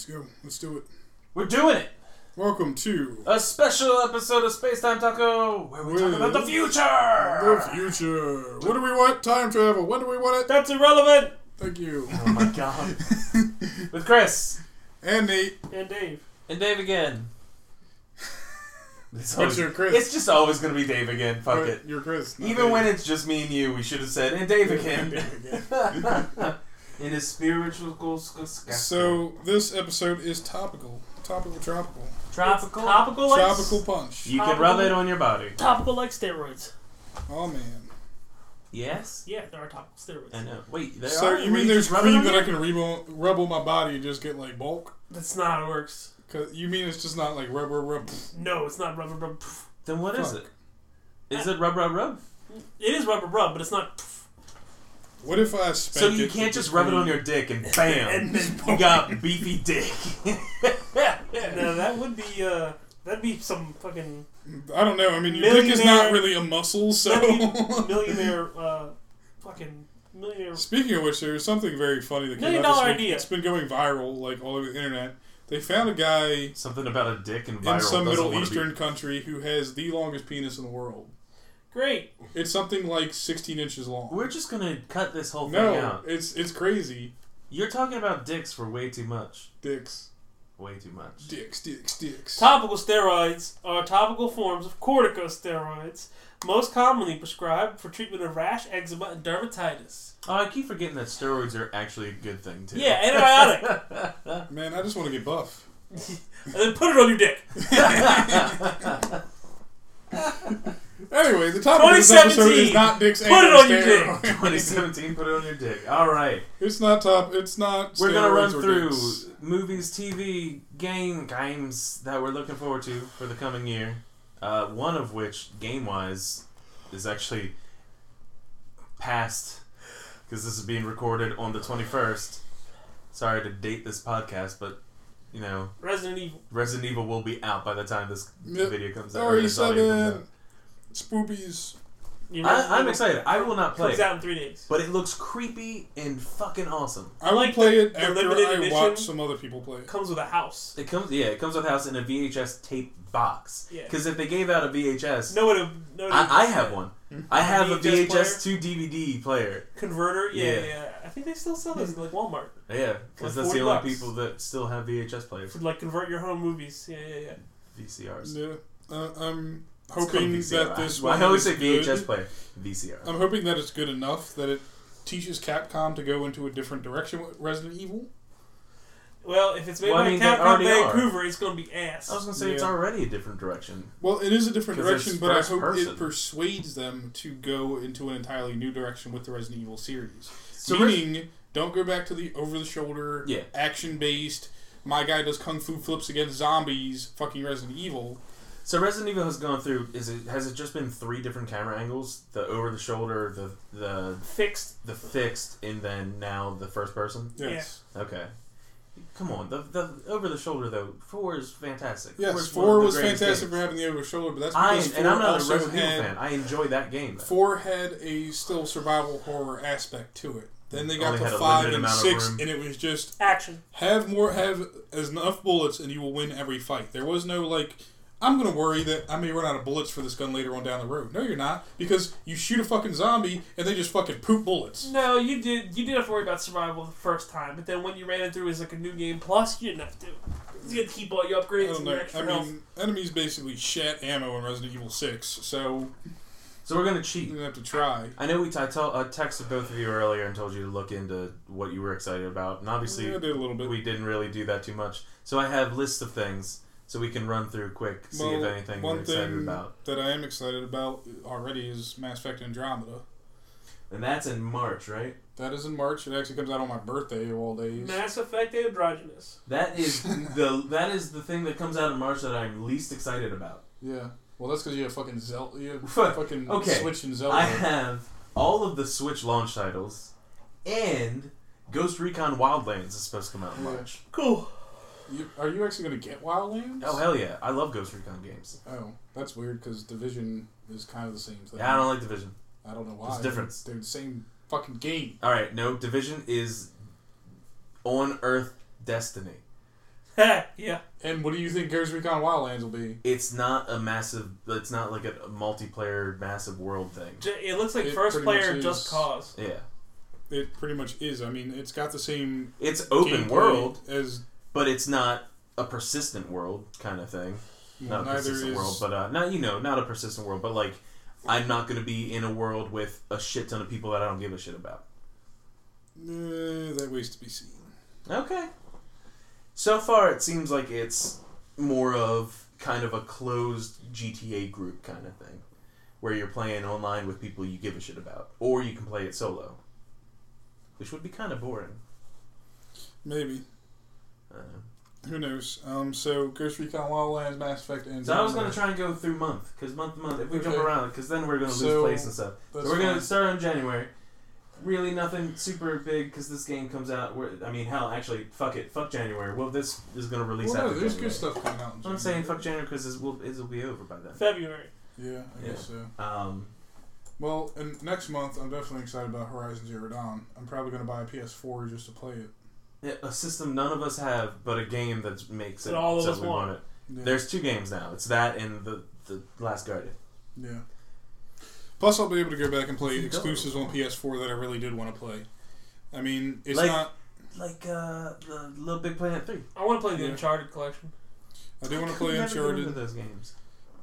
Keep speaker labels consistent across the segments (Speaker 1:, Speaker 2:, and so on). Speaker 1: Let's go. Let's do it.
Speaker 2: We're doing it!
Speaker 1: Welcome to
Speaker 2: A special episode of Space Time Taco where we talk about the
Speaker 1: the
Speaker 2: future!
Speaker 1: future. What do we want? Time travel. When do we want it?
Speaker 2: That's irrelevant!
Speaker 1: Thank you.
Speaker 2: Oh my god. With Chris.
Speaker 1: and Nate.
Speaker 2: And Dave. And Dave again. It's, always,
Speaker 1: What's your Chris?
Speaker 2: it's just always gonna be Dave again, fuck
Speaker 1: Or
Speaker 2: it.
Speaker 1: You're Chris. not
Speaker 2: Even
Speaker 1: Nate.
Speaker 2: when it's just me and you, we should have said, and Dave
Speaker 1: And
Speaker 2: again.
Speaker 1: Dave
Speaker 2: In his spiritual school. school-
Speaker 1: again. so this episode is topical. Topical, tropical.
Speaker 3: Tropical.
Speaker 4: Topical like
Speaker 1: Tropical punch.
Speaker 2: you can rub it on your body.
Speaker 4: topical like steroids.
Speaker 1: Oh man.
Speaker 2: Yes?
Speaker 4: Yeah, there are topical steroids.
Speaker 2: I know. Wait, there
Speaker 1: so
Speaker 2: are.
Speaker 1: you
Speaker 2: Were
Speaker 1: mean
Speaker 2: just
Speaker 1: there's
Speaker 2: rubbing
Speaker 1: cream
Speaker 2: on
Speaker 1: that I
Speaker 2: you?
Speaker 1: can rub on, rub on my body and just get like bulk?
Speaker 4: That's not how it works.
Speaker 1: Cause you mean it's just not like rub, rub, rub.
Speaker 4: No, it's not rubber rub. pff.
Speaker 2: Then what is
Speaker 1: Fuck.
Speaker 2: it? Is it rub, rub, rub?
Speaker 4: It is rubber rub, but it's not. pff.
Speaker 1: What if I
Speaker 2: So
Speaker 1: spank
Speaker 2: you
Speaker 1: it
Speaker 2: can't
Speaker 1: with
Speaker 2: just
Speaker 1: the
Speaker 2: rub it
Speaker 1: cream?
Speaker 2: on your dick and bam,
Speaker 4: And then
Speaker 2: you got beefy dick.
Speaker 4: No, that would be uh, that'd be some fucking
Speaker 1: I don't know. I mean, your dick is not
Speaker 4: Millionaire-
Speaker 1: really a muscle, so.
Speaker 4: that'd be millionaire uh, fucking millionaire.
Speaker 1: Speaking of which, there's something very funny that came
Speaker 4: Million
Speaker 1: out this
Speaker 4: dollar
Speaker 1: week.
Speaker 4: idea.
Speaker 1: It's been going viral like all over the internet. They found a guy
Speaker 2: Something about a dick and viral.
Speaker 1: in some
Speaker 2: doesn't
Speaker 1: Middle
Speaker 2: wanna be-
Speaker 1: Eastern country who has the longest penis in the world.
Speaker 4: Great.
Speaker 1: It's something like 16 inches long.
Speaker 2: We're just gonna cut this whole
Speaker 1: no,
Speaker 2: thing out.
Speaker 1: it's it's crazy.
Speaker 2: You're talking about dicks for way too much.
Speaker 1: Dicks,
Speaker 2: Way too much.
Speaker 1: dicks, dicks, dicks.
Speaker 4: Topical steroids are topical forms of corticosteroids, most commonly prescribed for treatment of rash, eczema, and dermatitis.
Speaker 2: Oh, I keep forgetting that steroids are actually a good thing too.
Speaker 4: Yeah, antibiotic.
Speaker 1: Man, I just want to get buff.
Speaker 4: and then put it on your dick.
Speaker 1: Anyway, the topic of this episode is
Speaker 4: 2017.
Speaker 1: not dicks.
Speaker 4: Put it on your
Speaker 1: dick.
Speaker 2: 2017, put it on your dick. All right,
Speaker 1: It's not top. It's not.
Speaker 2: we're gonna run
Speaker 1: steroids or
Speaker 2: through
Speaker 1: dicks.
Speaker 2: movies, TV, game games that we're looking forward to for the coming year. Uh, one of which, game wise, is actually past because this is being recorded on the 21st. Sorry to date this podcast, but you know
Speaker 4: Resident Evil.
Speaker 2: Resident Evil will be out by the time this
Speaker 1: Yep. Oh,
Speaker 2: video comes out. or this audio comes
Speaker 1: RE7,
Speaker 2: out.
Speaker 1: Spoopies.
Speaker 4: You Resident
Speaker 2: I, I'm
Speaker 4: Evil
Speaker 2: excited. I will not play,
Speaker 4: Comes
Speaker 2: it,
Speaker 4: out in three days.
Speaker 2: but it looks creepy and fucking awesome.
Speaker 1: I will
Speaker 4: like
Speaker 1: play
Speaker 4: the-
Speaker 1: it
Speaker 4: the
Speaker 1: after
Speaker 4: limited
Speaker 1: I
Speaker 4: edition.
Speaker 1: watch some other people play it.
Speaker 4: Comes with a house.
Speaker 2: It comes, yeah, it comes with house in a VHS tape box.
Speaker 4: Yeah.
Speaker 2: Because if they gave out a VHS,
Speaker 4: No, it. No, Mm-hmm. it
Speaker 2: I, I have one. I have a
Speaker 4: VHS
Speaker 2: VHS to DVD player.
Speaker 4: Converter. Yeah,
Speaker 2: Yeah. Hmm.
Speaker 4: yeah, I think they still sell those at like Walmart.
Speaker 2: Yeah, because
Speaker 4: Like
Speaker 2: that's
Speaker 4: 40
Speaker 2: the only
Speaker 4: bucks.
Speaker 2: people that still have VHS players.
Speaker 4: For like convert your home movies. Yeah, yeah, yeah.
Speaker 2: VCRs.
Speaker 1: Yeah, uh, I'm
Speaker 2: It's
Speaker 1: hoping
Speaker 2: called VCR.
Speaker 1: that this
Speaker 2: Well,
Speaker 1: one.
Speaker 2: I always say
Speaker 1: is
Speaker 2: VHS
Speaker 1: good.
Speaker 2: player. VCR.
Speaker 1: I'm hoping that it's good enough that it teaches Capcom to go into a different direction with Resident Evil.
Speaker 4: Well, if it's made
Speaker 2: Well, I
Speaker 4: by
Speaker 2: mean, they
Speaker 4: Capcom
Speaker 2: already Oh.
Speaker 4: Vancouver, it's gonna be ass.
Speaker 2: I was gonna say it's
Speaker 1: Yeah.
Speaker 2: already a different direction.
Speaker 1: Well, it is a different
Speaker 2: 'Cause
Speaker 1: direction,
Speaker 2: it's
Speaker 1: but I
Speaker 2: first
Speaker 1: hope
Speaker 2: person.
Speaker 1: it persuades them to go into an entirely new direction with the Resident Evil series.
Speaker 2: So
Speaker 1: Meaning, don't go back to the over-the-shoulder,
Speaker 2: Yeah.
Speaker 1: action-based. My guy does kung fu flips against zombies. Fucking Resident Evil.
Speaker 2: So Resident Evil has gone through. Is it has it just been three different camera angles? The over the shoulder, the the
Speaker 4: Fixed.
Speaker 2: the fixed, and then now the first person.
Speaker 1: Yes.
Speaker 2: Okay. Come on, the the over the shoulder though. Four is fantastic.
Speaker 1: Yes.
Speaker 2: is one
Speaker 1: Four
Speaker 2: of the
Speaker 1: was
Speaker 2: greatest
Speaker 1: fantastic
Speaker 2: games.
Speaker 1: for having the over-the-shoulder, but that's
Speaker 2: I
Speaker 1: because
Speaker 2: and
Speaker 1: four
Speaker 2: I'm not a
Speaker 1: also
Speaker 2: Resident Evil
Speaker 1: had
Speaker 2: fan. I enjoy that game. Though.
Speaker 1: Four had a still survival horror aspect to it. Then they got
Speaker 2: Only had
Speaker 1: to
Speaker 2: a
Speaker 1: five
Speaker 2: limited
Speaker 1: and
Speaker 2: amount of
Speaker 1: six,
Speaker 2: room.
Speaker 1: and it was just
Speaker 4: Action.
Speaker 1: have more, have as enough bullets, and you will win every fight. There was no like, I'm gonna worry that I may run out of bullets for this gun later on down the road. No, you're not, because you shoot a fucking zombie and they just fucking poop bullets.
Speaker 4: No, you did. You did have to worry about survival the first time, but then when you ran it through as like a new game plus, you didn't have to. You had to keep all
Speaker 1: I
Speaker 4: your upgrades
Speaker 1: don't
Speaker 4: and your
Speaker 1: know.
Speaker 4: extra
Speaker 1: Oh, I
Speaker 4: health.
Speaker 1: mean, enemies basically shat ammo in Resident Evil Six, so
Speaker 2: So we're gonna cheat.
Speaker 1: you have to try.
Speaker 2: I know we t- I tell, uh, texted both of you earlier and told you to look into what you were excited about, and obviously
Speaker 1: Yeah, I did a little bit.
Speaker 2: we didn't really do that too much. So I have lists of things so we can run through quick, see
Speaker 1: Well,
Speaker 2: if anything
Speaker 1: one
Speaker 2: we're excited
Speaker 1: thing
Speaker 2: about.
Speaker 1: that I am excited about already is Mass Effect Andromeda.
Speaker 2: And that's in March, right?
Speaker 1: That is in March. It actually comes out on my birthday of all days.
Speaker 4: Mass Effect Androgynous.
Speaker 2: That is the that is the thing that comes out in March that I'm least excited about.
Speaker 1: Yeah. Well, that's because you have fucking Zelda. You have
Speaker 2: Fuck.
Speaker 1: fucking
Speaker 2: Okay.
Speaker 1: Switch and
Speaker 2: I
Speaker 1: Zelda.
Speaker 2: have all of the Switch launch titles, and Ghost Recon Wildlands is supposed to come out in
Speaker 1: Yeah.
Speaker 2: March.
Speaker 4: Cool.
Speaker 1: You, are you actually going to get Wildlands?
Speaker 2: Oh hell yeah! I love Ghost Recon games.
Speaker 1: Oh, that's weird because Division is kind of the same thing.
Speaker 2: Yeah, I don't like Division.
Speaker 1: I don't know why.
Speaker 2: There's a difference.
Speaker 1: They're the same fucking game.
Speaker 2: All right, no, Division is on Earth Destiny.
Speaker 4: yeah.
Speaker 1: And what do you think Ghost Recon Wildlands will be?
Speaker 2: It's not a massive. It's not like a multiplayer massive world thing.
Speaker 4: J- It looks like
Speaker 1: It
Speaker 4: first
Speaker 1: pretty much
Speaker 4: player
Speaker 1: is.
Speaker 4: Just Cause.
Speaker 2: Yeah,
Speaker 1: It pretty much is. I mean, it's got the same
Speaker 2: it's open
Speaker 1: gameplay
Speaker 2: world,
Speaker 1: as
Speaker 2: but it's not a persistent world kind of thing.
Speaker 1: well,
Speaker 2: Not a
Speaker 1: neither is.
Speaker 2: persistent world, but uh, not you know, not a persistent world, but like I'm not going to be in a world with a shit ton of people that I don't give a shit about.
Speaker 1: Uh, that waits to be seen.
Speaker 2: Okay. So far, it seems like it's more of kind of a closed GTA group kind of thing, where you're playing online with people you give a shit about, or you can play it solo, which would be kind of boring. Uh,
Speaker 1: Maybe.
Speaker 2: I don't know.
Speaker 1: Who knows? Um, so Ghost Recon Wildlands, Mass Effect, and uh,
Speaker 2: So I was gonna try and go through month, because month to month, if we jump
Speaker 1: Okay.
Speaker 2: around, because then we're gonna lose
Speaker 1: So,
Speaker 2: place and stuff.
Speaker 1: That's
Speaker 2: so we're
Speaker 1: fine.
Speaker 2: gonna start in January. Really, nothing super big because this game comes out. Where, I mean, hell, actually, fuck it, fuck January. Well, this is gonna release
Speaker 1: Well, no,
Speaker 2: after
Speaker 1: there's
Speaker 2: January.
Speaker 1: good stuff coming out. in
Speaker 2: I'm saying fuck
Speaker 1: January.
Speaker 2: January because it will it'll be over by then.
Speaker 4: February.
Speaker 1: Yeah, I guess so.
Speaker 2: Um,
Speaker 1: Well, and next month I'm definitely excited about Horizon Zero Dawn. I'm probably gonna buy a PS4 just to play it.
Speaker 2: yeah, a system none of us have, but a game that makes it
Speaker 4: That all of
Speaker 2: so
Speaker 4: us
Speaker 2: we
Speaker 4: want.
Speaker 2: want it.
Speaker 1: Yeah.
Speaker 2: There's two games now. It's that and the the Last Guardian.
Speaker 1: yeah. Plus, I'll be able to go back and play
Speaker 2: Dope.
Speaker 1: exclusives on PS4 that I really did want to play. I mean, it's
Speaker 2: Like-
Speaker 1: not.
Speaker 2: Like uh, the Little Big Planet Three.
Speaker 4: I want to play the
Speaker 1: Yeah.
Speaker 4: Uncharted collection.
Speaker 1: I do want to play
Speaker 2: Never get into
Speaker 1: Uncharted.
Speaker 2: Those games.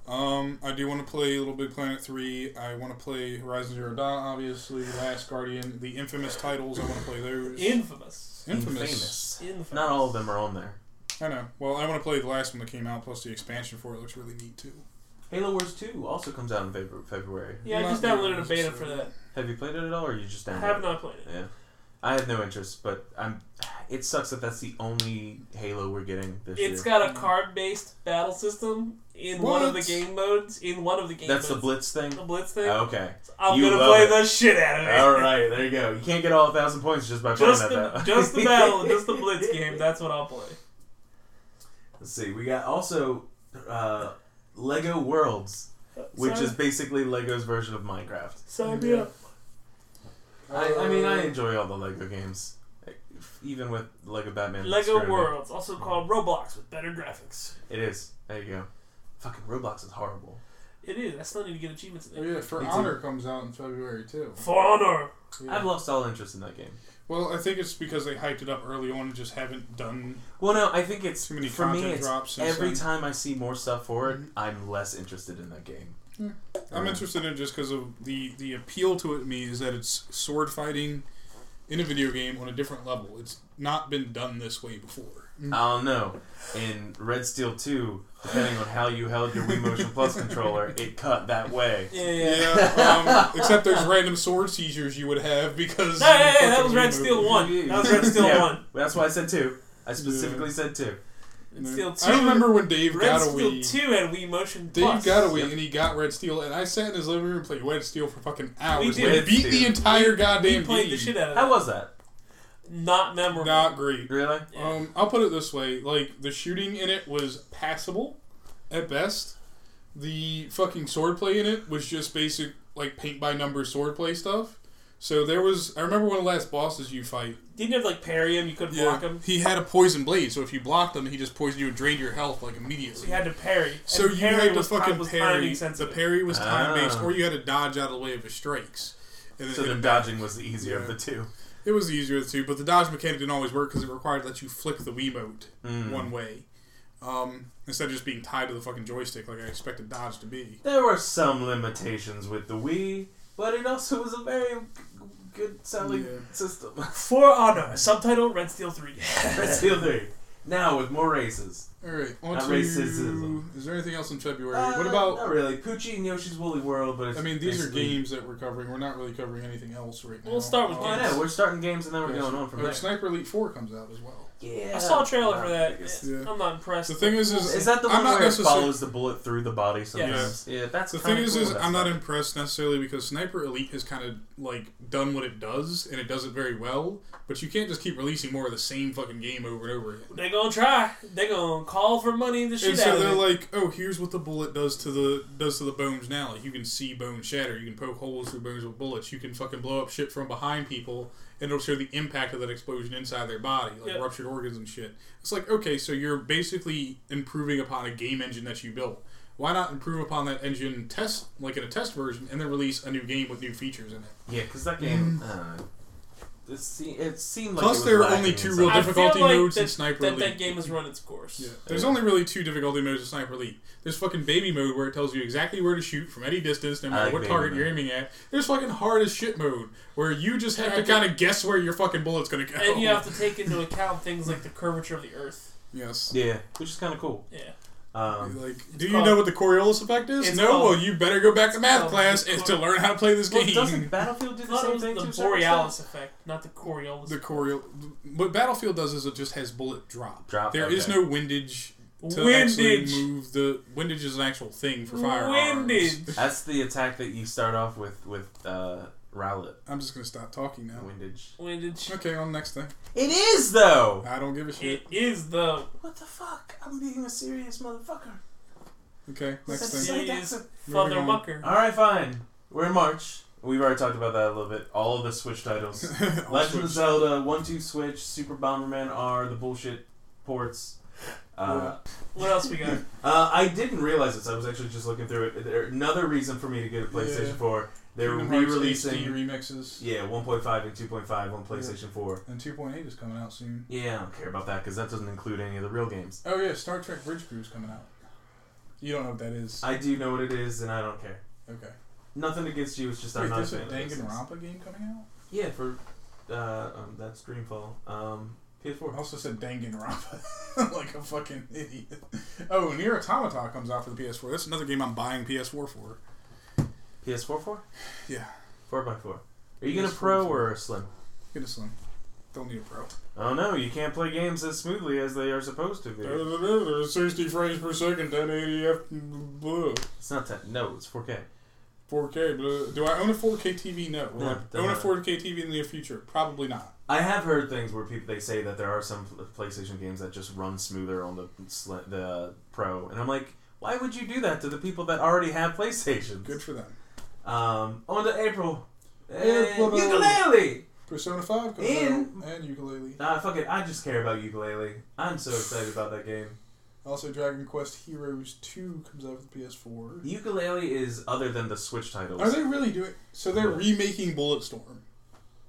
Speaker 1: Um, I do want to play Little Big Planet 3. I want to play Horizon Zero Dawn, obviously. Last Guardian. The infamous titles. I want to play those.
Speaker 4: Infamous.
Speaker 1: infamous.
Speaker 2: Infamous.
Speaker 4: Infamous.
Speaker 2: Not all of them are on there.
Speaker 1: I know. Well, I want to play the last one that came out, plus the expansion for it looks really neat, too.
Speaker 2: Halo Wars Two also comes out in Febru- February.
Speaker 4: Yeah, I just
Speaker 1: Not
Speaker 4: downloaded a beta for
Speaker 1: necessarily.
Speaker 4: that.
Speaker 2: Have you played it at all, or you just
Speaker 4: I
Speaker 2: downloaded?
Speaker 4: have not played it.
Speaker 2: it? Yeah, I have no interest, but I'm. It sucks that that's the only Halo we're getting this
Speaker 4: It's
Speaker 2: year.
Speaker 4: got a card-based battle system in one of the
Speaker 1: What?
Speaker 4: game modes. In one of the game
Speaker 2: that's the Blitz
Speaker 4: modes.
Speaker 2: thing. Oh,
Speaker 4: the Blitz thing.
Speaker 2: Okay,
Speaker 4: I'm
Speaker 2: you
Speaker 4: gonna
Speaker 2: love
Speaker 4: play
Speaker 2: it.
Speaker 4: the shit out of it.
Speaker 2: all right, there you go. You can't get all a thousand points just by playing
Speaker 4: Just
Speaker 2: that.
Speaker 4: the,
Speaker 2: battle.
Speaker 4: just the battle, just the blitz game. That's what I'll play.
Speaker 2: Let's see. We got also uh, Lego Worlds, which
Speaker 4: Sign-
Speaker 2: is basically Lego's version of Minecraft.
Speaker 4: sign me up.
Speaker 2: I, I mean,
Speaker 4: Uh,
Speaker 2: I enjoy all the Lego games, even with Lego Batman.
Speaker 4: Lego
Speaker 2: Serenity.
Speaker 4: Worlds, also called Roblox with better graphics.
Speaker 2: It is. There you go. Fucking Roblox is horrible.
Speaker 4: It is. I still need to get achievements.
Speaker 1: Oh,
Speaker 4: In it.
Speaker 1: yeah, For
Speaker 2: Me too.
Speaker 1: Honor comes out in February, too.
Speaker 4: For honor.
Speaker 1: Yeah.
Speaker 2: I've lost all interest in that game.
Speaker 1: Well, I think it's because they hyped it up early on and just haven't done
Speaker 2: Well, no, I think it's
Speaker 1: too many
Speaker 2: for me.
Speaker 1: content
Speaker 2: It's
Speaker 1: drops. Mm-hmm. since
Speaker 2: every
Speaker 1: then.
Speaker 2: time I see more stuff for it, I'm less interested in that game.
Speaker 1: I'm interested in it just because of the the appeal to it. to Me is that it's sword fighting in a video game on a different level. It's not been done this way before.
Speaker 2: I don't know. In Red Steel Two, depending on how you held your Wii Motion Plus controller, it cut that way.
Speaker 4: Yeah, yeah. yeah.
Speaker 1: Yeah. Um, except there's random sword seizures you would have because.
Speaker 4: No, yeah, yeah,
Speaker 1: fucking
Speaker 4: that was
Speaker 1: remote-
Speaker 4: Red Steel one. That was Red Steel
Speaker 2: Yeah,
Speaker 4: one.
Speaker 2: That's why I said two. I specifically said two.
Speaker 4: Red Steel two.
Speaker 1: I remember when Dave
Speaker 4: Red
Speaker 1: got a
Speaker 4: Steel
Speaker 1: Wii.
Speaker 4: two had Wii Motion
Speaker 1: Dave
Speaker 4: Plus.
Speaker 1: got a Wii and he got Red Steel, and I sat in his living room and played Red Steel for fucking hours.
Speaker 4: did.
Speaker 1: and
Speaker 2: Red
Speaker 1: beat the
Speaker 2: Steel.
Speaker 1: entire
Speaker 4: He
Speaker 1: goddamn
Speaker 4: played
Speaker 1: game.
Speaker 4: the shit out
Speaker 2: How
Speaker 4: of it.
Speaker 2: was that?
Speaker 4: Not memorable.
Speaker 1: Not great.
Speaker 2: Really?
Speaker 4: Yeah.
Speaker 1: Um, I'll put it this way: like the shooting in it was passable at best. The fucking swordplay in it was just basic, like paint by numbers swordplay stuff. So there was. I remember one of the last bosses you fight.
Speaker 4: Didn't you have like parry him. You couldn't block him.
Speaker 1: he had a poison blade, so if you blocked him, he just poisoned you and drained your health like
Speaker 4: So
Speaker 1: immediately.
Speaker 4: you had to parry. And
Speaker 1: So you
Speaker 4: parry
Speaker 1: had to
Speaker 4: was time-
Speaker 1: fucking
Speaker 4: was
Speaker 1: parry.
Speaker 4: timing
Speaker 1: The
Speaker 4: sensitive.
Speaker 1: parry was time based,
Speaker 2: Ah.
Speaker 1: or you had to dodge out of the way of his strikes. And then
Speaker 2: So
Speaker 1: hit
Speaker 2: the
Speaker 1: him
Speaker 2: dodging was the easier
Speaker 1: Yeah.
Speaker 2: of the two.
Speaker 1: It was easier too, but the dodge mechanic didn't always work because it required that you flick the Wiimote
Speaker 2: Mm.
Speaker 1: one way um, instead of just being tied to the fucking joystick like I expected dodge to be.
Speaker 2: There were some limitations with the Wii, but it also was a very good selling
Speaker 1: Yeah.
Speaker 2: system.
Speaker 4: For Honor, subtitle Red Steel three.
Speaker 2: Red Steel 3. Now with more races.
Speaker 1: All right, on
Speaker 2: Not
Speaker 1: to
Speaker 2: racism.
Speaker 1: is there anything else in February?
Speaker 2: Uh,
Speaker 1: what about?
Speaker 2: Not really. Poochie and Yoshi's Woolly World, but it's
Speaker 1: I mean, these are
Speaker 2: basically-
Speaker 1: games that we're covering. We're not really covering anything else right now.
Speaker 4: We'll start with
Speaker 2: Oh, I know. We're starting games and then we're
Speaker 1: Yeah.
Speaker 2: going on from
Speaker 1: Or
Speaker 2: there.
Speaker 1: Sniper Elite Four comes out as well.
Speaker 2: Yeah.
Speaker 4: I saw a trailer for that.
Speaker 2: Is
Speaker 1: Yeah.
Speaker 4: I'm not impressed.
Speaker 1: The thing is, is,
Speaker 2: that the
Speaker 1: I'm
Speaker 2: one
Speaker 1: not
Speaker 2: where it
Speaker 1: necessarily-
Speaker 2: follows the bullet through the body sometimes? Yeah, that's
Speaker 1: The
Speaker 2: kinda
Speaker 1: thing is,
Speaker 2: cool,
Speaker 1: is
Speaker 2: that
Speaker 1: I'm not
Speaker 2: stuff.
Speaker 1: impressed necessarily because Sniper Elite has kind of like done what it does and it does it very well. But you can't just keep releasing more of the same fucking game over and over again.
Speaker 4: they gonna try. They gonna call for money and the shit
Speaker 1: and
Speaker 4: out
Speaker 1: so
Speaker 4: of
Speaker 1: they're
Speaker 4: it.
Speaker 1: like, "Oh, here's what the bullet does to the does to the bones now. Like you can see bones shatter, you can poke holes through bones with bullets, you can fucking blow up shit from behind people, and it'll show the impact of that explosion inside their body, like
Speaker 4: Yeah.
Speaker 1: ruptured organs and shit. It's like, okay, so you're basically improving upon a game engine that you built. Why not improve upon that engine test, like in a test version, and then release a new game with new features in it?
Speaker 2: Yeah, because that game. Uh, it, se- it seemed like.
Speaker 1: Mm. Plus
Speaker 2: it was
Speaker 1: there are
Speaker 2: lacking
Speaker 1: only
Speaker 2: in
Speaker 1: two
Speaker 2: some-
Speaker 1: real
Speaker 4: I feel
Speaker 1: difficulty
Speaker 4: like
Speaker 1: modes
Speaker 4: that,
Speaker 1: in Sniper
Speaker 4: that,
Speaker 1: Elite.
Speaker 4: that game has run its course.
Speaker 1: Yeah. There's only really two difficulty modes of Sniper Elite. There's fucking baby mode where it tells you exactly where to shoot from any distance, no
Speaker 2: I
Speaker 1: matter
Speaker 2: like
Speaker 1: what
Speaker 2: baby
Speaker 1: target
Speaker 2: mode.
Speaker 1: you're aiming at. There's fucking hard as shit mode where you just have
Speaker 4: And
Speaker 1: to
Speaker 4: I think-
Speaker 1: kind of guess where your fucking bullet's gonna go.
Speaker 4: And you have to take into account things like the curvature of the Earth.
Speaker 1: yes.
Speaker 2: Yeah, which is kind of cool.
Speaker 4: Yeah.
Speaker 2: Um,
Speaker 1: Like, do you
Speaker 4: called-
Speaker 1: know what the Coriolis effect is?
Speaker 4: It's
Speaker 1: No.
Speaker 4: called-
Speaker 1: well, you better go back to math
Speaker 4: called-
Speaker 1: class
Speaker 4: it's
Speaker 1: and to learn how to play this
Speaker 2: well,
Speaker 1: game.
Speaker 2: doesn't Battlefield do the
Speaker 4: Thought it
Speaker 2: same
Speaker 4: was
Speaker 2: thing? to a
Speaker 4: the
Speaker 2: certain
Speaker 4: Borealis
Speaker 2: extent?
Speaker 4: effect, not the Coriolis.
Speaker 1: the Coriol. What Battlefield does is it just has bullet drop.
Speaker 2: Drop,
Speaker 1: There is
Speaker 2: okay.
Speaker 1: no windage to actually
Speaker 4: Windage.
Speaker 1: move the. Windage is an actual thing for firearms.
Speaker 4: Windage.
Speaker 2: That's the attack that you start off with with uh, Rowlet
Speaker 1: I'm just gonna stop talking now.
Speaker 2: windage.
Speaker 4: Windage.
Speaker 1: Okay, on next thing.
Speaker 2: It is though.
Speaker 1: I don't give a shit.
Speaker 4: It is the
Speaker 2: What the fuck? I'm being a serious motherfucker.
Speaker 1: Okay, next
Speaker 2: That's
Speaker 1: thing.
Speaker 2: it.
Speaker 4: serious
Speaker 1: Moving
Speaker 4: father
Speaker 1: on.
Speaker 4: mucker.
Speaker 2: All right, fine. We're in March. We've already talked about that a little bit. All of the Switch titles.
Speaker 1: I'll
Speaker 2: Legend of
Speaker 1: switch.
Speaker 2: Zelda, One Two Switch, Super Bomberman are the bullshit ports. Uh,
Speaker 4: What else we got?
Speaker 2: uh, I didn't realize this. I was actually just looking through it. There, another reason for me to get a PlayStation
Speaker 1: Yeah.
Speaker 2: 4. They're
Speaker 1: Kingdom Hearts
Speaker 2: re-releasing.
Speaker 1: HD remixes,
Speaker 2: yeah, 1.5 and 2.5 on PlayStation 4.
Speaker 1: and 2.8 is coming out soon.
Speaker 2: Yeah, I don't care about that because that doesn't include any of the real games.
Speaker 1: Oh yeah, Star Trek Bridge Crew is coming out. You don't know what that is?
Speaker 2: I do know what it is, and I don't care.
Speaker 1: okay.
Speaker 2: Nothing against you. It's just
Speaker 1: Wait,
Speaker 2: I'm not
Speaker 1: there's a
Speaker 2: fan of those things.
Speaker 1: Danganronpa game coming out.
Speaker 2: Yeah, for uh, um, that's Dreamfall. Um,
Speaker 1: I
Speaker 2: PS4.
Speaker 1: also said Danganronpa, like a fucking idiot. Oh, Nier Automata comes out for the PS4. That's another game I'm buying PS4 for.
Speaker 2: PS4 4?
Speaker 1: Yeah,
Speaker 2: Four by four. Are you gonna
Speaker 1: PS4
Speaker 2: pro
Speaker 1: four.
Speaker 2: or a slim?
Speaker 1: get a slim. Don't need a pro.
Speaker 2: Oh no, you can't play games as smoothly as they are supposed to be.
Speaker 1: 60 frames per second, 1080 f. Blue.
Speaker 2: It's not that. No, it's 4K.
Speaker 1: 4K. Blah. uh, Do I own a 4K TV? No. Will
Speaker 2: No,
Speaker 1: I
Speaker 2: don't
Speaker 1: own a
Speaker 2: have it.
Speaker 1: 4K TV in the near future? Probably not.
Speaker 2: I have heard things where people they say that there are some pl- PlayStation games that just run smoother on the sli- the pro, and I'm like, why would you do that to the people that already have PlayStations?
Speaker 1: Good for them.
Speaker 2: Um, on to April.
Speaker 1: April.
Speaker 2: Eh, ukulele.
Speaker 1: Persona 5 comes
Speaker 2: And-
Speaker 1: out, and ukulele.
Speaker 2: Nah, fuck it. I just care about ukulele. I'm so excited about that game.
Speaker 1: Also, Dragon Quest Heroes 2 comes out for the PS4.
Speaker 2: Ukulele is other than the Switch titles.
Speaker 1: Are they really doing? So they're
Speaker 2: Yeah.
Speaker 1: remaking Bulletstorm.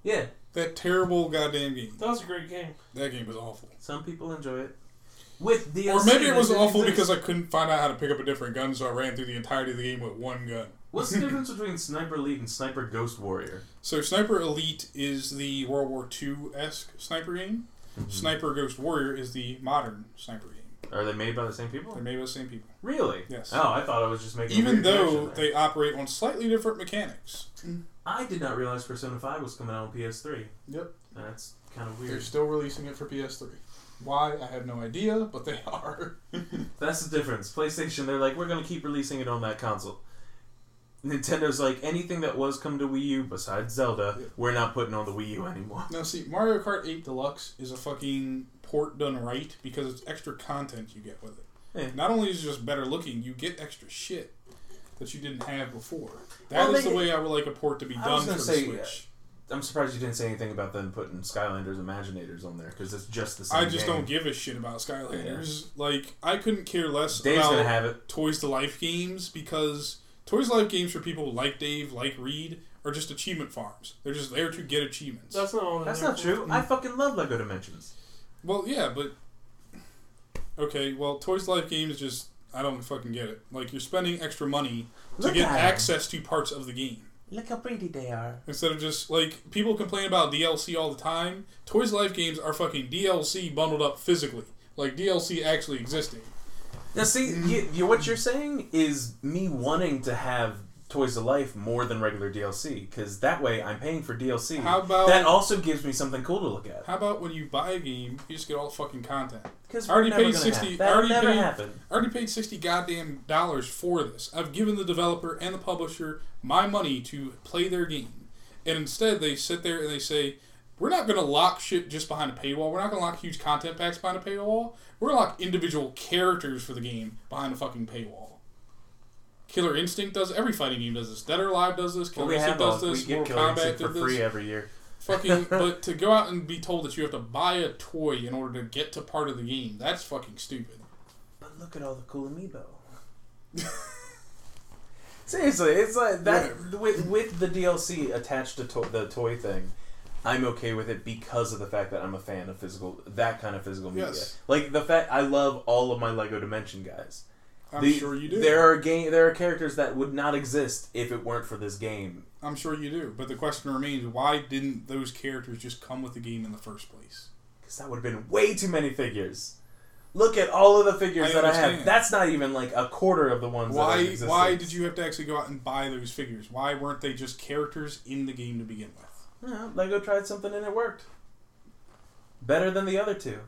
Speaker 2: Yeah,
Speaker 1: That terrible goddamn game.
Speaker 4: That was a great game.
Speaker 1: That game was awful.
Speaker 2: some people enjoy it. With DLC,
Speaker 1: Or maybe it
Speaker 2: that
Speaker 1: was
Speaker 2: didn't
Speaker 1: awful
Speaker 2: exist.
Speaker 1: because I couldn't find out how to pick up a different gun, so I ran through the entirety of the game with one gun.
Speaker 2: What's the difference between Sniper Elite and Sniper Ghost Warrior?
Speaker 1: So Sniper Elite is the World War II esque sniper game.
Speaker 2: Mm-hmm.
Speaker 1: Sniper Ghost Warrior is the modern sniper game.
Speaker 2: Are they made by the same people?
Speaker 1: They're made by the same people.
Speaker 2: Really?
Speaker 1: Yes.
Speaker 2: Oh, I thought I was just making. a
Speaker 1: Even
Speaker 2: weird
Speaker 1: though
Speaker 2: connection there.
Speaker 1: they operate on slightly different mechanics.
Speaker 2: I did not realize Persona Five was coming out on PS3.
Speaker 1: Yep.
Speaker 2: That's kind of
Speaker 1: They're
Speaker 2: weird.
Speaker 1: still releasing it for PS3. Why? I have no idea, but they are.
Speaker 2: That's the difference. PlayStation, they're like, we're gonna keep releasing it on that console. Nintendo's like anything that was come to Wii U besides Zelda,
Speaker 1: Yeah.
Speaker 2: we're not putting on the Wii U anymore.
Speaker 1: Now, see, Mario Kart 8 Deluxe is a fucking port done right because it's extra content you get with it.
Speaker 2: Yeah.
Speaker 1: Not only is it just better looking, you get extra shit that you didn't have before. That is
Speaker 2: Well, they-
Speaker 1: the way I would like a port to be
Speaker 2: I
Speaker 1: done
Speaker 2: was
Speaker 1: for
Speaker 2: gonna
Speaker 1: the
Speaker 2: say,
Speaker 1: Switch.
Speaker 2: I'm surprised you didn't say anything about them putting Skylanders Imaginators on there because it's just the same.
Speaker 1: I just
Speaker 2: game.
Speaker 1: don't give a shit about Skylanders. Like, I couldn't care less
Speaker 2: Dave's
Speaker 1: about
Speaker 2: gonna have it.
Speaker 1: Toys to Life games because Toys to Life games for people like Dave, like Reed, are just achievement farms. They're just there to get achievements.
Speaker 4: That's not all.
Speaker 2: That's not true. I fucking love Lego Dimensions.
Speaker 1: Well, yeah, but okay. Well, Toys to Life games just I don't fucking get it. Like you're spending extra money to
Speaker 2: Look
Speaker 1: get
Speaker 2: at 'em.
Speaker 1: access to parts of the game
Speaker 2: Look how pretty they are.
Speaker 1: instead of just like people complain about DLC all the time. Toys to Life games are fucking DLC bundled up physically, like DLC actually existing.
Speaker 2: Now, see, you, you, what you're saying is me wanting to have Toys of Life more than regular DLC because that way I'm paying for DLC.
Speaker 1: How about-
Speaker 2: that? Also gives me something cool to look at.
Speaker 1: How about when you buy a game, you just get all the fucking content?
Speaker 2: Because
Speaker 1: I already
Speaker 2: never
Speaker 1: paid
Speaker 2: gonna
Speaker 1: 60
Speaker 2: have- That
Speaker 1: I already
Speaker 2: never
Speaker 1: paid-
Speaker 2: happened.
Speaker 1: I already paid sixty goddamn dollars for this. I've given the developer and the publisher my money to play their game, and instead they sit there and they say, "We're not going to lock shit just behind a paywall. We're not going to lock huge content packs behind a paywall. We're going to lock individual characters for the game behind a fucking paywall." Killer Instinct does every fighting game does this. Dead or Alive does this.
Speaker 2: Well,
Speaker 1: Killer
Speaker 2: we
Speaker 1: Instinct
Speaker 2: have
Speaker 1: does
Speaker 2: all, we
Speaker 1: this.
Speaker 2: get
Speaker 1: Mortal
Speaker 2: Killer
Speaker 1: Kombat
Speaker 2: Instinct
Speaker 1: did
Speaker 2: for free
Speaker 1: this.
Speaker 2: every year.
Speaker 1: Fucking, but to go out and be told that you have to buy a toy in order to get to part of the game, that's fucking stupid.
Speaker 2: But look at all the cool amiibo. Seriously, it's like that with with the DLC attached to, to the toy thing. I'm okay with it because of the fact that I'm a fan of physical that kind of physical media.
Speaker 1: Yes.
Speaker 2: Like the fact I love all of my Lego Dimension guys.
Speaker 1: I'm
Speaker 2: The-
Speaker 1: sure you do.
Speaker 2: There are game there are characters that would not exist if it weren't for this game.
Speaker 1: I'm sure you do. But the question remains why didn't those characters just come with the game in the first place?
Speaker 2: Because that would have been way too many figures. Look at all of the figures
Speaker 1: I
Speaker 2: that I have.
Speaker 1: understand.
Speaker 2: That's not even like a quarter of the ones. that are in
Speaker 1: Why
Speaker 2: existence.
Speaker 1: why did you have to actually go out and buy those figures? Why weren't they just characters in the game to begin with?
Speaker 2: Yeah, Lego tried something and it worked. Better than the other two.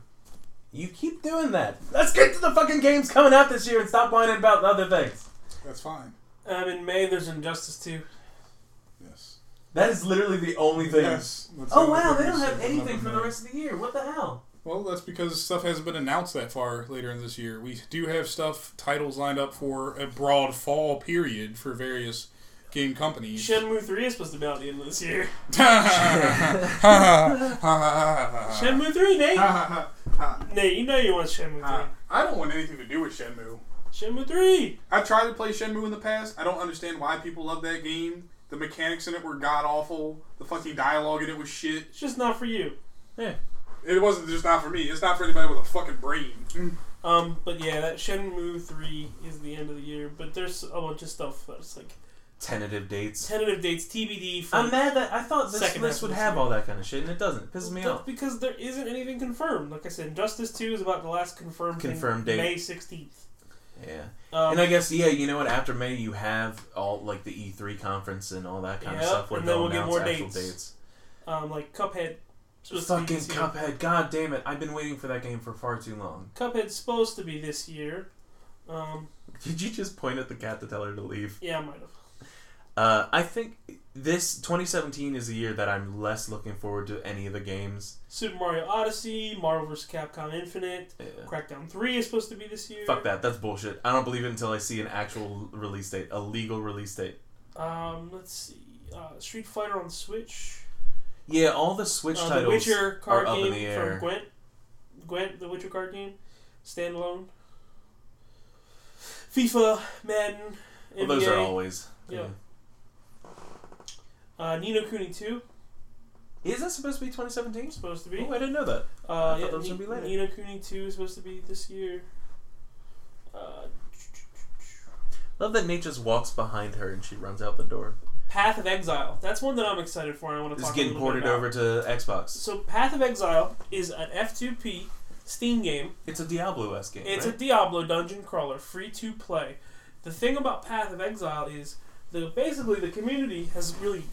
Speaker 2: You keep doing that. Let's get to the fucking games coming out this year and stop whining about other things.
Speaker 1: That's fine.
Speaker 4: Um, in May, there's Injustice 2.
Speaker 1: Yes.
Speaker 2: That is literally the only thing.
Speaker 1: Yes. That's
Speaker 2: Oh
Speaker 1: another
Speaker 2: wow, they
Speaker 1: thing
Speaker 2: don't
Speaker 1: that's
Speaker 2: have anything
Speaker 1: another
Speaker 2: for the
Speaker 1: note.
Speaker 2: rest of the year. What the hell?
Speaker 1: Well, that's because stuff hasn't been announced that far later in this year. We do have stuff titles lined up for a broad fall period for various game companies.
Speaker 4: Shenmue 3 is supposed to be out at the end of this year.
Speaker 1: Ah.
Speaker 4: Shenmue 3, Nate!
Speaker 2: Ah.
Speaker 4: Nate, you know you want Shenmue
Speaker 1: Uh, I don't want anything to do with Shenmue.
Speaker 4: 3. Shenmue 3!
Speaker 1: I've tried to play Shenmue in the past. I don't understand why people love that game. The mechanics in it were god awful. The fucking dialogue in it was shit.
Speaker 4: It's just not for you.
Speaker 2: Yeah.
Speaker 1: It wasn't just not for me. It's not for anybody with a fucking brain.
Speaker 4: Um, but yeah, that Shenmue 3 is the end of the year, but there's a bunch of stuff that's like
Speaker 2: Tentative dates.
Speaker 4: tentative dates, TBD. For
Speaker 2: I'm mad that I thought this
Speaker 4: Second half
Speaker 2: list
Speaker 4: of
Speaker 2: would
Speaker 4: this
Speaker 2: have
Speaker 4: year.
Speaker 2: all that kind of shit and it doesn't. It pisses me
Speaker 4: That's
Speaker 2: off.
Speaker 4: Because there isn't anything confirmed. Like I said, Justice 2 is about the last confirmed, thing,
Speaker 2: Confirmed date.
Speaker 4: May 16th.
Speaker 2: Yeah.
Speaker 4: Um,
Speaker 2: And I guess yeah, you know what? After May, you have all like the E3 conference and all that kind of
Speaker 4: Yep,
Speaker 2: stuff where
Speaker 4: and then
Speaker 2: they'll
Speaker 4: we'll get
Speaker 2: announce
Speaker 4: more
Speaker 2: actual
Speaker 4: dates. E
Speaker 2: dates.
Speaker 4: um, like Cuphead. supposed to be
Speaker 2: Fucking
Speaker 4: this year.
Speaker 2: Cuphead! God damn it! I've been waiting for that game for far too long.
Speaker 4: Cuphead's supposed to be this year. Um,
Speaker 2: Did you just point at the cat to tell her to leave?
Speaker 4: yeah, I might have.
Speaker 2: Uh, I think this 2017 is the year that I'm less looking forward to any of the games.
Speaker 4: Super Mario Odyssey, Marvel vs. Capcom Infinite,
Speaker 2: Yeah.
Speaker 4: Crackdown 3 is supposed to be this year.
Speaker 2: Eh, Fuck that! That's bullshit. I don't believe it until I see an actual release date, a legal release date.
Speaker 4: Um, let's see. Uh, Street Fighter on Switch.
Speaker 2: Yeah, all the Switch
Speaker 4: Uh, the
Speaker 2: titles
Speaker 4: Witcher
Speaker 2: are
Speaker 4: card
Speaker 2: up in the
Speaker 4: game
Speaker 2: air.
Speaker 4: from Gwent. Gwent, the Witcher card game. Standalone. FIFA, Madden,
Speaker 2: Well,
Speaker 4: NBA.
Speaker 2: those are always.
Speaker 4: Yeah. Uh, Nino Kuni 2,
Speaker 2: Is that supposed to be 2017?
Speaker 4: supposed to be.
Speaker 2: Oh, I didn't know that.
Speaker 4: Uh,
Speaker 2: thought
Speaker 4: yeah,
Speaker 2: that was gonna be
Speaker 4: Ni-
Speaker 2: later.
Speaker 4: Nino Kuni 2 is supposed to be this year. Uh,
Speaker 2: Love that Nate just walks behind her and she runs out the door.
Speaker 4: Path of Exile. That's one that I'm excited for. and I want to
Speaker 2: This is
Speaker 4: talk a
Speaker 2: getting
Speaker 4: little bit
Speaker 2: ported
Speaker 4: about.
Speaker 2: over to Xbox.
Speaker 4: So Path of Exile is an F2P Steam game.
Speaker 2: It's a Diablo-esque game.
Speaker 4: It's
Speaker 2: right?
Speaker 4: a Diablo dungeon crawler, free to play. The thing about Path of Exile is the basically the community has really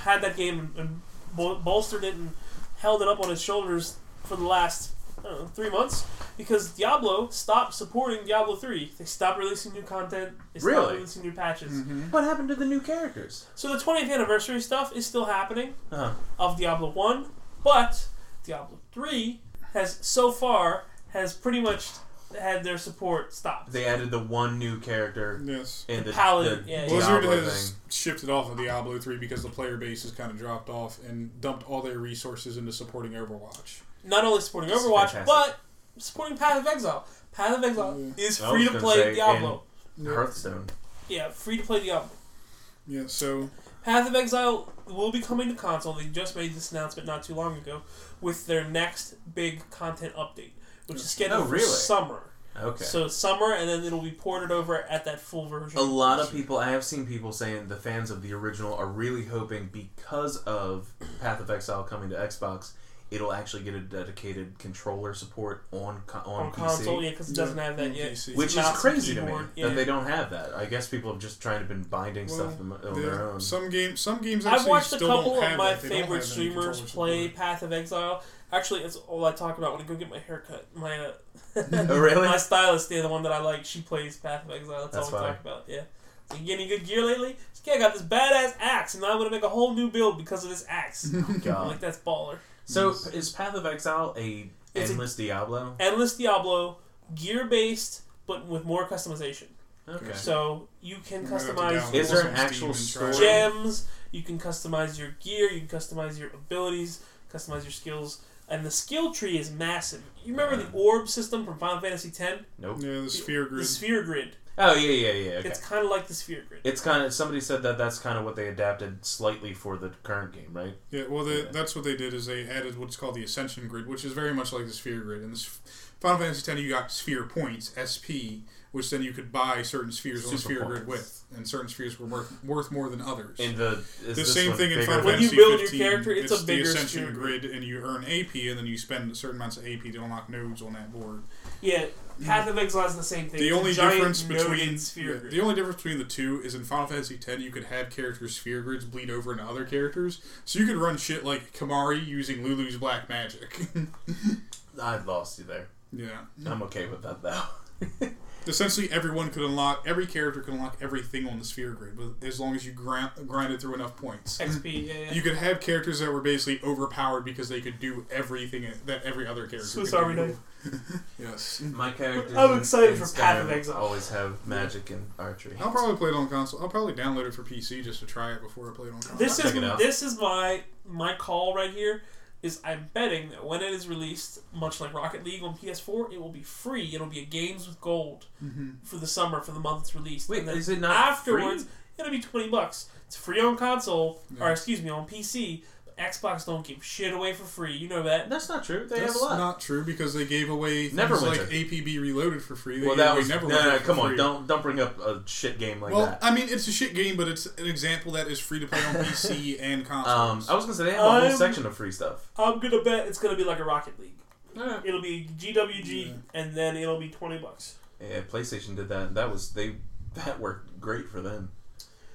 Speaker 4: had that game and, and bol- bolstered it and held it up on its shoulders for the last I don't know, three months because Diablo stopped supporting Diablo three. They stopped releasing new content. They stopped
Speaker 2: Really? Mm-hmm.
Speaker 4: releasing new patches.
Speaker 2: What happened to the new characters?
Speaker 4: So the 20th anniversary stuff is still happening
Speaker 2: Uh-huh.
Speaker 4: of Diablo 1, but Diablo 3 has so far has pretty much had their support stopped.
Speaker 2: They added the one new character
Speaker 1: Yes.
Speaker 2: in the,
Speaker 4: Paladin,
Speaker 2: the
Speaker 4: yeah, yeah.
Speaker 1: Blizzard
Speaker 2: Diablo
Speaker 1: has
Speaker 2: thing.
Speaker 1: shifted off of Diablo 3 because the player base has kind of dropped off and dumped all their resources into supporting Overwatch.
Speaker 4: Not only supporting
Speaker 2: It's
Speaker 4: Overwatch,
Speaker 2: fantastic.
Speaker 4: but supporting Path of Exile. Path of Exile is
Speaker 2: I was
Speaker 4: free to
Speaker 2: gonna
Speaker 4: play
Speaker 2: say,
Speaker 4: Diablo.
Speaker 2: Hearthstone.
Speaker 4: Yeah, free to play Diablo.
Speaker 1: Yeah, so
Speaker 4: Path of Exile will be coming to console. They just made this announcement not too long ago with their next big content update, which is scheduled
Speaker 2: Oh, really?
Speaker 4: for summer.
Speaker 2: Okay.
Speaker 4: So summer, and then it'll be ported over at that full version.
Speaker 2: a lot of people, I have seen people saying the fans of the original are really hoping because of Path of Exile coming to Xbox, it'll actually get a dedicated controller support on co- on,
Speaker 4: on
Speaker 2: PC,
Speaker 4: console, yeah, because it doesn't have that
Speaker 1: on
Speaker 4: yet.
Speaker 1: PC.
Speaker 2: which is
Speaker 4: mouse and
Speaker 2: crazy to me
Speaker 4: keyboard, yeah.
Speaker 2: that they don't have that. I guess people have just trying to been binding stuff them- on
Speaker 1: Yeah,
Speaker 2: their own.
Speaker 1: Some games, some games.
Speaker 4: I've
Speaker 1: actually
Speaker 4: watched a
Speaker 1: still
Speaker 4: couple
Speaker 1: don't
Speaker 4: of
Speaker 1: have
Speaker 4: my
Speaker 1: that. They don't
Speaker 4: favorite
Speaker 1: have any
Speaker 4: streamers
Speaker 1: controllers
Speaker 4: play
Speaker 1: support.
Speaker 4: Path of Exile. Actually, it's all I talk about when I go get my haircut. My uh,
Speaker 2: oh, really?
Speaker 4: my stylist, yeah, the one that I like, she plays Path of Exile. That's,
Speaker 2: That's
Speaker 4: all we
Speaker 2: fine.
Speaker 4: talk about. Yeah. So you get any good gear lately? She's, Yeah, I got this badass axe, and now I'm gonna make a whole new build because of this axe.
Speaker 2: Mm-hmm.
Speaker 4: I'm
Speaker 2: God.
Speaker 4: like that's baller.
Speaker 2: So is Path of Exile a
Speaker 4: It's a-
Speaker 2: endless Diablo?
Speaker 4: Endless Diablo, gear based, but with more customization.
Speaker 2: Okay.
Speaker 4: So you can
Speaker 1: I'm gonna have to
Speaker 4: customize
Speaker 1: download
Speaker 2: Is there
Speaker 1: some
Speaker 2: an
Speaker 1: Steam
Speaker 2: actual
Speaker 1: and try it.
Speaker 2: story?
Speaker 4: gems. You can customize your gear, you can customize your abilities, customize your skills, and the skill tree is massive. You remember the orb system from Final Fantasy X?
Speaker 2: Nope.
Speaker 1: Yeah, the sphere Uh, grid.
Speaker 4: The sphere grid.
Speaker 2: Oh yeah, yeah, yeah. Okay.
Speaker 4: It's kind of like the sphere grid.
Speaker 2: It's kind of somebody said that that's kind of what they adapted slightly for the current game, right?
Speaker 1: Yeah, well, they,
Speaker 2: Yeah.
Speaker 1: that's what they did is they added what's called the Ascension Grid, which is very much like the Sphere Grid. In this Final Fantasy X, you got Sphere Points (SP), which then you could buy certain spheres on the
Speaker 2: Super
Speaker 1: Sphere Grid
Speaker 2: points.
Speaker 1: with, and certain spheres were worth, worth more than others.
Speaker 2: And the is
Speaker 1: the
Speaker 2: this
Speaker 1: same
Speaker 2: one
Speaker 1: thing in
Speaker 2: bigger
Speaker 1: Final
Speaker 2: than-
Speaker 4: When you
Speaker 1: Fantasy
Speaker 4: build your
Speaker 1: 15,
Speaker 4: character, it's a bigger
Speaker 1: the Ascension
Speaker 4: sphere
Speaker 1: Grid, and you earn AP, and then you spend certain amounts of AP to unlock nodes on that board.
Speaker 4: Yeah, Path of Exile is the same thing.
Speaker 1: the
Speaker 4: It's a
Speaker 1: only
Speaker 4: giant
Speaker 1: difference
Speaker 4: node
Speaker 1: between
Speaker 4: in sphere
Speaker 1: yeah,
Speaker 4: grid.
Speaker 1: the only difference between the two is in Final Fantasy X you could have characters' sphere grids bleed over into other characters, so you could run shit like Kamari using Lulu's black magic.
Speaker 2: I lost you there.
Speaker 1: yeah,
Speaker 2: I'm okay with that though.
Speaker 1: essentially everyone could unlock every character could unlock everything on the sphere grid, with- as long as you grind grinded through enough points.
Speaker 4: XP, yeah, yeah.
Speaker 1: You could have characters that were basically overpowered because they could do everything that every other character.
Speaker 4: Swiss
Speaker 1: could
Speaker 4: Army
Speaker 1: do.
Speaker 4: knife.
Speaker 1: Yes.
Speaker 2: My character.
Speaker 4: I'm excited for Path of Exile. Oh,
Speaker 2: Always have magic and archery.
Speaker 1: I'll probably play it on console. I'll probably download it for PC just to try it before I play it on console.
Speaker 4: This
Speaker 2: Check
Speaker 4: is
Speaker 2: it out.
Speaker 4: this is my my call right here. Is I'm betting that when it is released, much like Rocket League on PS4, it will be free. It'll be a games with gold
Speaker 1: Mm-hmm.
Speaker 4: for the summer for the month it's released.
Speaker 2: Wait,
Speaker 4: And then
Speaker 2: is it not
Speaker 4: afterwards? It'll be twenty bucks. It's free on console, or
Speaker 1: Yeah.
Speaker 4: excuse me, on PC. But Xbox don't give shit away for free. You know that.
Speaker 2: That's not true. They
Speaker 1: That's
Speaker 2: have a lot.
Speaker 1: not true because they gave away things
Speaker 2: Neverwinter.
Speaker 1: like APB Reloaded for free. They
Speaker 2: well,
Speaker 1: gave
Speaker 2: that
Speaker 1: away
Speaker 2: was no,
Speaker 1: Neverwinter
Speaker 2: no.
Speaker 1: for
Speaker 2: Come on,
Speaker 1: free.
Speaker 2: don't don't bring up a shit game like
Speaker 1: Well,
Speaker 2: that.
Speaker 1: I mean, it's a shit game, but it's an example that is free to play on PC and
Speaker 2: Um,
Speaker 1: consoles.
Speaker 2: I was gonna say they have a whole
Speaker 4: I'm-
Speaker 2: section of free stuff.
Speaker 4: I'm gonna bet it's gonna be like a Rocket League.
Speaker 2: Yeah.
Speaker 4: It'll be GWG,
Speaker 1: Yeah.
Speaker 4: and then it'll be twenty bucks.
Speaker 2: PlayStation did that. That was they. That worked great for them.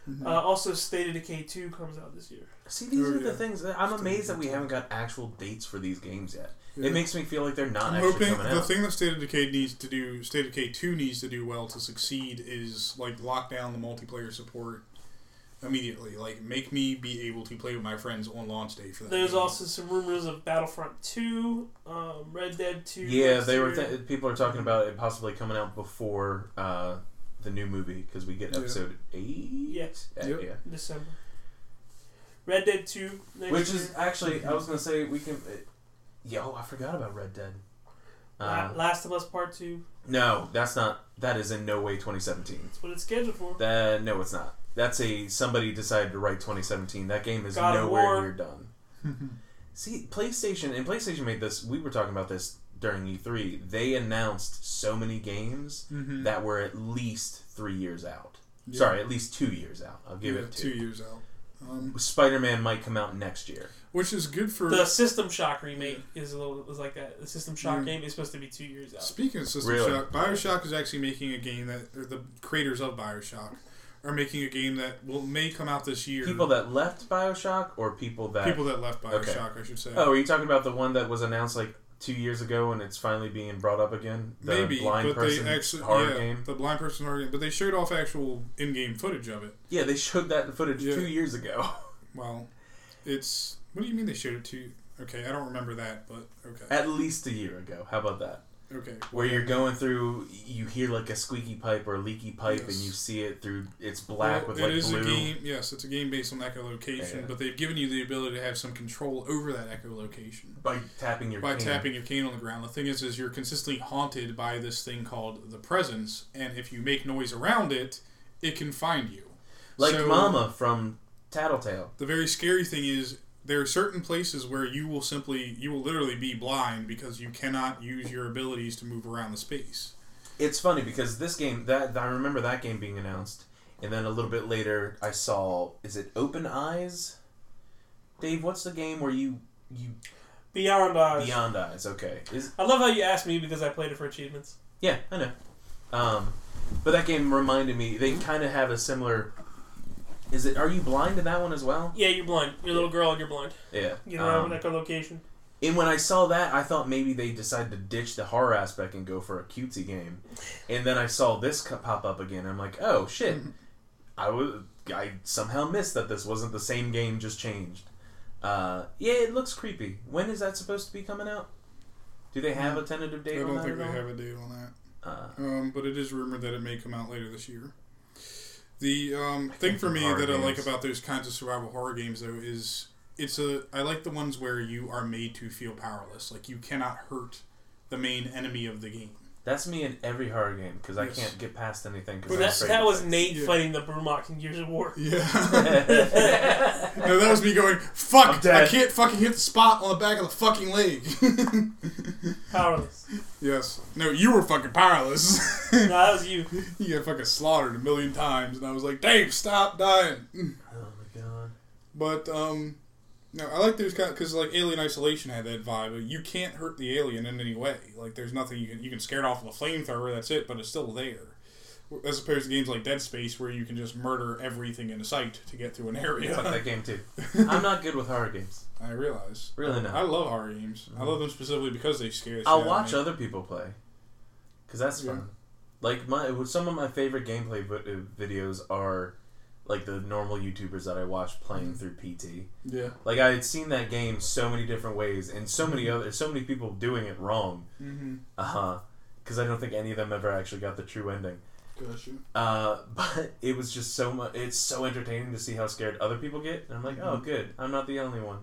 Speaker 2: Hmm.
Speaker 4: Uh, also, State of Decay Two comes out this year.
Speaker 2: See, these
Speaker 1: Oh,
Speaker 2: are the
Speaker 1: yeah.
Speaker 2: things. That I'm amazed that we haven't got actual dates for these games yet.
Speaker 1: Yeah.
Speaker 2: It makes me feel like they're not
Speaker 1: I'm
Speaker 2: actually
Speaker 1: hoping
Speaker 2: coming
Speaker 1: the
Speaker 2: out.
Speaker 1: thing that State of Decay needs to do, State of Decay 2 needs to do well to succeed is like lock down the multiplayer support immediately. Like, make me be able to play with my friends on launch day for that.
Speaker 4: There's
Speaker 1: game.
Speaker 4: also some rumors of Battlefront 2, um, Red Dead 2.
Speaker 2: yeah,
Speaker 4: next
Speaker 2: they were.
Speaker 4: year.
Speaker 2: Th- people are talking about it possibly coming out before uh, the new movie because we get
Speaker 1: Yeah.
Speaker 2: episode eight.
Speaker 4: Yes.
Speaker 2: Uh,
Speaker 1: Yep.
Speaker 2: Yeah.
Speaker 4: December. Red Dead 2 next
Speaker 2: Which
Speaker 4: year.
Speaker 2: is actually, I was gonna say we can. Uh, yo, I forgot about Red Dead.
Speaker 4: La-
Speaker 2: Uh,
Speaker 4: Last of Us Part 2.
Speaker 2: no, that's not. That is in no way 2017.
Speaker 4: That's what it's scheduled for.
Speaker 2: That no, it's not. That's a somebody decided to write 2017. That game is
Speaker 4: God of
Speaker 2: nowhere
Speaker 4: War.
Speaker 2: near done. See, PlayStation and PlayStation made this. We were talking about this during E3. They announced so many games
Speaker 1: Mhm.
Speaker 2: that were at least three years out.
Speaker 1: Yeah.
Speaker 2: Sorry, at least two years out. I'll give
Speaker 1: Yeah,
Speaker 2: it
Speaker 1: two
Speaker 2: two.
Speaker 1: years out. Um,
Speaker 2: Spider-Man might come out next year.
Speaker 1: which is good for.
Speaker 4: The System Shock remake is a little was like that. The System Shock game is supposed to be two years out.
Speaker 1: Speaking of System
Speaker 2: Really?
Speaker 1: Shock, Bioshock is actually making a game that or the creators of Bioshock are making a game that will may come out this year.
Speaker 2: People that left Bioshock or people that
Speaker 1: People that left
Speaker 2: Okay.
Speaker 1: Bioshock, I should say.
Speaker 2: Oh, are you talking about the one that was announced like two years ago and it's finally being brought up again? The
Speaker 1: Maybe,
Speaker 2: blind
Speaker 1: but
Speaker 2: person
Speaker 1: they actually
Speaker 2: horror
Speaker 1: yeah,
Speaker 2: game.
Speaker 1: the blind person horror game. But they showed off actual in-game footage of it.
Speaker 2: Yeah, they showed that footage
Speaker 1: Yeah.
Speaker 2: two years ago.
Speaker 1: Well, it's what do you mean they showed it to? Okay, I don't remember that, but okay,
Speaker 2: At least a year ago. How about that?
Speaker 1: okay.
Speaker 2: Where you're going through, you hear like a squeaky pipe or a leaky pipe,
Speaker 1: Yes.
Speaker 2: and you see it through. It's black
Speaker 1: Well,
Speaker 2: with like
Speaker 1: it is
Speaker 2: blue.
Speaker 1: a game. Yes, it's a game based on echolocation,
Speaker 2: Yeah.
Speaker 1: but they've given you the ability to have some control over that echolocation.
Speaker 2: By tapping your
Speaker 1: by
Speaker 2: can.
Speaker 1: tapping your cane on the ground. The thing is, is you're consistently haunted by this thing called the presence, and if you make noise around it, it can find you.
Speaker 2: like
Speaker 1: So,
Speaker 2: Mama from Tattletale.
Speaker 1: The very scary thing is there are certain places where you will simply, you will literally be blind because you cannot use your abilities to move around the space.
Speaker 2: It's funny because this game that I remember that game being announced, and then a little bit later I saw is it Open Eyes? Dave, what's the game where you you
Speaker 4: Beyond Eyes.
Speaker 2: Beyond Eyes? Okay, is
Speaker 4: I love how you asked me because I played it for achievements.
Speaker 2: yeah, I know. Um, but that game reminded me they kind of have a similar. Is it? Are you blind in that one as well?
Speaker 4: Yeah, you're blind. You're a little girl and you're blind.
Speaker 2: Yeah.
Speaker 4: You know,
Speaker 2: um,
Speaker 4: um, echolocation.
Speaker 2: and when I saw that, I thought maybe they decided to ditch the horror aspect and go for a cutesy game. And then I saw this co- pop up again. I'm like, oh shit! I was I somehow missed that this wasn't the same game, just changed. Uh, yeah, it looks creepy. When is that supposed to be coming out? Do they have a tentative
Speaker 1: I
Speaker 2: date? on
Speaker 1: don't
Speaker 2: that
Speaker 1: think
Speaker 2: at
Speaker 1: they have
Speaker 2: all?
Speaker 1: a date on that,
Speaker 2: Uh,
Speaker 1: um, but it is rumored that it may come out later this year. The um, thing for me
Speaker 2: horror
Speaker 1: that I like
Speaker 2: games.
Speaker 1: about those kinds of survival horror games, though, is it's a. I like the ones where you are made to feel powerless, like you cannot hurt the main enemy of the game.
Speaker 2: That's me in every horror game because I
Speaker 1: Yes.
Speaker 2: can't get past anything. Cause
Speaker 1: But
Speaker 2: I'm
Speaker 4: That,
Speaker 2: afraid
Speaker 4: that
Speaker 2: of
Speaker 4: was
Speaker 2: things.
Speaker 4: Nate
Speaker 1: Yeah.
Speaker 4: fighting the Brumok in Gears of War.
Speaker 1: Yeah. no, that was me going. Fuck!
Speaker 2: I'm dead."
Speaker 1: I can't fucking hit the spot on the back of the fucking leg.
Speaker 4: Powerless.
Speaker 1: yes. No, you were fucking powerless.
Speaker 4: no, that was you.
Speaker 1: you got fucking slaughtered a million times, and I was like, Dave, stop dying.
Speaker 2: Oh my god.
Speaker 1: But um, no, I like those kind because like Alien Isolation had that vibe. You can't hurt the alien in any way. Like there's nothing you can you can scare it off with a flamethrower. That's it, but it's still there. As opposed to games like Dead Space, where you can just murder everything in sight to get to an
Speaker 2: Fuck
Speaker 1: area.
Speaker 2: that game too. I'm not good with horror games.
Speaker 1: I realize.
Speaker 2: Really not.
Speaker 1: I love horror games. I love them specifically because they scare. the
Speaker 2: I'll
Speaker 1: shit out of
Speaker 2: watch
Speaker 1: me.
Speaker 2: other people play, cause that's
Speaker 1: Yeah.
Speaker 2: fun. Like my with some of my favorite gameplay vi- uh, videos are like the normal YouTubers that I watch playing
Speaker 1: Mm-hmm.
Speaker 2: through PT.
Speaker 1: Yeah.
Speaker 2: Like I had seen that game so many different ways and so many other so many people doing it wrong.
Speaker 1: Mm-hmm.
Speaker 2: Uh huh. Because I don't think any of them ever actually got the true ending.
Speaker 1: Gotcha.
Speaker 2: Uh, but it was just so much. It's so entertaining to see how scared other people get. And I'm like, oh, good. I'm not the only one.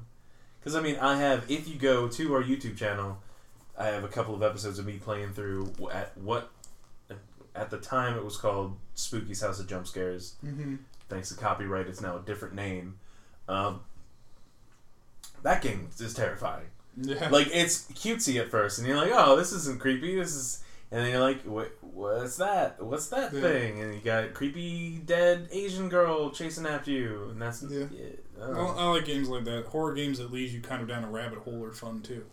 Speaker 2: Because I mean, I have. If you go to our YouTube channel, I have a couple of episodes of me playing through at what at the time it was called Spooky's House of Jump Scares.
Speaker 1: Mm-hmm.
Speaker 2: Thanks to copyright, it's now a different name. Um, that game is terrifying
Speaker 1: Yeah.
Speaker 2: like it's cutesy at first, and you're like, "Oh, this isn't creepy. This is," and then you're like, "What? What's that? What's that
Speaker 1: Yeah.
Speaker 2: thing?" And you got creepy dead Asian girl chasing after you, and that's
Speaker 1: Yeah.
Speaker 2: I
Speaker 1: I,
Speaker 2: don't know.
Speaker 1: I like games like that. Horror games that lead you kind of down a rabbit hole are fun too.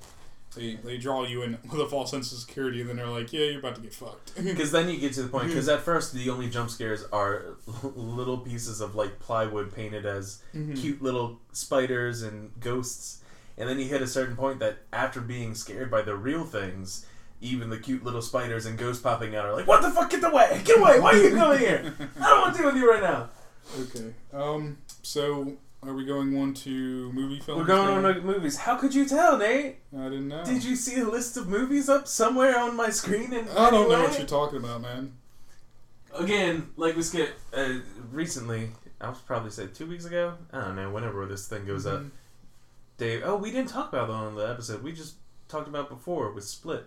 Speaker 1: They they draw you in with a false sense of security, and then they're like, "Yeah, you're about to get fucked."
Speaker 2: Because then you get to the point. Because at first, the only jump scares are little pieces of like plywood painted as
Speaker 1: Mm-hmm.
Speaker 2: cute little spiders and ghosts. And then you hit a certain point that after being scared by the real things, even the cute little spiders and ghosts popping out are like, "What the fuck? Get away! Get away! Why are you doing here? I don't want to deal with you right now."
Speaker 1: okay. Um. So are we going on to movie films?
Speaker 2: We're going
Speaker 1: now?
Speaker 2: on to movies. How could you tell, Nate?
Speaker 1: I didn't know.
Speaker 2: Did you see a list of movies up somewhere on my screen? And
Speaker 1: I don't know what you're talking about, man.
Speaker 2: again, like we skipped uh, recently. I was probably say two weeks ago. I don't know. Whenever this thing goes up,
Speaker 1: Mhm.
Speaker 2: Dave. Oh, we didn't talk about that on the episode. We just talked about before with Split.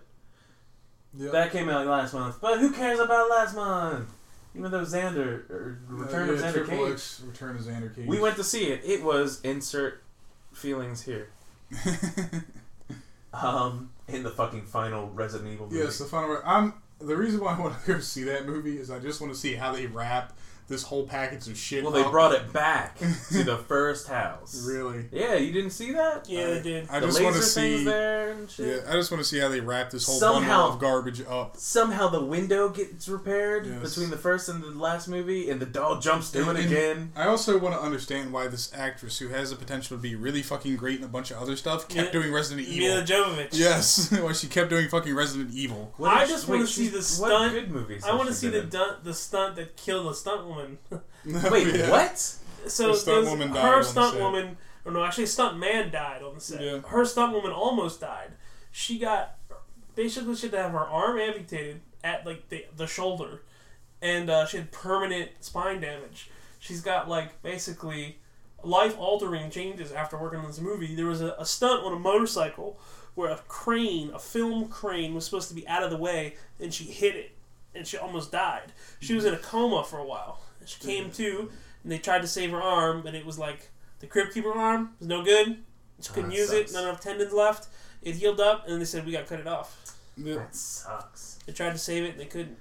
Speaker 1: Yeah.
Speaker 2: That came out last month, but who cares about last month? Even though Xander or Return
Speaker 1: yeah,
Speaker 2: of Xander
Speaker 1: Triple
Speaker 2: Cage,
Speaker 1: X, Return of Xander Cage.
Speaker 2: we went to see it. It was insert feelings here.
Speaker 1: Mm-hmm.
Speaker 2: Um, in the fucking final Resident Evil movie.
Speaker 1: yes, the final. I'm the reason why I want to go see that movie is I just want to see how they wrap this whole package of shit.
Speaker 2: Well, they
Speaker 1: up.
Speaker 2: brought it back to the first house.
Speaker 1: really.
Speaker 2: Yeah, you didn't see that?
Speaker 4: Yeah, they did.
Speaker 1: I
Speaker 2: the
Speaker 1: just
Speaker 2: laser
Speaker 1: want to
Speaker 2: things
Speaker 1: see.
Speaker 2: there and
Speaker 1: Yeah,
Speaker 2: shit.
Speaker 1: I just want to see how they wrap this whole
Speaker 2: Somehow-
Speaker 1: bundle of garbage up.
Speaker 2: Somehow the window gets repaired
Speaker 1: Yes.
Speaker 2: between the first and the last movie, and the doll jumps through
Speaker 1: And-
Speaker 2: it
Speaker 1: and-
Speaker 2: again.
Speaker 1: I also want to understand why this actress, who has the potential to be really fucking great in a bunch of other stuff, kept
Speaker 4: Yeah.
Speaker 1: doing Resident Evil.
Speaker 4: Mila Jovovich.
Speaker 1: Yes, why she kept doing fucking Resident Evil.
Speaker 2: What
Speaker 4: I
Speaker 2: is-
Speaker 4: just
Speaker 2: wait,
Speaker 4: wanna see
Speaker 2: she's-
Speaker 4: the
Speaker 2: What
Speaker 4: stunt-
Speaker 2: good movies?
Speaker 4: I
Speaker 2: has
Speaker 4: want to
Speaker 2: she
Speaker 4: see
Speaker 2: been
Speaker 4: the
Speaker 2: in?
Speaker 4: dun- the stunt that killed the stunt woman.
Speaker 2: Wait,
Speaker 1: Yeah.
Speaker 2: what?
Speaker 4: So
Speaker 1: Her
Speaker 4: her
Speaker 1: stunt
Speaker 4: stunt
Speaker 1: woman died on
Speaker 4: her
Speaker 1: the
Speaker 4: stunt
Speaker 1: set.
Speaker 4: woman, or no, actually, stunt man died on the set.
Speaker 1: Yeah.
Speaker 4: Her stunt woman almost died. She got basically she had to have her arm amputated at like the, the shoulder, and uh, she had permanent spine damage. She's got like basically life altering changes after working on this movie. There was a, a stunt on a motorcycle where a crane, a film crane, was supposed to be out of the way, and she hit it, and she almost died. She was in a coma for a while. She came
Speaker 2: Mm-hmm.
Speaker 4: to, and they tried to save her arm, and it was like the crypt keeper arm was no good. She couldn't
Speaker 2: that
Speaker 4: use
Speaker 2: sucks.
Speaker 4: it. Not enough tendons left. It healed up, and they said we got to cut it off.
Speaker 1: Yeah.
Speaker 2: That sucks.
Speaker 4: They tried to save it, and they couldn't.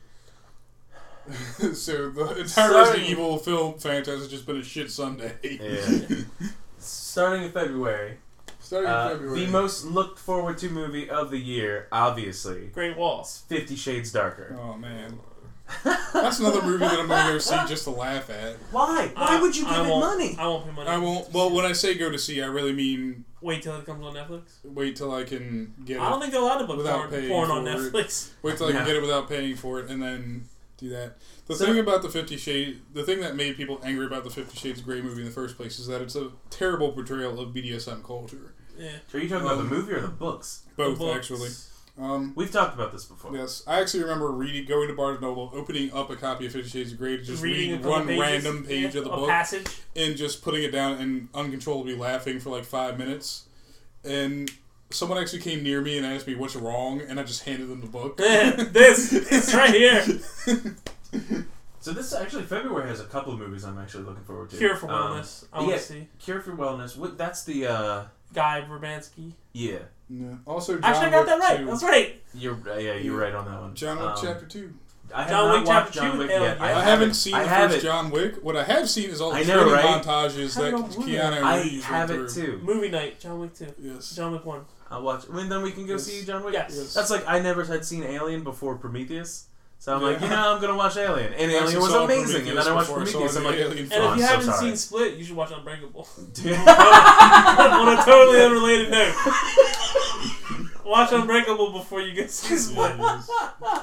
Speaker 1: so the entire
Speaker 2: Sorry.
Speaker 1: Resident Evil film franchise has just been a shit Sunday.
Speaker 2: Yeah. Starting in February,
Speaker 1: Starting in
Speaker 2: uh,
Speaker 1: February.
Speaker 2: the most looked forward to movie of the year, obviously,
Speaker 4: Great Walls.
Speaker 2: is Fifty Shades Darker.
Speaker 1: oh man, that's another movie that I'm gonna go see just to laugh at.
Speaker 2: Why? Why
Speaker 4: I-
Speaker 2: would you give
Speaker 4: I
Speaker 2: it
Speaker 4: won't-
Speaker 2: money?
Speaker 4: I won't pay money.
Speaker 1: I won't. Well, when I say go to see, I really mean
Speaker 4: Wait till it comes on Netflix.
Speaker 1: wait till I can get
Speaker 4: I don't
Speaker 1: it.
Speaker 4: think they're allowed to put
Speaker 1: Without
Speaker 4: porn,
Speaker 1: paying
Speaker 4: porn on
Speaker 1: for it.
Speaker 4: Netflix.
Speaker 1: Wait till I can
Speaker 2: Yeah.
Speaker 1: get it without paying for it, and then do that. The
Speaker 2: So-
Speaker 1: thing about the Fifty Shades, the thing that made people angry about the Fifty Shades Grey movie in the first place is that it's a terrible portrayal of BDSM culture.
Speaker 4: Yeah. Oh.
Speaker 2: Are you talking about the movie or the books?
Speaker 1: Both
Speaker 4: books.
Speaker 1: actually, Um,
Speaker 2: We've talked about this before.
Speaker 1: yes, I actually remember reading, going to Barnes Noble, opening up a copy of Fifty Shades of Grey, to just
Speaker 4: reading a
Speaker 1: reading
Speaker 4: couple
Speaker 1: one
Speaker 4: pages,
Speaker 1: random page
Speaker 4: yeah,
Speaker 1: of the
Speaker 4: a
Speaker 1: book,
Speaker 4: passage.
Speaker 1: and just putting it down and uncontrollably laughing for like five minutes. And someone actually came near me and asked me what's wrong, and I just handed them the book.
Speaker 4: this it's right here.
Speaker 2: So this actually February has a couple of movies I'm actually looking forward to.
Speaker 4: Cure for
Speaker 2: Um,
Speaker 4: Wellness. I want to
Speaker 2: yeah.
Speaker 4: see
Speaker 2: Cure for Wellness. What? That's the uh.
Speaker 4: Guy Verbansky.
Speaker 2: Yeah.
Speaker 1: Yeah. Also, John
Speaker 4: Actually, I got
Speaker 1: Wick
Speaker 4: that right.
Speaker 1: 2.
Speaker 4: That's right.
Speaker 2: You're uh, yeah. You're right on that one.
Speaker 1: John Wick
Speaker 2: Um,
Speaker 1: Chapter Two.
Speaker 2: I have
Speaker 4: John
Speaker 2: not
Speaker 4: Wick
Speaker 2: watched
Speaker 4: Chapter
Speaker 2: John
Speaker 4: Two?
Speaker 2: Wick
Speaker 4: Hell
Speaker 2: yet.
Speaker 4: yeah.
Speaker 1: I,
Speaker 4: I
Speaker 1: haven't, seen
Speaker 2: I
Speaker 1: the
Speaker 2: have
Speaker 1: first
Speaker 2: it.
Speaker 1: John Wick. What I have seen is all the
Speaker 2: I know,
Speaker 1: training
Speaker 2: right?
Speaker 1: montages
Speaker 4: I
Speaker 1: that
Speaker 4: don't believe
Speaker 1: Keanu
Speaker 2: I
Speaker 1: Reeves
Speaker 2: have
Speaker 1: went
Speaker 2: it
Speaker 1: through.
Speaker 2: too.
Speaker 4: Movie night. John Wick two.
Speaker 1: Yes.
Speaker 4: John Wick one.
Speaker 2: I'll watch. I mean, then we can go
Speaker 1: Yes.
Speaker 2: see John Wick.
Speaker 4: Yes.
Speaker 1: Yes.
Speaker 2: That's like I never had seen Alien before Prometheus, so I'm like,
Speaker 1: Yeah.
Speaker 2: you know, I'm gonna watch Alien, and
Speaker 1: I
Speaker 2: Alien
Speaker 1: actually
Speaker 2: was
Speaker 1: saw
Speaker 2: amazing, and then I watched
Speaker 1: before
Speaker 2: Prometheus.
Speaker 1: saw
Speaker 2: I'm
Speaker 1: the
Speaker 2: like,
Speaker 1: Alien
Speaker 4: And
Speaker 1: film.
Speaker 2: I'm
Speaker 4: if you
Speaker 2: so
Speaker 4: haven't
Speaker 2: sorry.
Speaker 4: seen Split, you should watch Unbreakable.
Speaker 2: dude,
Speaker 4: On a totally unrelated note. Watch Unbreakable before you get to Split.
Speaker 1: No,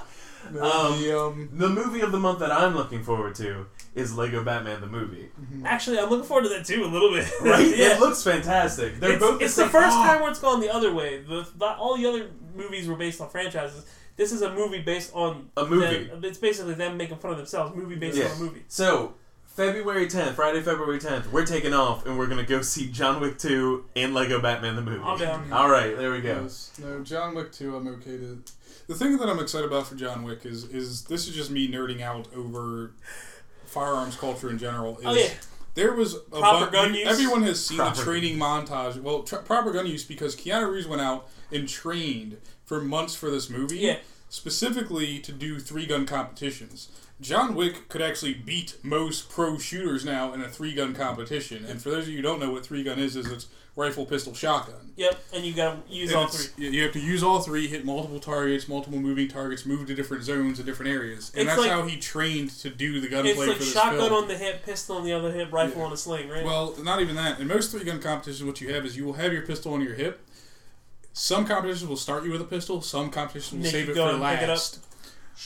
Speaker 2: Um,
Speaker 1: the, um,
Speaker 2: the movie of the month that I'm looking forward to is Lego Batman the movie.
Speaker 4: Actually, I'm looking forward to that too a little bit.
Speaker 2: Right?
Speaker 4: yeah.
Speaker 2: It looks fantastic. They're
Speaker 4: it's
Speaker 2: both.
Speaker 4: it's the
Speaker 2: the, Oh,
Speaker 4: first
Speaker 2: time
Speaker 4: time where it's gone the other way. The, not all the other movies were based on franchises. This is a movie based on
Speaker 2: A movie.
Speaker 4: them- it's basically them making fun of themselves. Movie based
Speaker 2: Yeah.
Speaker 4: on a movie.
Speaker 2: So February 10th, Friday, February 10th, we're taking off and we're gonna go see John Wick 2 and Lego Batman the movie.
Speaker 4: I'm down.
Speaker 2: All right, there we go.
Speaker 1: yes. No, John Wick two. I'm okay to. The thing that I'm excited about for John Wick is is this is just me nerding out over firearms culture in general. Is
Speaker 4: Oh yeah,
Speaker 1: There was a
Speaker 4: Proper
Speaker 1: bu-
Speaker 4: gun
Speaker 1: you-
Speaker 4: use?
Speaker 1: Everyone has seen
Speaker 2: Proper
Speaker 1: the training montage. Well, tr- proper gun use because Keanu Reeves went out and trained for months for this movie,
Speaker 4: Yeah.
Speaker 1: specifically to do three gun competitions. John Wick could actually beat most pro shooters now in a three gun competition. And for those of you who don't know what three gun is, is it's rifle, pistol, shotgun.
Speaker 4: yep. And you gotta use
Speaker 1: And
Speaker 4: all
Speaker 1: it's-
Speaker 4: three.
Speaker 1: You you have to use all three, hit multiple targets, multiple moving targets, move to different zones and different areas, and
Speaker 4: It's
Speaker 1: that's
Speaker 4: like-
Speaker 1: how he trained to do the gunplay
Speaker 4: It's
Speaker 1: for
Speaker 4: like
Speaker 1: this
Speaker 4: shotgun
Speaker 1: film.
Speaker 4: on the hip, pistol on the other hip, rifle
Speaker 1: Yeah.
Speaker 4: on a sling, right?
Speaker 1: Well, not even that. In most three gun competitions, what you have is you will have your pistol on your hip. Some competitions will start you with a pistol. Some competitions will
Speaker 4: Make
Speaker 1: save
Speaker 4: you
Speaker 1: it
Speaker 4: go
Speaker 1: for
Speaker 4: and pick it up.
Speaker 1: last.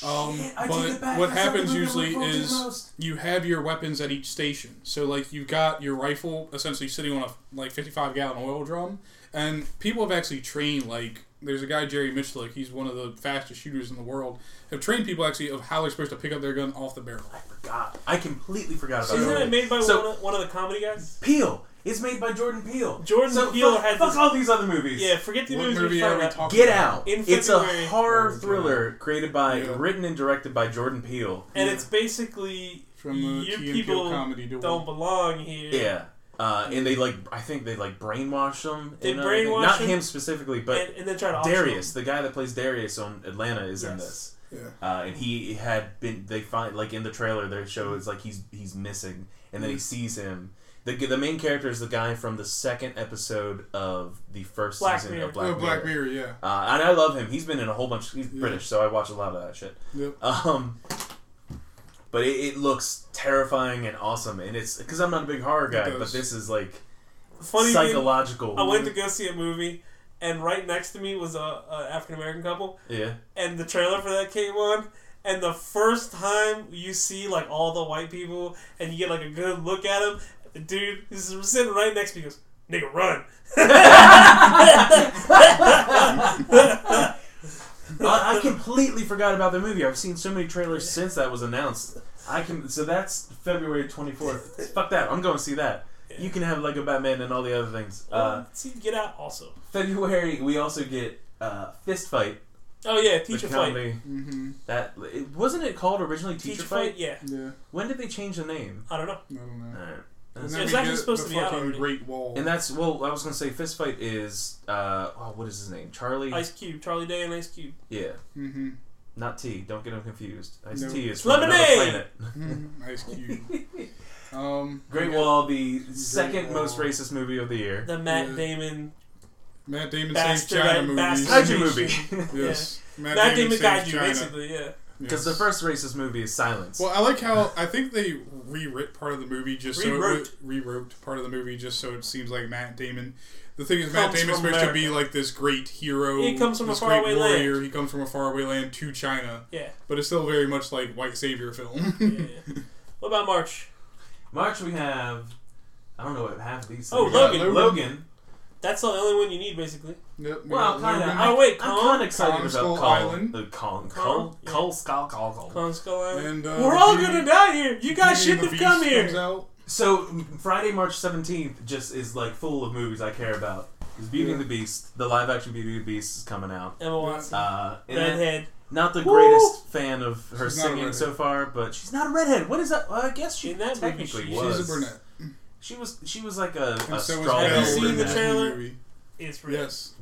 Speaker 1: Um,
Speaker 2: Shit, I take
Speaker 1: but
Speaker 2: it back.
Speaker 1: what
Speaker 2: That's not the
Speaker 1: happens
Speaker 2: movie I'm
Speaker 1: usually
Speaker 2: looking forward to
Speaker 1: is
Speaker 2: most.
Speaker 1: you have your weapons at each station. So like you've got your rifle essentially sitting on a like 55 gallon oil drum, and people have actually trained like. There's a guy Jerry Mitchell, like he's one of the fastest shooters in the world. Have trained people actually of how they're supposed to pick up their gun off the barrel.
Speaker 2: I forgot. I completely forgot about
Speaker 4: Isn't
Speaker 2: that.
Speaker 4: it made by
Speaker 2: So-
Speaker 4: one, of, one of the comedy guys?
Speaker 2: Peel. It's made by Jordan Peele.
Speaker 4: Jordan
Speaker 2: so
Speaker 4: Peele
Speaker 2: fuck,
Speaker 4: had
Speaker 2: fuck
Speaker 4: this-
Speaker 2: all these other movies.
Speaker 4: Yeah, forget the
Speaker 1: What
Speaker 4: movies
Speaker 1: movie
Speaker 4: we
Speaker 1: are
Speaker 4: found
Speaker 1: we
Speaker 4: out.
Speaker 1: talking
Speaker 2: Get
Speaker 1: about?
Speaker 2: out.
Speaker 4: In
Speaker 2: it's a
Speaker 4: February.
Speaker 2: horror
Speaker 1: Yeah.
Speaker 2: thriller created by,
Speaker 1: Yeah.
Speaker 2: written and directed by Jordan Peele.
Speaker 4: And
Speaker 1: Yeah.
Speaker 4: it's basically
Speaker 1: From the
Speaker 4: you
Speaker 1: Key and Peele
Speaker 4: people
Speaker 1: comedy duo.
Speaker 4: don't belong here.
Speaker 2: Yeah. Uh, and they like, I think they like brainwash him.
Speaker 4: They
Speaker 2: and everything.
Speaker 4: brainwash
Speaker 2: Not
Speaker 4: him.
Speaker 2: him specifically, but
Speaker 4: and, and then try to option
Speaker 2: Darius,
Speaker 4: them.
Speaker 2: the guy that plays Darius on Atlanta, is in
Speaker 4: Yes.
Speaker 2: this.
Speaker 1: Yeah.
Speaker 2: Uh, and he had been. They find like in the trailer, they show it's like he's he's missing, and
Speaker 4: Mm-hmm.
Speaker 2: then he sees him. The, the main character is the guy from the second episode of the first
Speaker 4: Black
Speaker 2: season
Speaker 4: Mirror.
Speaker 2: of Black
Speaker 1: oh, Black
Speaker 2: Mirror.
Speaker 1: Mirror, yeah.
Speaker 2: Uh, and I love him. He's been in a whole bunch. He's
Speaker 1: Yeah.
Speaker 2: British, so I watch a lot of that shit.
Speaker 1: Yep.
Speaker 2: Um, but it, it looks terrifying and awesome, and it's because I'm not a big horror guy,
Speaker 1: does.
Speaker 2: but this is like
Speaker 4: Funny thing,
Speaker 2: psychological.
Speaker 4: I went to go see a movie, and right next to me was a, a African American couple,
Speaker 2: yeah,
Speaker 4: and the trailer for that came on. And the first time you see like all the white people, and you get like a good look at them, the dude who's sitting right next to me goes, "Nigga, run!"
Speaker 2: I, I completely forgot about the movie. I've seen so many trailers since that was announced. I can so that's February 24th. Fuck that. I'm going to see that. You can have Lego Batman and all the other things. Uh,
Speaker 4: Um, see, get out. Also,
Speaker 2: February we also get uh, Fist Fight,
Speaker 4: oh yeah,
Speaker 2: the
Speaker 4: teacher fight,
Speaker 2: comedy.
Speaker 1: Mm-hmm.
Speaker 2: That it, wasn't it called originally
Speaker 4: teacher,
Speaker 2: Teacher,
Speaker 4: fight?
Speaker 2: Fight?
Speaker 4: Yeah,
Speaker 1: Yeah.
Speaker 2: When did they change the name?
Speaker 4: I don't know.
Speaker 1: I don't know.
Speaker 2: Alright.
Speaker 1: And
Speaker 2: That's-
Speaker 1: then
Speaker 4: It's
Speaker 1: we
Speaker 4: actually
Speaker 1: get
Speaker 4: supposed
Speaker 1: the
Speaker 4: to be out
Speaker 1: fucking
Speaker 4: already.
Speaker 1: Great Wall.
Speaker 2: Uh, And that's well, I was gonna say fist fight is uh oh, what is his name? Charlie.
Speaker 4: Ice Cube, Charlie Day, and Ice Cube.
Speaker 2: yeah,
Speaker 1: mm-hmm.
Speaker 2: not T. Don't get him confused. Ice
Speaker 1: No.
Speaker 2: T is from
Speaker 4: Lemonade!
Speaker 2: another
Speaker 1: Mm-hmm. Ice Cube.
Speaker 2: planet.
Speaker 1: Um,
Speaker 2: Great
Speaker 1: yeah.
Speaker 2: Wall, the second
Speaker 1: Wall.
Speaker 2: most racist movie of the year.
Speaker 4: The Matt
Speaker 1: Yeah.
Speaker 4: Damon.
Speaker 1: Matt Damon saves
Speaker 4: Bastard,
Speaker 1: China
Speaker 4: right?
Speaker 1: movies.
Speaker 4: Bastard.
Speaker 2: Kaiju movie.
Speaker 1: Yes. Matt,
Speaker 4: Matt Damon
Speaker 1: saves
Speaker 4: got you,
Speaker 1: China.
Speaker 4: basically. Yeah.
Speaker 2: Because
Speaker 1: Yes.
Speaker 2: the first racist movie is Silence.
Speaker 1: Well, I like how I think they rewrit part of the movie just so it
Speaker 4: Rewrote.
Speaker 1: would, rewrote part of the movie just so it seems like Matt Damon. The thing is, Matt
Speaker 4: Comes
Speaker 1: Damon's
Speaker 4: from
Speaker 1: supposed to be like this great hero.
Speaker 4: He comes from a
Speaker 1: this
Speaker 4: faraway
Speaker 1: great
Speaker 4: land.
Speaker 1: warrior. He comes from a faraway land to China,
Speaker 4: Yeah.
Speaker 1: but it's still very much like white savior film.
Speaker 4: yeah, yeah. What about March?
Speaker 2: March we have, I don't know what half of these.
Speaker 4: Oh,
Speaker 2: things
Speaker 4: Logan.
Speaker 2: are. Logan.
Speaker 4: That's the only one you need, basically.
Speaker 1: Yep, we
Speaker 2: Well,
Speaker 1: got
Speaker 2: kind of.
Speaker 1: Logan.
Speaker 4: Oh, wait,
Speaker 2: I'm
Speaker 4: Kong?
Speaker 2: kind of excited
Speaker 1: Kong
Speaker 2: about
Speaker 1: Skull
Speaker 2: Kong.
Speaker 1: Island.
Speaker 2: The Kong.
Speaker 4: Kong?
Speaker 2: Kong.
Speaker 4: Yeah.
Speaker 2: Kong. Skull. Kong. Kong.
Speaker 4: Kong Skull Island.
Speaker 1: And, uh,
Speaker 4: We're all
Speaker 1: Beauty-
Speaker 4: gonna die here. You guys
Speaker 1: Beauty and
Speaker 4: shouldn't
Speaker 1: the
Speaker 4: have come
Speaker 1: Beast
Speaker 4: here.
Speaker 1: comes out.
Speaker 2: So m- Friday, March seventeenth, just is like full of movies I care about. Is Beauty and
Speaker 1: Yeah.
Speaker 2: the Beast, the live action Beauty and the Beast is coming out.
Speaker 4: Emma Watson,
Speaker 2: Uh, and then-
Speaker 4: redhead.
Speaker 2: not the
Speaker 4: Woo!
Speaker 2: greatest fan of her
Speaker 1: She's not a
Speaker 2: singing
Speaker 1: redhead.
Speaker 2: so far, but she's not a redhead. What is that? Well, I guess she
Speaker 4: In that movie,
Speaker 2: technically
Speaker 4: she-
Speaker 2: was.
Speaker 1: She's a brunette.
Speaker 2: She was. She was like a,
Speaker 1: And
Speaker 2: a
Speaker 1: so is
Speaker 2: strawberry
Speaker 4: Have you
Speaker 1: Belle
Speaker 4: seen
Speaker 1: in
Speaker 4: the
Speaker 1: that
Speaker 2: redneck.
Speaker 4: trailer?
Speaker 1: movie.
Speaker 4: It's real.
Speaker 1: Yes.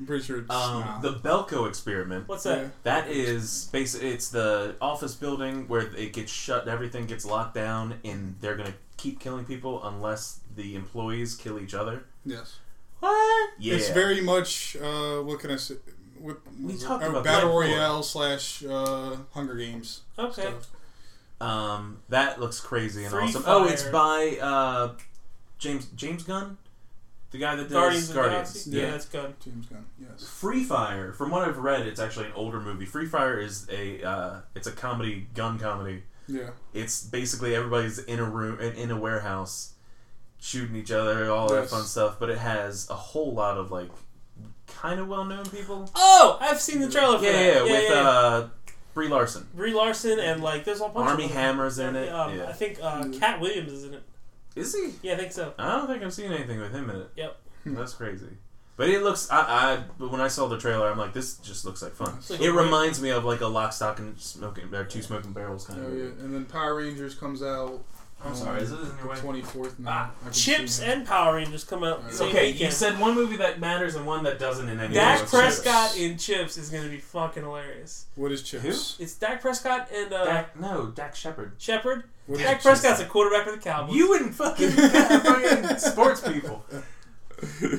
Speaker 1: I'm pretty sure it's
Speaker 2: Um,
Speaker 1: not.
Speaker 2: the Belko experiment.
Speaker 4: What's that?
Speaker 1: Yeah.
Speaker 2: That is basically it's the office building where it gets shut, and everything gets locked down, and they're gonna keep killing people unless the employees kill each other.
Speaker 1: Yes.
Speaker 4: What?
Speaker 2: Yeah,
Speaker 1: It's very much, uh, what can I say? What,
Speaker 2: We talked
Speaker 1: uh,
Speaker 2: about
Speaker 1: Battle
Speaker 2: Black Bolt.
Speaker 1: Royale slash uh, Hunger Games.
Speaker 4: Okay.
Speaker 1: Stuff.
Speaker 2: um, that looks crazy and
Speaker 4: Free
Speaker 2: awesome.
Speaker 4: Fire.
Speaker 2: Oh, it's by uh, James James Gunn, the guy that does
Speaker 4: Guardians, of the
Speaker 2: Guardians.
Speaker 4: Galaxy.
Speaker 1: Yeah.
Speaker 4: Yeah, that's good.
Speaker 1: James Gunn, yes.
Speaker 2: Free Fire, from what I've read, it's actually an older movie. Free Fire is a uh, it's a comedy gun comedy.
Speaker 1: Yeah.
Speaker 2: It's basically everybody's in a room in, in a warehouse shooting each other, all that
Speaker 1: Yes.
Speaker 2: fun stuff. But it has a whole lot of like kind of well known people.
Speaker 4: Oh, I've seen the trailer for
Speaker 2: Yeah, yeah,
Speaker 4: that.
Speaker 2: with
Speaker 4: yeah, yeah.
Speaker 2: Uh, Brie Larson,
Speaker 4: Brie Larson and like there's a whole bunch
Speaker 2: Army
Speaker 4: of
Speaker 2: Hammer's in it.
Speaker 4: Um, I
Speaker 2: yeah.
Speaker 4: think uh,
Speaker 1: Yeah.
Speaker 4: Cat Williams is in it.
Speaker 2: Is he?
Speaker 4: Yeah, I think so.
Speaker 2: I don't think I've seen anything with him in it.
Speaker 4: Yep.
Speaker 2: That's crazy. But it looks. I, I. But when I saw the trailer, I'm like, this just looks like fun.
Speaker 4: It's like
Speaker 2: It
Speaker 4: a great-
Speaker 2: reminds me of like a lock, stock, and smoking, or two smoking barrels kind
Speaker 1: Oh,
Speaker 2: of.
Speaker 1: yeah.
Speaker 2: movie.
Speaker 1: And then Power Rangers comes out.
Speaker 2: I'm
Speaker 1: um,
Speaker 2: sorry, is this in your way?
Speaker 1: the 24th now.
Speaker 2: Ah,
Speaker 1: I can see
Speaker 4: Chips
Speaker 1: that.
Speaker 4: and Power Rangers come out the
Speaker 1: Alright.
Speaker 4: same
Speaker 2: Okay, you
Speaker 4: weekend.
Speaker 2: said one movie that matters and one that doesn't in any way.
Speaker 4: Dak
Speaker 1: Chips.
Speaker 4: Prescott in Chips is gonna be fucking hilarious.
Speaker 1: What is Chips?
Speaker 4: It's Dak Prescott and uh,
Speaker 2: Dak, no, Dak Shepard.
Speaker 4: Shepard.
Speaker 1: What is
Speaker 4: Dak
Speaker 1: Chips?
Speaker 4: Prescott's a quarterback for the Cowboys.
Speaker 2: You and fucking, fucking sports people.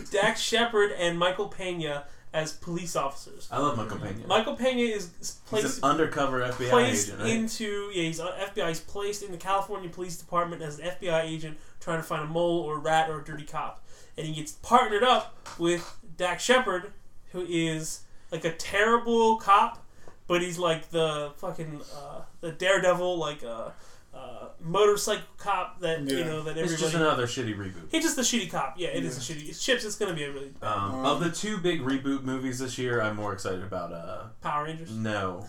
Speaker 4: Dak Shepard and Michael Pena as police officers.
Speaker 2: I love Michael Pena.
Speaker 4: Michael Pena is is
Speaker 2: He's
Speaker 4: placed
Speaker 2: an undercover FBI
Speaker 4: placed
Speaker 2: agent. Right?
Speaker 4: into yeah he's uh, FBI. He's placed in the California Police Department as an FBI agent trying to find a mole or a rat or a dirty cop, and he gets partnered up with Dak Shepard, who is like a terrible cop, but he's like the fucking uh, the daredevil like uh, uh, motorcycle cop that you
Speaker 1: Yeah.
Speaker 4: know that
Speaker 2: it's just
Speaker 4: everybody.
Speaker 2: another shitty reboot.
Speaker 4: He's just the shitty cop. Yeah, it is a shitty. It's chips. It's gonna be a really
Speaker 1: Um,
Speaker 2: Um, of the two big reboot movies this year, I'm more excited about uh,
Speaker 4: Power Rangers.
Speaker 2: No.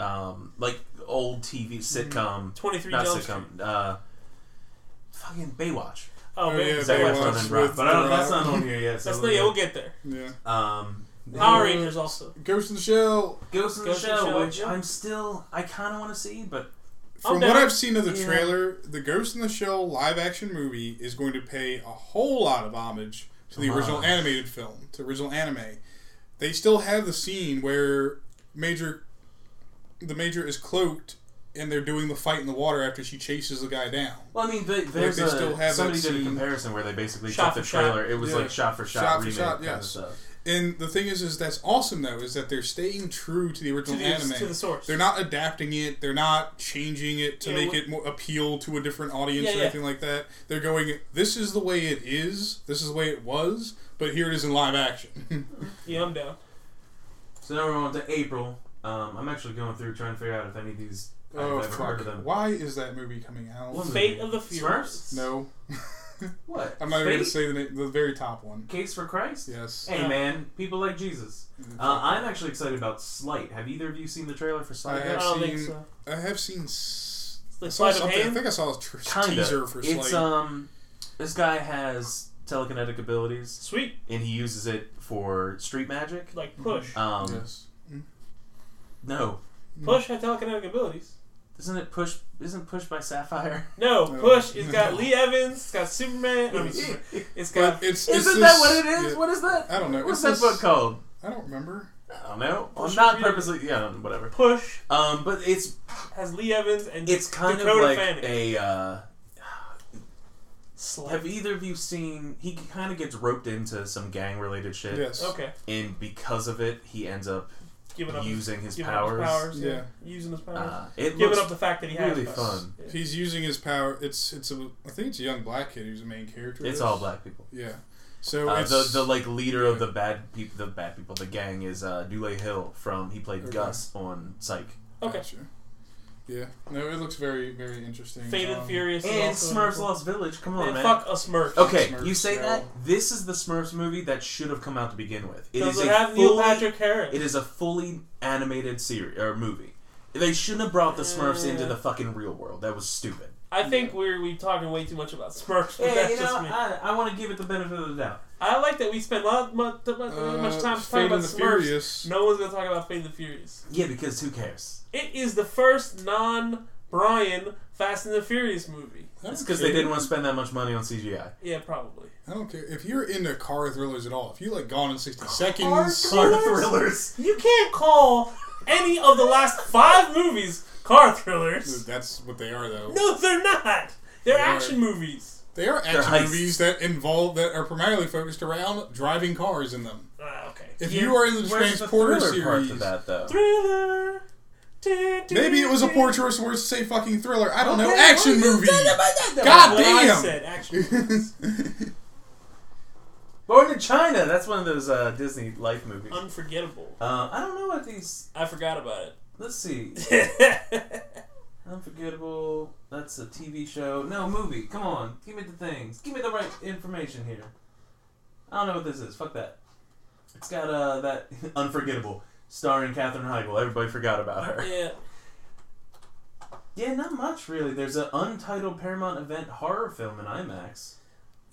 Speaker 2: um, like old TV sitcom.
Speaker 4: Twenty three
Speaker 2: Not
Speaker 4: Jump Street.
Speaker 2: sitcom. Uh, fucking Baywatch.
Speaker 1: Oh,
Speaker 4: Oh, man.
Speaker 1: yeah,
Speaker 2: Is that
Speaker 1: Baywatch
Speaker 2: what's on in Rock?
Speaker 1: with
Speaker 2: But I don't,
Speaker 1: The
Speaker 2: that's
Speaker 1: Rock.
Speaker 2: not on here yet. So
Speaker 4: That's the yeah. We'll get there.
Speaker 1: Yeah.
Speaker 2: Um,
Speaker 4: Power
Speaker 1: Uh,
Speaker 4: Rangers also.
Speaker 1: Ghost in the Shell.
Speaker 2: Ghost in the
Speaker 4: Ghost in the
Speaker 2: Shell,
Speaker 4: Shell,
Speaker 2: which
Speaker 4: yeah.
Speaker 2: I'm still, I kind of want to see, but
Speaker 1: From
Speaker 4: down.
Speaker 1: what I've seen of the
Speaker 2: Yeah.
Speaker 1: trailer, the Ghost in the Shell live action movie is going to pay a whole lot of homage to the original
Speaker 2: Homage.
Speaker 1: animated film, to original anime. They still have the scene where Major, the Major is cloaked, and they're doing the fight in the water after she chases the guy down.
Speaker 2: well, I mean, they, there's
Speaker 1: they
Speaker 2: a,
Speaker 1: still have that
Speaker 2: somebody did a
Speaker 1: scene.
Speaker 2: comparison where they basically
Speaker 4: Shot
Speaker 2: shot the
Speaker 4: for shot.
Speaker 2: trailer. It was
Speaker 1: Yeah.
Speaker 2: like shot for shot,
Speaker 1: Shot for
Speaker 2: remake
Speaker 1: shot,
Speaker 2: kind
Speaker 1: yes.
Speaker 2: of stuff.
Speaker 1: And the thing is, is that's awesome though, is that they're staying true to the
Speaker 4: To
Speaker 1: original
Speaker 4: the,
Speaker 1: anime.
Speaker 4: to the source.
Speaker 1: They're not adapting it. They're not changing it to
Speaker 4: Yeah,
Speaker 1: make
Speaker 4: we-
Speaker 1: it more appeal to a different audience
Speaker 4: Yeah,
Speaker 1: or
Speaker 4: yeah.
Speaker 1: anything like that. They're going, this is the way it is. This is the way it was. But here it is in live action.
Speaker 4: Yeah, I'm down.
Speaker 2: So now we're on to April. Um, I'm actually going through trying to figure out if any of these
Speaker 1: oh
Speaker 2: I've ever heard
Speaker 1: fuck!
Speaker 2: of them.
Speaker 1: Why is that movie coming out?
Speaker 2: What
Speaker 4: Fate
Speaker 2: movie?
Speaker 4: of the Furious.
Speaker 2: Smurfs?
Speaker 1: No,
Speaker 2: What?
Speaker 1: I'm not even
Speaker 2: Fate?
Speaker 1: gonna say the name, the very top one.
Speaker 2: Case for Christ?
Speaker 1: Yes.
Speaker 2: Hey man, people like Jesus. Uh, I'm actually excited about Slight. Have either of you seen the trailer for
Speaker 1: I
Speaker 2: Slight?
Speaker 4: I
Speaker 1: have.
Speaker 2: yet?
Speaker 4: don't think
Speaker 1: seen-
Speaker 4: so.
Speaker 1: I have seen. S-
Speaker 4: It's
Speaker 1: I saw
Speaker 4: like sleight of
Speaker 1: something. I
Speaker 4: hand.
Speaker 1: think I saw a tr-
Speaker 2: Kinda.
Speaker 1: teaser for Slade.
Speaker 2: It's um, this guy has telekinetic abilities
Speaker 4: Sweet,
Speaker 2: and he uses it for street magic.
Speaker 4: like push.
Speaker 2: Um,
Speaker 1: yes.
Speaker 2: no,
Speaker 4: Push had telekinetic abilities.
Speaker 2: isn't it push? Isn't push by Sapphire?
Speaker 4: No,
Speaker 1: No.
Speaker 4: push. It's got Lee Evans. It's got Superman. I mean, Superman. It's got.
Speaker 1: But it's, it's
Speaker 2: Isn't that
Speaker 1: this-
Speaker 2: what it is?
Speaker 1: yeah,
Speaker 2: What is that?
Speaker 1: I don't know.
Speaker 2: What's
Speaker 1: It's
Speaker 2: that
Speaker 1: this-
Speaker 2: book called?
Speaker 1: I don't remember.
Speaker 2: I don't know.
Speaker 4: Push
Speaker 2: I'm not
Speaker 4: is really-
Speaker 2: purposely. Yeah, whatever.
Speaker 4: Push
Speaker 2: Um, but it's
Speaker 4: has Lee Evans and
Speaker 2: it's kind
Speaker 4: Dakota
Speaker 2: of like
Speaker 4: Fanning.
Speaker 2: a. Uh,
Speaker 4: Slight.
Speaker 2: have either of you seen? He kind of gets roped into some gang related shit,
Speaker 1: Yes.
Speaker 4: Okay,
Speaker 2: and because of it, he ends up
Speaker 4: giving up his,
Speaker 2: using his
Speaker 4: giving
Speaker 2: powers.
Speaker 4: up his powers. Yeah,
Speaker 1: Yeah.
Speaker 4: using his powers.
Speaker 2: Uh, it
Speaker 4: giving
Speaker 2: looks
Speaker 4: up the fact that he
Speaker 2: really
Speaker 4: has powers.
Speaker 2: fun.
Speaker 4: Yeah.
Speaker 1: He's using his power. It's it's a I think it's a young black kid who's the main character. of
Speaker 2: It's
Speaker 1: this.
Speaker 2: all black people.
Speaker 1: Yeah. So
Speaker 2: Uh,
Speaker 1: it's
Speaker 2: the the like leader of the bad people, the bad people, the gang is uh, Dule Hill from he played
Speaker 1: Okay.
Speaker 2: Gus on Psych.
Speaker 4: Okay.
Speaker 1: Gotcha. Yeah. No, it looks very, very interesting.
Speaker 4: Fate and
Speaker 1: Um,
Speaker 4: Furious is
Speaker 2: And
Speaker 4: also
Speaker 2: Smurfs
Speaker 4: in-
Speaker 2: Lost Village. Come on,
Speaker 4: Man,
Speaker 2: man.
Speaker 4: fuck a Smurf.
Speaker 2: Okay,
Speaker 1: Smurfs,
Speaker 2: you say
Speaker 1: no.
Speaker 2: that this is the Smurfs movie that should have come out to begin with. It is
Speaker 4: Does it
Speaker 2: a
Speaker 4: have
Speaker 2: fully,
Speaker 4: Neil Patrick Harris?
Speaker 2: It is a fully animated series or movie. They shouldn't have brought the Smurfs into
Speaker 4: Yeah.
Speaker 2: the fucking real world. That was stupid.
Speaker 4: I think we're we talking way too much about Smurfs. But
Speaker 2: Yeah,
Speaker 4: that's
Speaker 2: you know,
Speaker 4: just me. I,
Speaker 2: I, I want to give it the benefit of the doubt.
Speaker 4: like that we spent a lot much, much time
Speaker 1: Uh,
Speaker 4: talking
Speaker 1: Fate
Speaker 4: about
Speaker 1: and the
Speaker 4: Smurfs.
Speaker 1: Furious.
Speaker 4: No one's gonna talk about Fate and the Furious.
Speaker 2: Yeah, because who cares?
Speaker 4: It is the first non Brian Fast and the Furious movie.
Speaker 1: I don't
Speaker 2: It's because
Speaker 1: care.
Speaker 2: they didn't want to spend that much money on CGI.
Speaker 4: Yeah, probably.
Speaker 1: I don't care if you're into car thrillers at all. If you like Gone in sixty seconds,
Speaker 4: thrillers?
Speaker 2: Car
Speaker 4: Yes.
Speaker 2: thrillers.
Speaker 4: You can't call any of the last five movies car thrillers.
Speaker 1: that's what they are though.
Speaker 4: No, they're not. They're
Speaker 1: They are.
Speaker 4: action movies.
Speaker 1: They are
Speaker 2: heists.
Speaker 1: action movies that involve that are primarily focused around driving cars in them.
Speaker 4: Ah, okay.
Speaker 1: If
Speaker 2: Yeah,
Speaker 1: you are in the
Speaker 2: Where's the
Speaker 1: Transporter
Speaker 2: thriller part to
Speaker 1: series,
Speaker 2: that though?
Speaker 4: Thriller. Du- du-
Speaker 1: maybe it was a
Speaker 4: du-
Speaker 1: poor choice of words to say fucking thriller. I don't know.
Speaker 2: Okay,
Speaker 1: Action
Speaker 2: what are you
Speaker 1: movie.
Speaker 2: talking about that though?
Speaker 1: God
Speaker 4: What I
Speaker 1: damn.
Speaker 4: said, action movies.
Speaker 2: Born in China. That's one of those uh, Disney life movies.
Speaker 4: Unforgettable.
Speaker 2: Uh, I don't know what these.
Speaker 4: I forgot about
Speaker 2: Let's see.
Speaker 4: it.
Speaker 2: Unforgettable. That's a TV show. No movie. Come on. Give me the things. Give me the right information here. I don't know what this is. Fuck that. It's got uh that Unforgettable, starring Katherine Heigl. Everybody forgot about her.
Speaker 4: yeah.
Speaker 2: Yeah, not much really. There's an untitled Paramount event horror film in IMAX.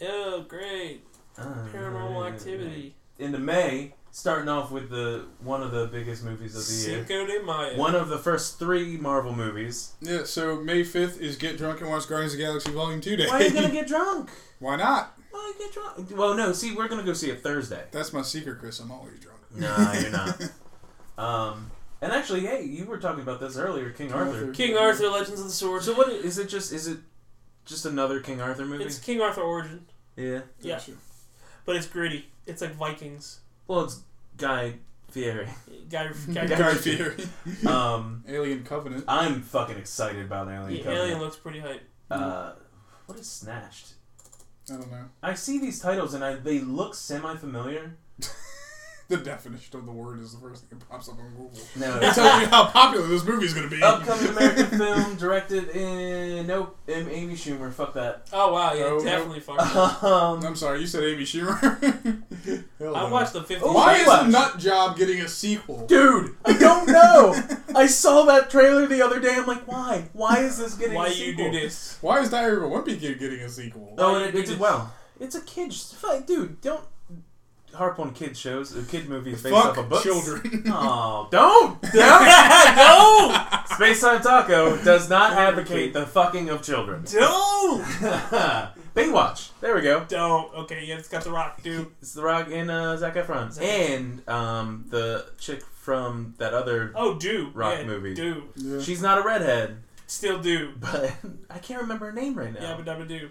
Speaker 4: Oh, great. Paranormal activity.
Speaker 2: Into May, starting off with the one of the biggest movies of the year.
Speaker 4: Cinco de Mayo.
Speaker 2: One of the first three Marvel movies.
Speaker 1: Yeah, so May 5th is Get Drunk and Watch Guardians of the Galaxy Volume 2 Day.
Speaker 2: Why are you gonna get drunk?
Speaker 1: Why not?
Speaker 2: Why you get drunk? Well, no. See, we're gonna go see it Thursday.
Speaker 1: That's my secret, Chris. I'm always drunk.
Speaker 2: Nah, you're not. Um, and actually, hey, you were talking about this earlier, King Arthur.
Speaker 1: Arthur.
Speaker 4: King Arthur, Legends of the Sword.
Speaker 2: So what is it? Just is it just another King Arthur movie?
Speaker 4: It's King Arthur origin,
Speaker 2: yeah.
Speaker 4: Yeah. but it's gritty. It's like Vikings.
Speaker 2: Well, it's Guy Fieri.
Speaker 4: Guy, guy,
Speaker 1: Guy Fieri.
Speaker 2: Um,
Speaker 1: Alien Covenant.
Speaker 2: I'm fucking excited about Alien.
Speaker 4: The
Speaker 2: Covenant.
Speaker 4: alien looks pretty hype.
Speaker 2: Uh, what is Snatched?
Speaker 1: I don't know.
Speaker 2: I see these titles and I, they look semi-familiar.
Speaker 1: The definition of the word is the first thing that pops up on Google.
Speaker 2: No.
Speaker 1: It tells you how popular this movie is going to be.
Speaker 2: Upcoming American film directed in nope, um, Amy Schumer. Fuck that.
Speaker 4: Oh wow, yeah,
Speaker 1: Oh,
Speaker 4: definitely fucked up.
Speaker 2: Um,
Speaker 1: I'm sorry, you said Amy Schumer. Hell
Speaker 4: I
Speaker 1: no.
Speaker 4: watched the 50
Speaker 2: Oh,
Speaker 1: Why is
Speaker 2: Baywatch.
Speaker 1: Nut Job getting a sequel?
Speaker 2: dude, I don't know. I saw that trailer the other day. I'm like, why? Why is this getting?
Speaker 4: Why
Speaker 2: a
Speaker 4: you do
Speaker 2: sequel?
Speaker 4: this?
Speaker 1: Why is Diary of a Wimpy Kid getting a sequel?
Speaker 2: Oh, and
Speaker 4: Why you
Speaker 2: it, it
Speaker 4: do this?
Speaker 2: did well. It's a kids, fuck, dude. Don't harp on kid shows, or kid movies based off of
Speaker 1: Fuck
Speaker 2: books.
Speaker 1: children.
Speaker 2: Oh, don't.
Speaker 4: no!
Speaker 2: Space Time Taco does not advocate the fucking of children.
Speaker 4: Don't!
Speaker 2: Baywatch. There we go.
Speaker 4: Don't. Okay, yeah, it's got the rock, dude.
Speaker 2: It's The Rock and uh, Zac Efron,
Speaker 4: Zac Efron.
Speaker 2: and um, the chick from that other.
Speaker 4: Oh, do.
Speaker 2: Rock
Speaker 4: yeah,
Speaker 2: movie.
Speaker 4: Do.
Speaker 1: Yeah.
Speaker 2: She's not a redhead,
Speaker 4: Still do.
Speaker 2: but I can't remember her name right now.
Speaker 4: Yabba dabba do.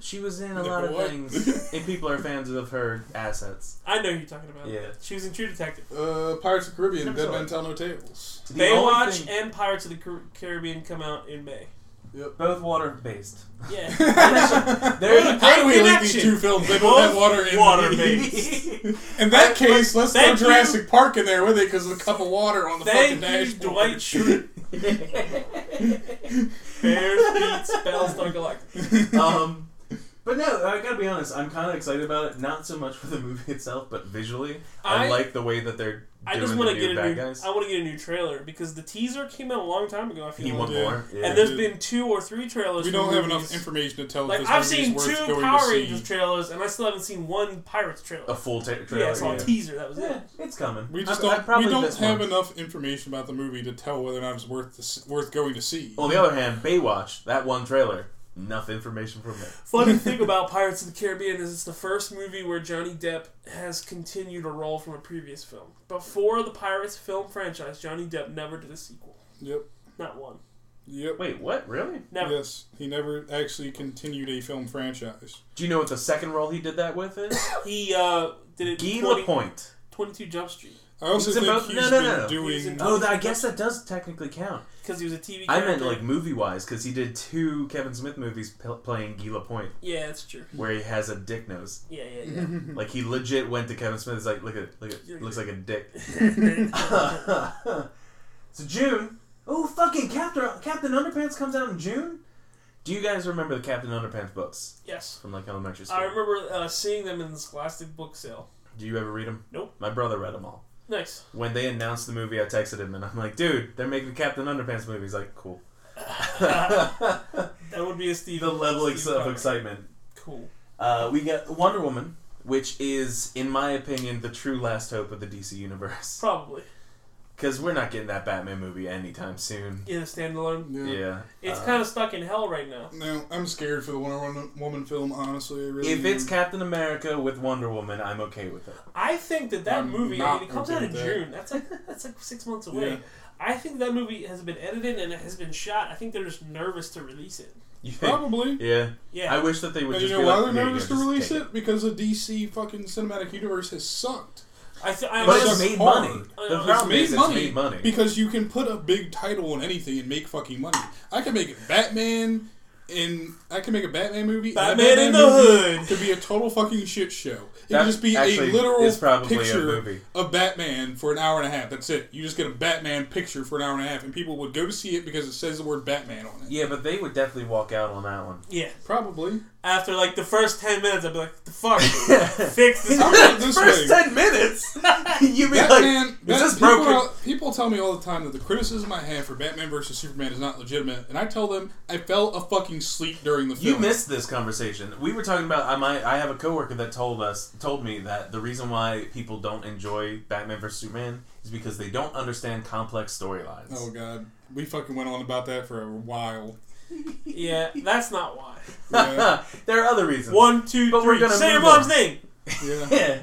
Speaker 2: She was in a
Speaker 1: Like
Speaker 2: lot of
Speaker 1: what?
Speaker 2: things, and people are fans of her assets.
Speaker 4: I know who you're talking about.
Speaker 2: Yeah.
Speaker 4: She was in True Detective.
Speaker 1: Uh, Pirates of the Caribbean,
Speaker 2: Never
Speaker 1: Dead
Speaker 2: saw
Speaker 1: Men
Speaker 2: it.
Speaker 1: Tell No Tales.
Speaker 2: The only
Speaker 4: Baywatch
Speaker 2: thing-
Speaker 4: and Pirates of the Car- Caribbean come out in May.
Speaker 2: both water based.
Speaker 4: Yeah.
Speaker 2: There's
Speaker 4: a
Speaker 1: How do we
Speaker 4: great
Speaker 1: link these
Speaker 4: connection.
Speaker 1: two films? They both
Speaker 4: Both
Speaker 1: have water in
Speaker 4: water
Speaker 1: In that case, let's throw
Speaker 4: Thank you.
Speaker 1: Jurassic Park in there with it because of the cup of water on the
Speaker 4: Thank
Speaker 1: fucking
Speaker 4: you,
Speaker 1: dashboard.
Speaker 4: Dwight Schrute. Bears beats Battlestar Galactica.
Speaker 2: um, but no, I gotta be honest. I'm kind of excited about it. Not so much for the movie itself, but visually, I,
Speaker 4: I-
Speaker 2: like the way that they're
Speaker 4: I
Speaker 2: doing
Speaker 4: just
Speaker 2: the
Speaker 4: want to
Speaker 2: new
Speaker 4: get a
Speaker 2: bad
Speaker 4: new.
Speaker 2: guys.
Speaker 4: I want to get a new trailer because the teaser came out a long time ago. I feel
Speaker 2: You
Speaker 4: like.
Speaker 2: want
Speaker 1: Yeah.
Speaker 2: more? Yeah.
Speaker 4: and there's
Speaker 1: dude.
Speaker 4: been two or three trailers.
Speaker 1: We
Speaker 4: for
Speaker 1: don't have enough
Speaker 4: movies.
Speaker 1: information to tell
Speaker 4: Like
Speaker 1: if this
Speaker 4: I've
Speaker 1: movie
Speaker 4: seen
Speaker 1: is worth
Speaker 4: two
Speaker 1: going
Speaker 4: Power
Speaker 1: to
Speaker 4: Rangers
Speaker 1: see.
Speaker 4: trailers, and I still haven't seen one Pirates trailer.
Speaker 2: a full ta-
Speaker 4: yeah,
Speaker 2: trailer.
Speaker 4: I saw a
Speaker 2: yeah.
Speaker 4: teaser. That was it.
Speaker 2: It's coming.
Speaker 1: We just
Speaker 2: I, I
Speaker 1: don't.
Speaker 2: probably
Speaker 1: we don't
Speaker 2: missed
Speaker 1: have
Speaker 2: one.
Speaker 1: enough information about the movie to tell whether or not it's worth to, s- worth going to see.
Speaker 2: On the other hand, Baywatch, that one trailer, enough information from it.
Speaker 4: Funny thing about Pirates of the Caribbean is it's the first movie where Johnny Depp has continued a role from a previous film. Before the Pirates film franchise, Johnny Depp never did a sequel.
Speaker 1: Yep.
Speaker 4: Not one.
Speaker 1: Yep.
Speaker 2: Wait, what? Really?
Speaker 4: Never.
Speaker 1: Yes, he never actually continued a film franchise.
Speaker 2: Do you know what the second role he did that with is?
Speaker 4: He uh, did it
Speaker 2: Guy
Speaker 4: in 20
Speaker 2: Lapointe.
Speaker 4: 22 Jump Street
Speaker 1: I also
Speaker 2: He's in
Speaker 1: think
Speaker 2: both-
Speaker 1: he's
Speaker 2: no, no,
Speaker 1: been
Speaker 2: no, no.
Speaker 1: doing.
Speaker 4: He's in both.
Speaker 2: Oh, that, I guess that does technically count.
Speaker 4: because he was a TV character.
Speaker 2: I meant like movie wise because he did two Kevin Smith movies p- playing Guy Lapointe
Speaker 4: Yeah, that's true.
Speaker 2: where he has a dick nose.
Speaker 4: Yeah, yeah,
Speaker 2: Like he legit went to Kevin Smith. He's like, look at, look at, looks like a dick.
Speaker 4: yeah.
Speaker 2: So June. Oh fucking Captain Captain Underpants comes out in June. Do you guys remember the Captain Underpants books
Speaker 4: Yes.
Speaker 2: from like elementary school?
Speaker 4: I remember uh, seeing them in the Scholastic book sale.
Speaker 2: Do you ever read them?
Speaker 4: Nope.
Speaker 2: My brother read them all.
Speaker 4: Nice.
Speaker 2: When they announced the movie, I texted him and I'm like, "Dude, they're making Captain Underpants movie." He's like, "Cool."
Speaker 4: That would be a Steve.
Speaker 2: the level
Speaker 4: Steve
Speaker 2: ex- of
Speaker 4: Trevor.
Speaker 2: excitement.
Speaker 4: Cool.
Speaker 2: Uh, we got Wonder Woman, which is, in my opinion, the true last hope of the DC universe.
Speaker 4: Probably.
Speaker 2: Because we're not getting that Batman movie anytime soon.
Speaker 4: In a standalone.
Speaker 2: Yeah.
Speaker 4: It's
Speaker 2: Uh,
Speaker 4: kind of stuck in hell right now.
Speaker 1: No, I'm scared for the Wonder Woman- Woman film. Honestly, I really.
Speaker 2: if
Speaker 1: am.
Speaker 2: it's Captain America with Wonder Woman, I'm okay with it.
Speaker 4: I think that that
Speaker 1: I'm
Speaker 4: movie I
Speaker 1: not
Speaker 4: mean, it comes
Speaker 1: okay
Speaker 4: out in
Speaker 1: with that.
Speaker 4: June. That's like that's like six months away.
Speaker 1: Yeah.
Speaker 4: I think that movie has been edited and it has been shot. I think they're just nervous to release it.
Speaker 2: You think?
Speaker 1: probably.
Speaker 2: Yeah.
Speaker 4: Yeah,
Speaker 2: I wish that they would
Speaker 1: And you
Speaker 2: just
Speaker 1: know
Speaker 2: be
Speaker 1: why
Speaker 2: like,
Speaker 1: they're
Speaker 2: "Here you
Speaker 1: nervous
Speaker 2: go,
Speaker 1: to
Speaker 2: just
Speaker 1: release
Speaker 2: take
Speaker 1: it? Because the DC fucking cinematic universe has sucked.
Speaker 4: I, th- I
Speaker 2: But
Speaker 1: It's
Speaker 2: it's
Speaker 1: just
Speaker 2: made
Speaker 1: hard.
Speaker 2: money.
Speaker 4: I
Speaker 2: The
Speaker 4: know.
Speaker 2: problem
Speaker 1: It's
Speaker 2: is
Speaker 1: made
Speaker 2: it's
Speaker 1: money.
Speaker 2: made money.
Speaker 1: Because you can put a big title on anything and make fucking money. I can make Batman and I can make a Batman movie. and a
Speaker 4: Batman in the
Speaker 1: movie
Speaker 4: Hood.
Speaker 1: could be a total fucking shit show. It
Speaker 2: That
Speaker 1: could just be a
Speaker 2: actually
Speaker 1: literal
Speaker 2: is probably a
Speaker 1: picture
Speaker 2: movie.
Speaker 1: of Batman for an hour and a half. That's it. You just get a Batman picture for an hour and a half, and people would go to see it because it says the word Batman on it.
Speaker 2: Yeah, but they would definitely walk out on that one.
Speaker 4: Yeah,
Speaker 1: Probably.
Speaker 4: after like the first ten minutes, I'd be like, "The fuck, fix this."
Speaker 1: How about this way?
Speaker 2: First ten minutes, you'd be
Speaker 1: Batman.
Speaker 2: like,
Speaker 1: Bat-
Speaker 2: "Is this
Speaker 1: people,
Speaker 2: broken?"
Speaker 1: are- people tell me all the time that the criticism I have for Batman versus Superman is not legitimate, and I tell them I fell a fucking sleep during the
Speaker 2: You
Speaker 1: film.
Speaker 2: missed this conversation. We were talking about. I might. I have a coworker that told us, told me that the reason why people don't enjoy Batman vs Superman is because they don't understand complex storylines.
Speaker 1: Oh god, we fucking went on about that for a while.
Speaker 4: yeah, that's not why.
Speaker 1: Yeah,
Speaker 2: there are other reasons.
Speaker 4: One, two,
Speaker 2: But we're
Speaker 4: three.
Speaker 2: gonna
Speaker 4: Say your
Speaker 2: move on.
Speaker 4: mom's name.
Speaker 1: yeah.
Speaker 2: Yeah.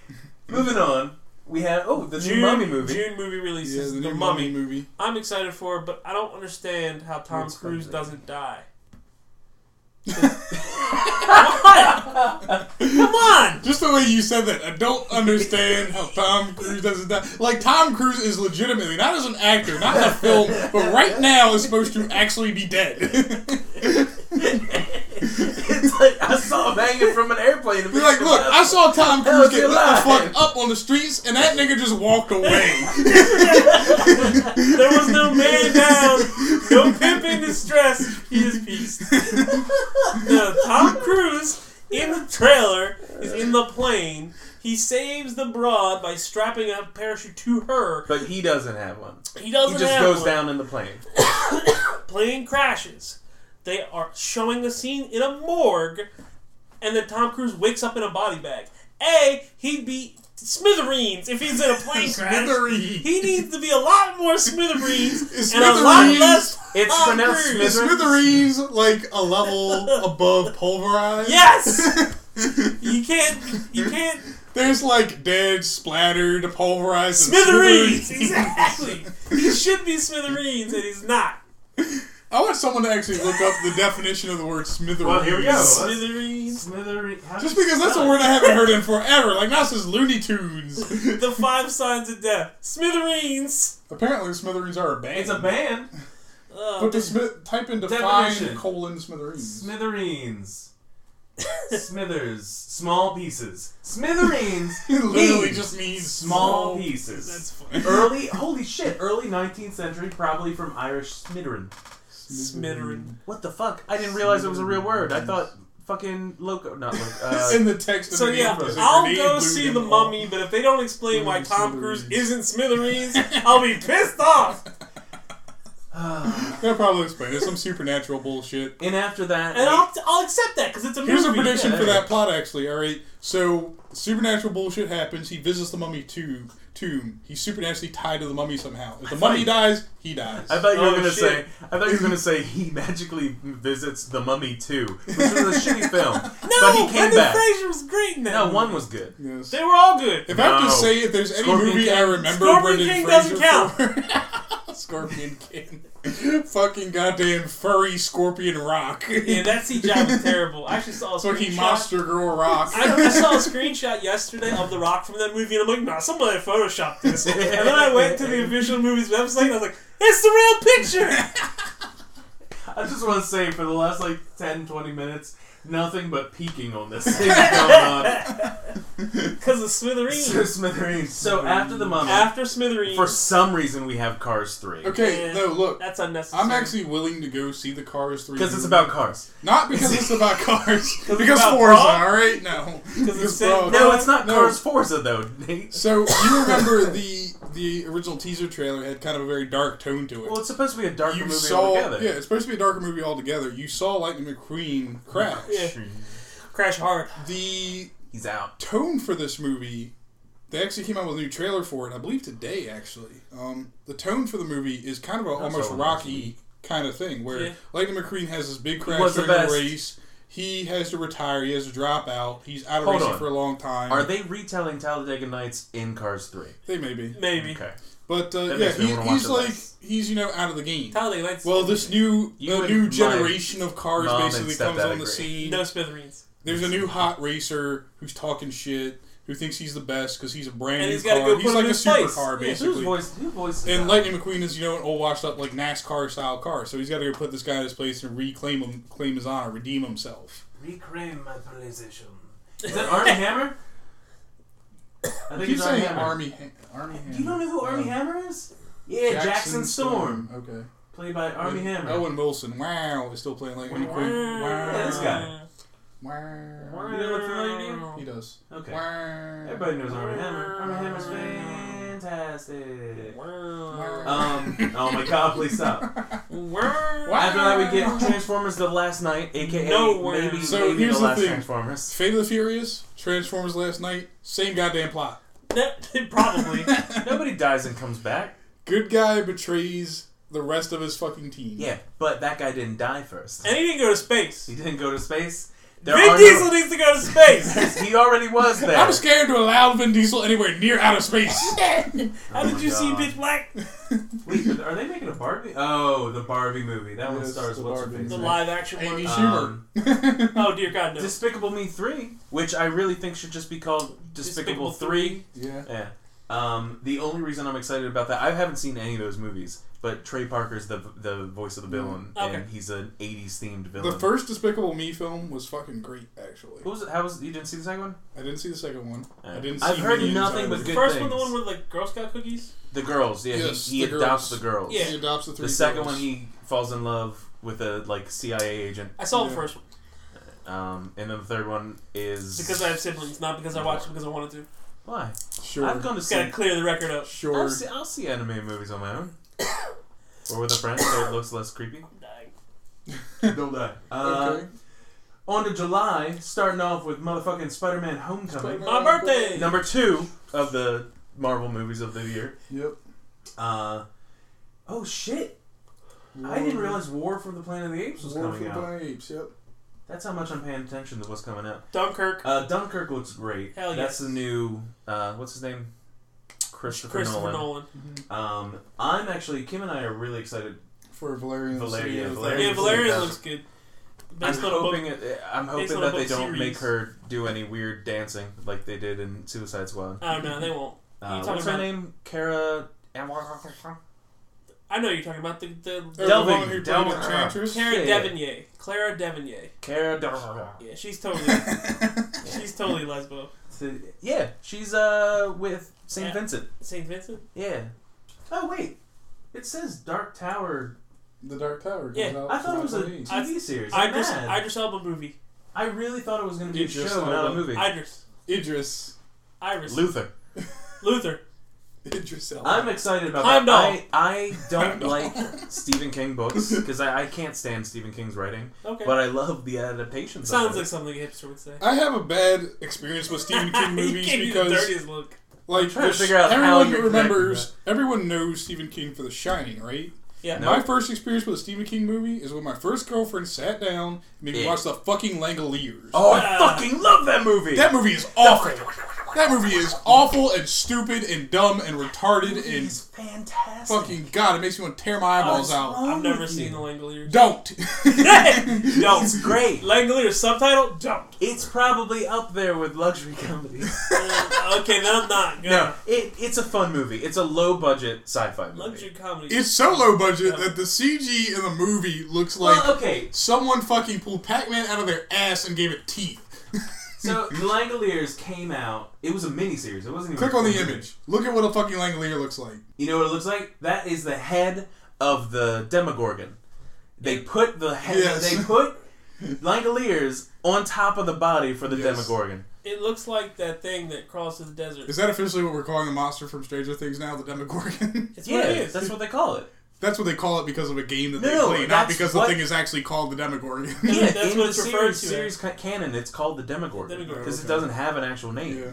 Speaker 2: Moving on, we have oh the
Speaker 4: June
Speaker 2: new Mummy movie.
Speaker 4: June movie
Speaker 1: Yeah,
Speaker 4: releases
Speaker 1: the
Speaker 4: the,
Speaker 1: new
Speaker 4: mummy.
Speaker 1: mummy movie.
Speaker 4: I'm excited for, it, but I don't understand how Tom
Speaker 2: What's
Speaker 4: Cruise
Speaker 2: that?
Speaker 4: doesn't die. What? Come on!
Speaker 1: Just the way you said that, I don't understand how Tom Cruise doesn't die. Like Tom Cruise is legitimately not as an actor, not in a film, but right now is supposed to actually be dead.
Speaker 2: it's like I saw him hanging from an airplane. And
Speaker 1: Be like, look, I saw Tom
Speaker 2: How's
Speaker 1: Cruise get
Speaker 2: he
Speaker 1: lit the
Speaker 2: alive?
Speaker 1: fuck up on the streets, and that nigga just walked away.
Speaker 4: There was no man down, no pimp in distress. He is peace. No, Tom Cruise in the trailer is in the plane. He saves the broad by strapping a parachute to her.
Speaker 2: but he doesn't have one.
Speaker 4: He doesn't
Speaker 2: He just
Speaker 4: have
Speaker 2: goes
Speaker 4: one.
Speaker 2: down in the plane.
Speaker 4: plane crashes. They are showing a scene in a morgue, and then Tom Cruise wakes up in a body bag. A, he'd be smithereens if he's in a plane crash.
Speaker 1: Smithereens.
Speaker 4: He needs to be a lot more smithereens
Speaker 1: Is
Speaker 4: and a lot
Speaker 1: smithereens-
Speaker 4: less.
Speaker 2: It's
Speaker 4: Tom
Speaker 2: pronounced
Speaker 4: Cruise.
Speaker 1: Is smithereens like a level above pulverized?
Speaker 4: Yes, you can't. You can't
Speaker 1: There's like dead, splattered, pulverized and
Speaker 4: smithereens. Exactly. He should be smithereens, and he's not.
Speaker 1: I want someone to actually look up the definition of the word smithereens.
Speaker 2: Well, here we go.
Speaker 4: Smithereens.
Speaker 2: Smithery. how
Speaker 1: Just
Speaker 2: do you
Speaker 1: because that's a
Speaker 2: spell it?
Speaker 1: word I haven't heard in forever. Like, not since Looney Tunes.
Speaker 4: The five signs of death. Smithereens.
Speaker 1: Apparently, smithereens are a band.
Speaker 2: It's a band.
Speaker 4: Oh,
Speaker 1: But the smith- type in define
Speaker 2: Definition.
Speaker 1: colon smithereens.
Speaker 2: Smithereens. Smithers. Small pieces. Smithereens.
Speaker 1: it literally
Speaker 2: means
Speaker 1: just means
Speaker 2: small
Speaker 1: piece.
Speaker 2: pieces.
Speaker 4: that's funny.
Speaker 2: Early, holy shit, early 19th century, probably from Irish smitterin.
Speaker 4: Smitterin.
Speaker 2: What the fuck? I didn't realize it was a real word. I thought fucking loco, not loco. Uh,
Speaker 1: in the text of
Speaker 4: So
Speaker 1: the
Speaker 4: yeah,
Speaker 1: name, is a
Speaker 4: I'll
Speaker 1: grenade
Speaker 4: go
Speaker 1: glued
Speaker 4: see
Speaker 1: in
Speaker 4: the
Speaker 1: wall.
Speaker 4: mummy, but if they don't explain why
Speaker 1: Mm,
Speaker 4: Tom Cruise
Speaker 1: Smithereens.
Speaker 4: isn't Smithereens, I'll be pissed off.
Speaker 1: They'll probably explain it. Some supernatural bullshit.
Speaker 2: and after that,
Speaker 4: And I'll, I'll accept that because it's a
Speaker 1: Here's a
Speaker 4: movie.
Speaker 1: prediction
Speaker 2: yeah,
Speaker 1: for
Speaker 2: there
Speaker 1: that plot, actually. All right, so supernatural bullshit happens. He visits the mummy tomb. Tomb. He's supernaturally tied to the mummy somehow. If the mummy dies, he dies.
Speaker 2: I thought you
Speaker 4: Oh,
Speaker 2: were gonna
Speaker 4: shit.
Speaker 2: say. I thought you were gonna say he magically visits the Mummy too, which was a shitty film.
Speaker 4: No,
Speaker 2: but he came
Speaker 4: Brendan
Speaker 2: back.
Speaker 4: Fraser was great in that.
Speaker 2: No,
Speaker 4: movie.
Speaker 2: one was good.
Speaker 1: Yes.
Speaker 4: They were all good.
Speaker 1: If I have to
Speaker 2: No.
Speaker 1: say, if there's any
Speaker 2: Scorpion
Speaker 1: movie
Speaker 2: King.
Speaker 1: I remember,
Speaker 4: Scorpion
Speaker 1: Brendan
Speaker 4: King
Speaker 1: Fraser
Speaker 4: doesn't
Speaker 1: for- Scorpion King, fucking goddamn furry scorpion rock,
Speaker 4: Yeah, that CGI was terrible. I actually saw a
Speaker 1: fucking
Speaker 4: screenshot.
Speaker 1: monster girl rock.
Speaker 4: I, I saw a screenshot yesterday of The Rock from that movie, and I'm like, nah, somebody photoshopped this. And then I went to the official movies website, and I was like, it's the real picture.
Speaker 2: I just want to say for the last like 10, 20 minutes, Nothing but peeking on this thing going on.
Speaker 4: Because of Smithereens.
Speaker 2: So smithereens. So after the mummy,
Speaker 4: After Smithereens.
Speaker 2: for some reason we have Cars Three.
Speaker 1: Okay,
Speaker 4: Yeah.
Speaker 1: no, look.
Speaker 4: that's unnecessary.
Speaker 1: I'm actually willing to go see the Cars 3.
Speaker 2: Because it's
Speaker 1: movie.
Speaker 2: about cars.
Speaker 1: Not because it's about cars.
Speaker 4: it's
Speaker 1: because
Speaker 4: about
Speaker 1: Forza,
Speaker 4: Prague?
Speaker 1: alright? No.
Speaker 4: it's
Speaker 1: Prague.
Speaker 4: set-
Speaker 2: No, it's not
Speaker 1: No.
Speaker 2: Cars Forza though. Nate.
Speaker 1: So you remember the the original teaser trailer had kind of a very dark tone to it.
Speaker 2: Well, it's supposed to be a darker
Speaker 1: you
Speaker 2: movie
Speaker 1: saw,
Speaker 2: altogether.
Speaker 1: yeah, it's supposed to be a darker movie altogether. You saw Lightning McQueen crash.
Speaker 4: Yeah. Crash Hard.
Speaker 1: The
Speaker 2: He's out.
Speaker 1: tone for this movie, they actually came out with a new trailer for it. I believe today, actually. Um, the tone for the movie is kind of a almost
Speaker 2: all
Speaker 1: rocky kind of thing where
Speaker 4: Yeah.
Speaker 1: Lightning McQueen has this big crash
Speaker 2: was the
Speaker 1: during the
Speaker 2: best.
Speaker 1: race. He has to retire. He has to drop out. He's out of
Speaker 2: Hold
Speaker 1: racing
Speaker 2: on.
Speaker 1: for a long time.
Speaker 2: Are they retelling Talladega Nights in Cars Three?
Speaker 1: They may be,
Speaker 4: Maybe.
Speaker 2: Okay.
Speaker 1: but uh,
Speaker 2: That
Speaker 1: yeah,
Speaker 2: makes me
Speaker 1: he,
Speaker 2: wanna watch
Speaker 1: he's
Speaker 2: it
Speaker 1: like
Speaker 2: less.
Speaker 1: he's you know out of the game.
Speaker 4: Talladega Nights.
Speaker 1: Well, this new
Speaker 2: You
Speaker 1: the
Speaker 2: and
Speaker 1: new
Speaker 2: my
Speaker 1: generation of cars
Speaker 2: mom and
Speaker 1: basically comes
Speaker 2: stepdad
Speaker 1: on the
Speaker 2: agree.
Speaker 1: scene.
Speaker 4: no Smithereens.
Speaker 1: There's a new hot racer who's talking shit, who thinks he's the best because he's a brand
Speaker 4: And
Speaker 1: new
Speaker 4: he's gotta
Speaker 1: car.
Speaker 4: go put
Speaker 1: he's
Speaker 4: him
Speaker 1: like a
Speaker 4: in his
Speaker 1: supercar,
Speaker 4: place. Yeah, who's
Speaker 1: basically.
Speaker 2: voice? Who voice?
Speaker 1: and Lightning McQueen is, you know, an old washed up like NASCAR style car, so he's got to go put this guy in his place and reclaim him, claim his honor, redeem himself.
Speaker 2: reclaim my PlayStation. Is that Army Hammer? I
Speaker 1: I
Speaker 2: think
Speaker 1: keep
Speaker 2: it's Army
Speaker 1: saying
Speaker 2: Hammer.
Speaker 1: Army, ha- Army Hammer.
Speaker 2: You don't know who Army
Speaker 1: Um,
Speaker 2: Hammer is? Yeah, Jackson, Storm,
Speaker 1: Okay.
Speaker 2: played by Army
Speaker 1: And
Speaker 2: Hammer.
Speaker 1: Owen Wilson. Wow, is still playing Lightning McQueen. Wow.
Speaker 2: Yeah, this guy.
Speaker 1: Wow.
Speaker 2: You know what familiar name?
Speaker 1: He does.
Speaker 2: Okay.
Speaker 1: Wow.
Speaker 2: Everybody knows Army Hammer. Army Hammer's fantastic.
Speaker 4: Wow.
Speaker 2: Um. Oh my God! Please stop.
Speaker 4: Wow.
Speaker 1: Wow.
Speaker 2: After that, we get Transformers: The Last Night, aka
Speaker 4: No way.
Speaker 2: maybe,
Speaker 1: So
Speaker 2: maybe
Speaker 1: here's
Speaker 2: the
Speaker 1: the
Speaker 2: last
Speaker 1: thing.
Speaker 2: Transformers.
Speaker 1: Fate of the Furious, Transformers last night, same goddamn plot.
Speaker 4: That, probably.
Speaker 2: Nobody dies and comes back.
Speaker 1: Good guy betrays the rest of his fucking team.
Speaker 2: Yeah, but that guy didn't die first.
Speaker 4: and he didn't go to space.
Speaker 2: He didn't go to space. There
Speaker 4: Vin
Speaker 2: are
Speaker 4: Diesel
Speaker 2: no- Oh
Speaker 4: needs to go to space.
Speaker 2: he already was there.
Speaker 1: I'm scared to allow Vin Diesel anywhere near outer space.
Speaker 4: How
Speaker 2: Oh
Speaker 4: did
Speaker 2: my
Speaker 4: you see
Speaker 2: God.
Speaker 4: Pitch Black?
Speaker 2: Wait, are they making a Barbie? Oh, the Barbie movie. That one
Speaker 1: Yes,
Speaker 2: stars
Speaker 1: the
Speaker 2: what's her
Speaker 1: Barbie
Speaker 2: face?
Speaker 4: The
Speaker 1: Right.
Speaker 4: live action
Speaker 1: Amy
Speaker 4: one.
Speaker 1: Schumer.
Speaker 2: Um,
Speaker 4: Oh dear God, no.
Speaker 2: Despicable Me three, which I really think should just be called Despicable,
Speaker 4: Despicable
Speaker 2: three.
Speaker 1: yeah.
Speaker 2: Yeah. Um, the only reason I'm excited about that, I haven't seen any of those movies, but Trey Parker's the the voice of the villain,
Speaker 4: Okay.
Speaker 2: and he's an '80s themed villain.
Speaker 1: Mm-hmm. The first Despicable Me film was fucking great, actually.
Speaker 2: What was it? How was you didn't see the second one?
Speaker 1: I didn't see the second one. I didn't
Speaker 2: I've
Speaker 1: see
Speaker 2: heard
Speaker 1: the
Speaker 2: nothing
Speaker 1: inside
Speaker 2: but
Speaker 1: of
Speaker 2: good
Speaker 4: First
Speaker 2: things.
Speaker 4: one, the one with like Girl Scout cookies.
Speaker 2: The girls, yeah,
Speaker 1: Yes,
Speaker 2: he, he
Speaker 1: the
Speaker 2: adopts
Speaker 1: girls.
Speaker 2: the girls.
Speaker 4: Yeah.
Speaker 1: He adopts the three.
Speaker 2: The second
Speaker 1: girls.
Speaker 2: one, he falls in love with a like CIA agent,
Speaker 4: I saw the
Speaker 1: Yeah.
Speaker 4: first one
Speaker 2: um, and then the third one is
Speaker 4: because I have siblings, not because I watched it because I wanted to.
Speaker 2: why
Speaker 1: Sure.
Speaker 2: I've gone to
Speaker 4: Just
Speaker 2: see.
Speaker 4: gotta clear the record up.
Speaker 1: sure.
Speaker 2: I'll see, I'll see anime movies on my own, or with a friend, so it looks less creepy.
Speaker 4: I'm dying.
Speaker 2: Don't die. Uh,
Speaker 1: okay.
Speaker 2: On to July, starting off with motherfucking Spider-Man: Homecoming,
Speaker 1: Spider-Man.
Speaker 4: My birthday.
Speaker 2: number two of the Marvel movies of the year.
Speaker 1: Yep.
Speaker 2: Uh, oh shit! I didn't realize War for the Planet of the Apes was
Speaker 1: War for
Speaker 2: coming
Speaker 1: the
Speaker 2: out.
Speaker 1: Planet of the Apes. Yep.
Speaker 2: That's how much I'm paying attention to what's coming out.
Speaker 4: Dunkirk.
Speaker 2: Uh, Dunkirk looks great.
Speaker 4: Hell
Speaker 2: That's
Speaker 4: yes.
Speaker 2: the new uh, what's his name? Christopher,
Speaker 4: Christopher
Speaker 2: Nolan.
Speaker 4: Nolan.
Speaker 1: Mm-hmm.
Speaker 2: Um, I'm actually Kim and I are really excited.
Speaker 1: For Valerian.
Speaker 2: Valeria,
Speaker 1: City of
Speaker 2: Valeria.
Speaker 1: Thousands.
Speaker 4: Yeah, Valerian
Speaker 2: Yeah.
Speaker 4: looks good. Based
Speaker 2: I'm
Speaker 4: on a book.
Speaker 2: hoping it, eh, I'm
Speaker 4: based
Speaker 2: hoping
Speaker 4: on a
Speaker 2: that they
Speaker 4: book
Speaker 2: don't
Speaker 4: series.
Speaker 2: make her do any weird dancing like they did in Suicide Squad.
Speaker 4: Oh no, they won't.
Speaker 2: Uh,
Speaker 4: talking
Speaker 2: what's her
Speaker 4: about-
Speaker 2: name? Kara
Speaker 4: I know you're talking about the, the
Speaker 1: Or the
Speaker 2: Delving.
Speaker 1: woman who played
Speaker 2: Delving.
Speaker 1: Enchantress.
Speaker 4: Cara
Speaker 2: Yeah, yeah.
Speaker 4: Devonier, Clara Devonier.
Speaker 2: Kara Del-
Speaker 4: Yeah, she's totally she's totally lesbo.
Speaker 2: Yeah, she's uh with St.
Speaker 4: Yeah.
Speaker 2: Vincent.
Speaker 4: Saint Vincent.
Speaker 2: Yeah. Oh wait. It says Dark Tower.
Speaker 1: The Dark Tower. comes
Speaker 4: Yeah,
Speaker 1: out
Speaker 2: I thought it was a
Speaker 1: July 28th.
Speaker 2: TV series. I'm
Speaker 4: Idris
Speaker 2: mad.
Speaker 4: Idris Elba movie.
Speaker 2: I really thought it was going to be a
Speaker 1: Idris
Speaker 2: show, not a
Speaker 1: Elba.
Speaker 2: movie.
Speaker 4: Idris.
Speaker 1: Idris.
Speaker 4: Iris.
Speaker 2: Luther.
Speaker 4: Luther.
Speaker 1: Idris Elba.
Speaker 2: I'm excited about
Speaker 4: Heimdall.
Speaker 2: that. I, I don't
Speaker 1: Heimdall.
Speaker 2: like Stephen King books because I, I can't stand Stephen King's writing,
Speaker 4: Okay.
Speaker 2: but I love the adaptations.
Speaker 4: Sounds
Speaker 2: of
Speaker 4: like
Speaker 2: it.
Speaker 4: something a hipster would say.
Speaker 1: I have a bad experience with Stephen King
Speaker 4: he
Speaker 1: movies
Speaker 4: gave you the
Speaker 1: because,
Speaker 4: dirtiest look.
Speaker 1: like,
Speaker 2: trying to
Speaker 1: the
Speaker 2: figure out how
Speaker 1: everyone
Speaker 2: you're
Speaker 1: remembers, everyone knows Stephen King for The Shining, right?
Speaker 4: Yeah.
Speaker 2: No.
Speaker 1: My first experience with a Stephen King movie is when my first girlfriend sat down and made me
Speaker 2: Yeah.
Speaker 1: watch the fucking Langoliers.
Speaker 2: Oh, I
Speaker 4: Ah.
Speaker 2: fucking love that movie.
Speaker 1: That movie is awful. That movie is awful and stupid and dumb and retarded and
Speaker 2: He's fantastic.
Speaker 1: fucking god. It makes me want to tear my eyeballs
Speaker 2: Oh, it's
Speaker 1: out.
Speaker 2: wrong.
Speaker 4: I've never
Speaker 2: with
Speaker 4: seen
Speaker 2: you?
Speaker 4: the Langoliers.
Speaker 1: Don't.
Speaker 4: no,
Speaker 2: It's great.
Speaker 4: Langoliers subtitle. Don't.
Speaker 2: It's probably up there with luxury comedies.
Speaker 4: Uh, okay, then I'm not. Gonna.
Speaker 2: no, it, it's a fun movie. It's a low budget sci-fi movie.
Speaker 4: Luxury comedy.
Speaker 1: It's so low budget that the CG in the movie looks like
Speaker 2: well, okay.
Speaker 1: someone fucking pulled Pac-Man out of their ass and gave it teeth.
Speaker 2: So the Langoliers came out. It was a miniseries. It wasn't even.
Speaker 1: Click on the image. Look at what a fucking Langolier looks like.
Speaker 2: You know what it looks like? That is the head of the Demogorgon. They put the head.
Speaker 1: Yes.
Speaker 2: They put Langoliers on top of the body for the
Speaker 1: Yes.
Speaker 2: Demogorgon.
Speaker 4: It looks like that thing that crosses the desert.
Speaker 1: Is that officially what we're calling the monster from Stranger Things now, the Demogorgon?
Speaker 4: It's
Speaker 2: Yeah,
Speaker 4: what it is.
Speaker 2: that's what they call it.
Speaker 1: that's what they call it because of a game that
Speaker 2: No,
Speaker 1: they
Speaker 2: no,
Speaker 1: play, not
Speaker 2: that's
Speaker 1: because
Speaker 2: what-
Speaker 1: the thing is actually called the Demogorgon.
Speaker 4: Yeah,
Speaker 2: Yeah,
Speaker 4: that's
Speaker 2: in
Speaker 4: what
Speaker 2: the
Speaker 4: it's referred
Speaker 2: series,
Speaker 4: to
Speaker 2: series ca- canon, it's called the Demogorgon
Speaker 4: Demogorgon.
Speaker 2: because
Speaker 1: Okay.
Speaker 2: it doesn't have an actual name.
Speaker 1: yeah.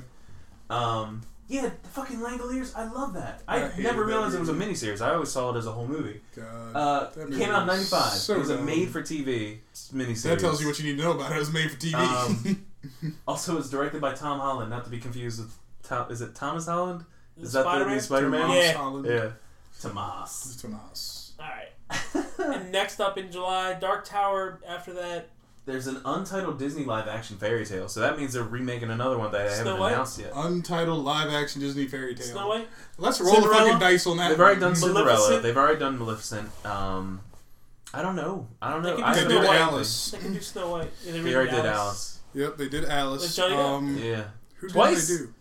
Speaker 2: Um, yeah, the fucking Langoliers. I love that. I,
Speaker 1: I hated
Speaker 2: never
Speaker 1: that
Speaker 2: realized it was a miniseries. I always saw it as a whole movie.
Speaker 1: God.
Speaker 2: Uh,
Speaker 1: That
Speaker 2: came out in
Speaker 1: movie was
Speaker 2: '95.
Speaker 1: so
Speaker 2: it was a
Speaker 1: dumb.
Speaker 2: made-for-TV miniseries.
Speaker 1: that tells you what you need to know about it. It was made for TV.
Speaker 2: Um, Also, it's directed by Tom Holland, not to be confused with Tom. Is it Thomas Holland?
Speaker 4: The
Speaker 2: Is that the
Speaker 4: Spider-Man?
Speaker 2: new Spider-Man?
Speaker 1: Tomas
Speaker 4: Yeah.
Speaker 1: Holland.
Speaker 2: Yeah, Tomas.
Speaker 1: Tomas.
Speaker 4: All right. and next up in July, Dark Tower. After that,
Speaker 2: There's an untitled Disney live-action fairy tale, so that means they're remaking another one that I
Speaker 4: Snow
Speaker 2: haven't
Speaker 4: White?
Speaker 2: announced yet.
Speaker 1: Untitled live action Disney fairy tale.
Speaker 4: Snow White.
Speaker 1: Let's roll
Speaker 2: Cinderella?
Speaker 1: the fucking dice on that.
Speaker 2: They've already done
Speaker 1: one.
Speaker 2: Cinderella.
Speaker 4: Maleficent?
Speaker 2: They've already done Maleficent. Um, I don't know. I don't
Speaker 4: They
Speaker 2: know.
Speaker 4: could
Speaker 2: I
Speaker 4: do
Speaker 1: They
Speaker 2: have
Speaker 4: Snow
Speaker 1: did
Speaker 2: no
Speaker 4: White.
Speaker 2: idea.
Speaker 1: Alice.
Speaker 4: They can do Snow White. Yeah,
Speaker 2: They already did Alice.
Speaker 1: Yep, they did Alice.
Speaker 4: With Johnny Depp?
Speaker 1: um,
Speaker 2: Yeah.
Speaker 1: Who
Speaker 2: Twice?
Speaker 1: did they do?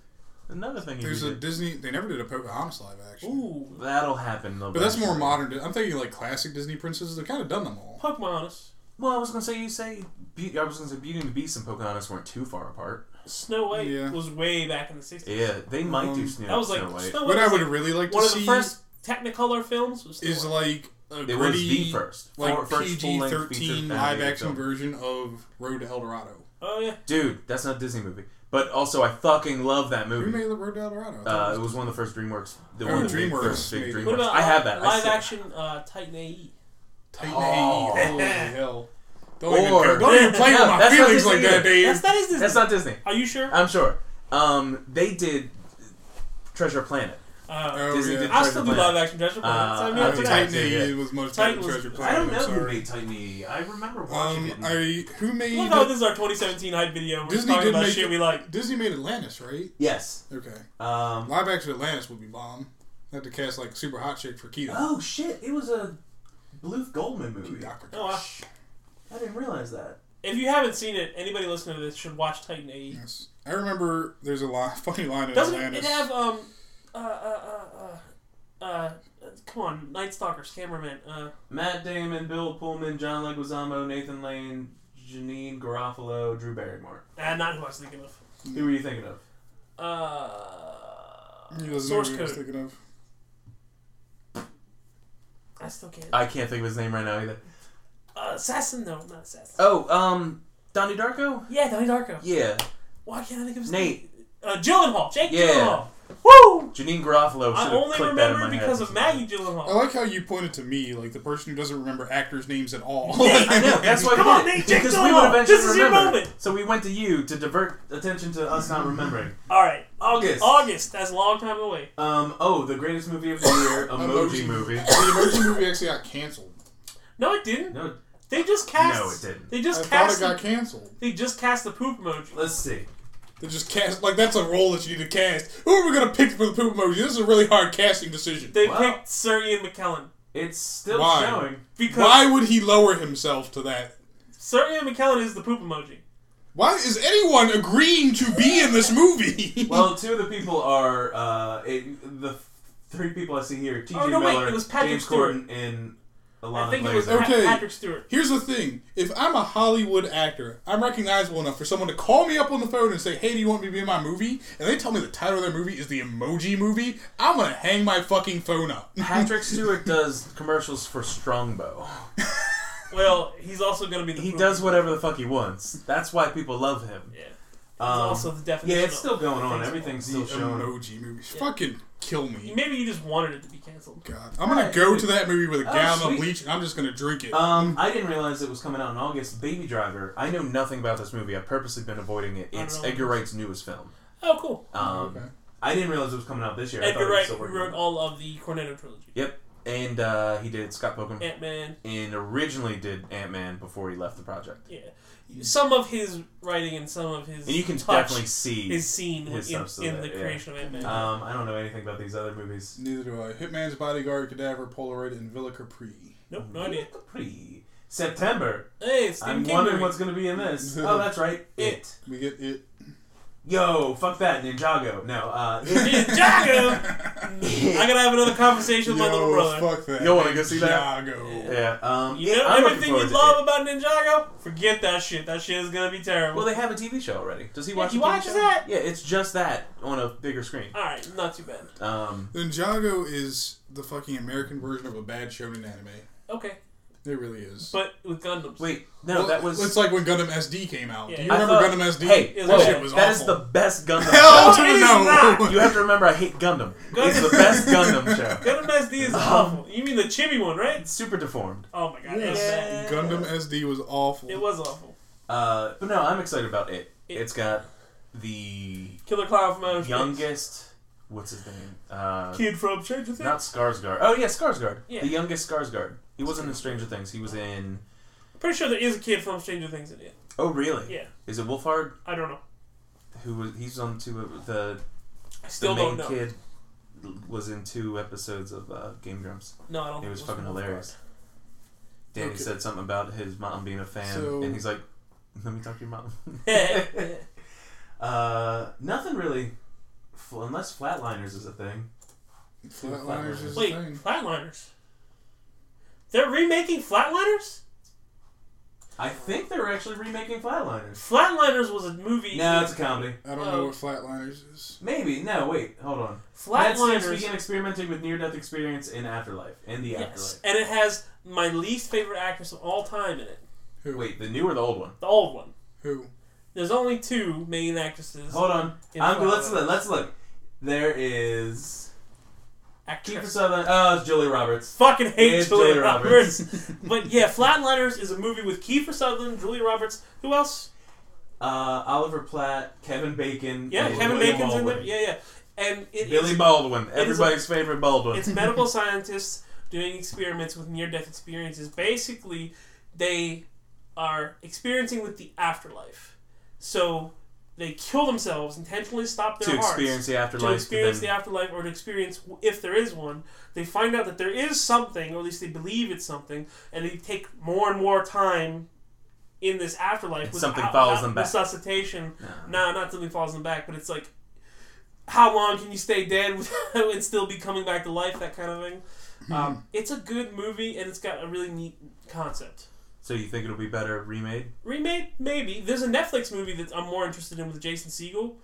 Speaker 2: Another thing you
Speaker 1: There's a
Speaker 2: did.
Speaker 1: Disney. They never did a Pocahontas live action.
Speaker 4: Ooh,
Speaker 2: That'll happen.
Speaker 1: But that's more modern. Di- I'm thinking like classic Disney princesses. They've kind of done them all.
Speaker 4: Pocahontas,
Speaker 2: Well, I was gonna say you say. Be- I was gonna say Beauty and the Beast and Pocahontas weren't too far apart.
Speaker 4: Snow White
Speaker 1: Yeah.
Speaker 4: was way back in the '60s.
Speaker 2: Yeah, they might do
Speaker 1: Um,
Speaker 2: Snow,
Speaker 4: That was like
Speaker 2: Snow White.
Speaker 4: Snow
Speaker 1: What
Speaker 4: White
Speaker 1: I
Speaker 4: was
Speaker 1: would
Speaker 4: like
Speaker 1: really like
Speaker 4: one
Speaker 1: to
Speaker 4: of the
Speaker 1: see
Speaker 4: first Technicolor films. Was Snow
Speaker 1: is
Speaker 4: White.
Speaker 1: like a
Speaker 2: it
Speaker 1: gritty,
Speaker 2: was the first,
Speaker 1: like
Speaker 2: for- first full-length feature
Speaker 1: PG-13
Speaker 2: animated
Speaker 1: live action
Speaker 2: film.
Speaker 1: version of Road to El Dorado.
Speaker 4: oh yeah,
Speaker 2: Dude, that's not a Disney movie. But also, I fucking love that
Speaker 1: Who
Speaker 2: movie.
Speaker 1: made the Road to El Dorado? I thought
Speaker 2: Uh,
Speaker 1: it
Speaker 2: it
Speaker 1: was-
Speaker 2: was one of the first DreamWorks. The
Speaker 1: Oh,
Speaker 2: one of the big-
Speaker 1: DreamWorks
Speaker 2: first big
Speaker 1: made it.
Speaker 2: DreamWorks.
Speaker 4: what about
Speaker 2: I have
Speaker 4: uh,
Speaker 2: that. I
Speaker 4: live
Speaker 2: still-
Speaker 4: action uh, Titan AE?
Speaker 1: Titan
Speaker 2: Oh.
Speaker 1: AE. Holy hell! Don't
Speaker 2: Or-
Speaker 1: even, don't even play with my
Speaker 2: That's not
Speaker 1: feelings
Speaker 2: Disney
Speaker 1: like that,
Speaker 2: either.
Speaker 1: Dave.
Speaker 4: That's that is Disney.
Speaker 2: That's not Disney.
Speaker 4: Are you sure?
Speaker 2: I'm sure. Um, they did Treasure Planet.
Speaker 4: Uh,
Speaker 1: Oh,
Speaker 2: Disney
Speaker 1: yeah.
Speaker 2: did
Speaker 4: I
Speaker 2: Treasure
Speaker 4: still do
Speaker 2: Planet.
Speaker 4: live action Treasure Planet.
Speaker 2: Uh,
Speaker 4: Sign me
Speaker 1: I
Speaker 4: up
Speaker 2: mean,
Speaker 4: for
Speaker 1: mean,
Speaker 4: that.
Speaker 1: Titan
Speaker 2: Yeah.
Speaker 1: AE was much better
Speaker 4: Titan
Speaker 1: than
Speaker 4: was-
Speaker 1: Treasure
Speaker 2: I
Speaker 1: Planet.
Speaker 2: don't know
Speaker 1: I'm
Speaker 2: who
Speaker 1: sorry.
Speaker 2: made Titan E. I remember watching
Speaker 1: Um,
Speaker 2: it.
Speaker 1: I who made
Speaker 4: Look how this is our 2017 hype video. We're just
Speaker 1: E Disney
Speaker 4: talking
Speaker 1: did
Speaker 4: about
Speaker 1: make
Speaker 4: shit
Speaker 1: it-
Speaker 4: we like.
Speaker 1: Disney made Atlantis, right?
Speaker 2: yes.
Speaker 1: Okay.
Speaker 2: Um,
Speaker 1: Live action Atlantis would be bomb. They had to cast like super hot chick for Keto.
Speaker 2: oh shit! It was a Bluth Goldman movie.
Speaker 1: Dr.
Speaker 4: Oh, wow.
Speaker 1: Kush.
Speaker 2: I didn't realize that.
Speaker 4: If you haven't seen it, anybody listening to this should watch Titan E. AE.
Speaker 1: Yes. I remember there's a line, funny line in
Speaker 4: Doesn't it
Speaker 1: Atlantis.
Speaker 4: have um uh uh uh uh, uh come on Night Stalkers cameraman uh
Speaker 2: Matt Damon, Bill Pullman, John Leguizamo, Nathan Lane, Janine Garofalo, Drew Barrymore.
Speaker 4: ah, not who I was thinking of
Speaker 2: Who were you thinking of?
Speaker 1: He
Speaker 4: uh
Speaker 1: doesn't
Speaker 4: source
Speaker 1: know what I was
Speaker 4: code
Speaker 1: thinking of.
Speaker 4: I still can't
Speaker 2: I can't think of his name right now either.
Speaker 4: uh, assassin no not assassin
Speaker 2: Oh, um, Donnie Darko.
Speaker 4: yeah Donnie Darko
Speaker 2: Yeah,
Speaker 4: why can't I think of his
Speaker 2: Nate.
Speaker 4: name? uh Gyllenhaal Jake
Speaker 2: Yeah.
Speaker 4: Gyllenhaal woo
Speaker 2: Janine Garofalo.
Speaker 4: I
Speaker 2: should've
Speaker 4: only
Speaker 2: clicked that in
Speaker 4: remember
Speaker 2: my head.
Speaker 4: because of Maggie Gyllenhaal
Speaker 1: I like how you pointed to me, like the person who doesn't remember actors' names at all.
Speaker 2: I know. That's why
Speaker 4: Come
Speaker 2: we
Speaker 4: on,
Speaker 2: did it.
Speaker 4: Nate, Jake
Speaker 2: because
Speaker 4: Gyllenhaal.
Speaker 2: we would eventually
Speaker 4: This is your
Speaker 2: remember.
Speaker 4: moment.
Speaker 2: So we went to you to divert attention to us not remembering.
Speaker 4: alright
Speaker 2: August.
Speaker 4: August that's a long time away
Speaker 2: Um. Oh, the greatest movie of the year, Emoji Movie.
Speaker 1: The emoji movie actually got canceled.
Speaker 4: no it didn't
Speaker 2: No,
Speaker 4: they just cast
Speaker 2: no, it didn't.
Speaker 4: they
Speaker 1: I
Speaker 4: just
Speaker 1: thought it
Speaker 4: cast
Speaker 1: got canceled.
Speaker 4: they just cast the poop emoji
Speaker 2: Let's see.
Speaker 1: They just cast like that's a role that you need to cast. Who are we gonna pick for the poop emoji? This is a really hard casting decision.
Speaker 4: They
Speaker 2: Wow.
Speaker 4: picked Sir Ian McKellen
Speaker 2: It's still
Speaker 1: Why?
Speaker 2: showing.
Speaker 4: because
Speaker 1: Why would he lower himself to that?
Speaker 4: Sir Ian McKellen is the poop emoji.
Speaker 1: Why is anyone agreeing to be in this movie?
Speaker 2: Well, two of the people are uh, it, the three people I see here: T.J.
Speaker 4: Oh, no, wait,
Speaker 2: Miller,
Speaker 4: it was Patrick
Speaker 2: James
Speaker 4: Stewart.
Speaker 2: Corden, and
Speaker 4: I
Speaker 2: Alana
Speaker 4: think it was
Speaker 2: Glazer.
Speaker 1: Blazer. Okay.
Speaker 4: Pat- Patrick Stewart.
Speaker 1: Here's the thing: if I'm a Hollywood actor, I'm recognizable enough for someone to call me up on the phone and say, "Hey, do you want me to be in my movie?" And they tell me the title of their movie is the Emoji Movie. I'm gonna hang my fucking phone up.
Speaker 2: Patrick Stewart does commercials for Strongbow.
Speaker 4: Well, he's also going to be the
Speaker 2: He
Speaker 4: poop
Speaker 2: does
Speaker 4: emoji.
Speaker 2: whatever the fuck he wants. That's why people love him.
Speaker 4: Yeah. He's
Speaker 2: Um,
Speaker 4: also the definition.
Speaker 2: yeah, it's still
Speaker 4: of
Speaker 2: going on.
Speaker 4: Facebook.
Speaker 2: Everything's
Speaker 1: The
Speaker 2: still showing.
Speaker 1: Emoji Movie. Fucking kill me.
Speaker 4: Maybe you just wanted it to be canceled.
Speaker 1: God, I'm gonna go to that movie with a
Speaker 2: Oh,
Speaker 1: gallon
Speaker 2: sweet.
Speaker 1: of bleach and I'm just gonna drink it.
Speaker 2: Um, I didn't realize it was coming out in August. Baby Driver. I know nothing about this movie. I've purposely been avoiding it.
Speaker 4: I
Speaker 2: It's
Speaker 4: don't know.
Speaker 2: Edgar Wright's newest film.
Speaker 4: Oh, cool.
Speaker 2: Um,
Speaker 1: okay.
Speaker 2: I didn't realize it was coming out this year. I thought
Speaker 4: Edgar
Speaker 2: it was
Speaker 4: Wright
Speaker 2: still working.
Speaker 4: wrote all of the Cornetto trilogy.
Speaker 2: and uh, he did Scott Pilgrim,
Speaker 4: Ant Man.
Speaker 2: and originally did Ant Man before he left the project.
Speaker 4: Yeah. Some of his writing and some of his
Speaker 2: And you can
Speaker 4: touch
Speaker 2: definitely see.
Speaker 4: is seen
Speaker 2: his
Speaker 4: in,
Speaker 2: substance
Speaker 4: in
Speaker 2: of
Speaker 4: the
Speaker 2: it, yeah.
Speaker 4: creation of Ant Man.
Speaker 2: um, I don't know anything about these other movies.
Speaker 1: Neither do I. Hitman's Bodyguard, Cadaver, Polaroid, and Villa Capri.
Speaker 4: nope, no idea.
Speaker 2: Capri. September.
Speaker 4: Hey, it's Stephen
Speaker 2: I'm
Speaker 4: King
Speaker 2: wondering
Speaker 4: movie.
Speaker 2: what's going to be in this. Oh, that's right. It.
Speaker 1: We get it.
Speaker 2: Yo, fuck that. Ninjago. No. Uh, it.
Speaker 4: Ninjago! I gotta have another conversation with my little brother.
Speaker 1: fuck that.
Speaker 2: You wanna go see that?
Speaker 1: Ninjago.
Speaker 2: yeah. Um,
Speaker 4: You know
Speaker 2: I'm looking
Speaker 4: everything you
Speaker 2: forward to
Speaker 4: love about Ninjago? Forget that shit. That shit is gonna be
Speaker 2: it.
Speaker 4: terrible.
Speaker 2: Well, they have a TV show already. Does he
Speaker 4: Yeah,
Speaker 2: watch?
Speaker 4: he
Speaker 2: a TV
Speaker 4: watches
Speaker 2: show?
Speaker 4: that?
Speaker 2: Yeah, it's just that on a bigger screen.
Speaker 4: Alright, not too bad.
Speaker 2: Um,
Speaker 1: Ninjago is the fucking American version of a bad shonen anime.
Speaker 4: Okay,
Speaker 1: It really is.
Speaker 4: but with Gundams.
Speaker 2: wait, no,
Speaker 1: Well,
Speaker 2: that was.
Speaker 1: It's like when Gundam SD came out. Do
Speaker 4: Yeah.
Speaker 1: you
Speaker 4: I
Speaker 1: remember
Speaker 2: thought-
Speaker 1: Gundam SD?
Speaker 2: Hey,
Speaker 4: It
Speaker 2: whoa,
Speaker 1: that
Speaker 4: was
Speaker 1: shit was
Speaker 2: that is
Speaker 1: awful.
Speaker 2: the best Gundam.
Speaker 1: Hell
Speaker 4: No,
Speaker 1: to
Speaker 4: it
Speaker 1: the
Speaker 4: is
Speaker 1: no.
Speaker 4: not.
Speaker 2: You have to remember, I hate Gundam. It's the best Gundam show.
Speaker 4: Gundam SD is awful. You mean the chibi one, right?
Speaker 2: It's super deformed.
Speaker 4: Oh my god, it was
Speaker 2: Um,
Speaker 4: bad.
Speaker 2: Yes.
Speaker 1: Gundam SD was awful.
Speaker 4: It was awful.
Speaker 2: Uh, but no, I'm excited about it.
Speaker 4: It-
Speaker 2: It's got the
Speaker 4: Killer Clown from Outer Space.
Speaker 2: youngest. What's his name? Uh,
Speaker 4: Kid from Stranger Things.
Speaker 2: not Skarsgård. Oh yeah, Skarsgård.
Speaker 4: Yeah.
Speaker 2: The youngest Skarsgård. He wasn't in Stranger Things. He was in.
Speaker 4: Pretty sure there is a kid from Stranger Things in it.
Speaker 2: Oh really?
Speaker 4: Yeah.
Speaker 2: Is it Wolfhard?
Speaker 4: I don't know.
Speaker 2: Who was? He's on two of the.
Speaker 4: I
Speaker 2: The
Speaker 4: still
Speaker 2: main
Speaker 4: don't know.
Speaker 2: kid was in two episodes of uh, Game Grumps.
Speaker 4: No, I don't.
Speaker 2: It
Speaker 4: think
Speaker 2: was
Speaker 4: it
Speaker 2: fucking
Speaker 4: from
Speaker 2: hilarious. Danny
Speaker 1: Okay.
Speaker 2: said something about his mom being a fan,
Speaker 1: So-
Speaker 2: and he's like, "Let me talk to your mom."
Speaker 4: Wolfhard. Yeah.
Speaker 2: uh, nothing really, F- unless Flatliners is a thing.
Speaker 1: Flatliners is
Speaker 4: Wait,
Speaker 1: a thing.
Speaker 4: Flatliners. They're remaking Flatliners.
Speaker 2: I think they're actually remaking Flatliners.
Speaker 4: Flatliners was a movie.
Speaker 2: No, it's a comedy.
Speaker 1: I don't know what Flatliners is.
Speaker 2: Maybe no. Wait, hold on. Matt Stevens
Speaker 4: Flatliners.
Speaker 2: began experimenting with near-death experience in Afterlife, in the
Speaker 4: Yes, and it has my least favorite actress of all time in it.
Speaker 1: Who?
Speaker 2: Afterlife. Wait, the new or the old one?
Speaker 4: The old one.
Speaker 1: Who?
Speaker 4: There's only two main actresses.
Speaker 2: Hold on.
Speaker 4: in
Speaker 2: I'm, let's
Speaker 4: Flatliners.
Speaker 2: look. Let's look. There is Kiefer
Speaker 4: Actress.
Speaker 2: Sutherland. Oh, it's Julie Roberts.
Speaker 4: Fucking hate
Speaker 2: It's
Speaker 4: Julia
Speaker 2: Julia
Speaker 4: Roberts.
Speaker 2: Roberts.
Speaker 4: but yeah, Flatliners is a movie with Kiefer Sutherland, Julia Roberts. Who else?
Speaker 2: uh, Oliver Platt, Kevin Bacon.
Speaker 4: Yeah,
Speaker 2: and
Speaker 4: Kevin
Speaker 2: William
Speaker 4: Bacon's in there.
Speaker 2: Baldwin.
Speaker 4: Yeah, yeah. And it,
Speaker 2: Billy
Speaker 4: it's-
Speaker 2: Baldwin,
Speaker 4: is a-
Speaker 2: everybody's favorite Baldwin.
Speaker 4: it's medical scientists doing experiments with near death experiences. Basically, they are experiencing with the afterlife. So they kill themselves, intentionally stop their
Speaker 2: to
Speaker 4: hearts.
Speaker 2: experience the afterlife.
Speaker 4: to experience
Speaker 2: then-
Speaker 4: the afterlife or to experience w- if there is one they find out that there is something or at least they believe it's something and they take more and more time in this afterlife
Speaker 2: And
Speaker 4: without-
Speaker 2: something follows
Speaker 4: without
Speaker 2: them back.
Speaker 4: resuscitation
Speaker 2: Nah.
Speaker 4: no not something follows them back but it's like how long can you stay dead without- and still be coming back to life that kind of thing
Speaker 2: Mm-hmm.
Speaker 4: um, it's a good movie and it's got a really neat concept
Speaker 2: So you think it'll be better remade?
Speaker 4: Remade, maybe. There's a Netflix movie that I'm more interested in with Jason Segel,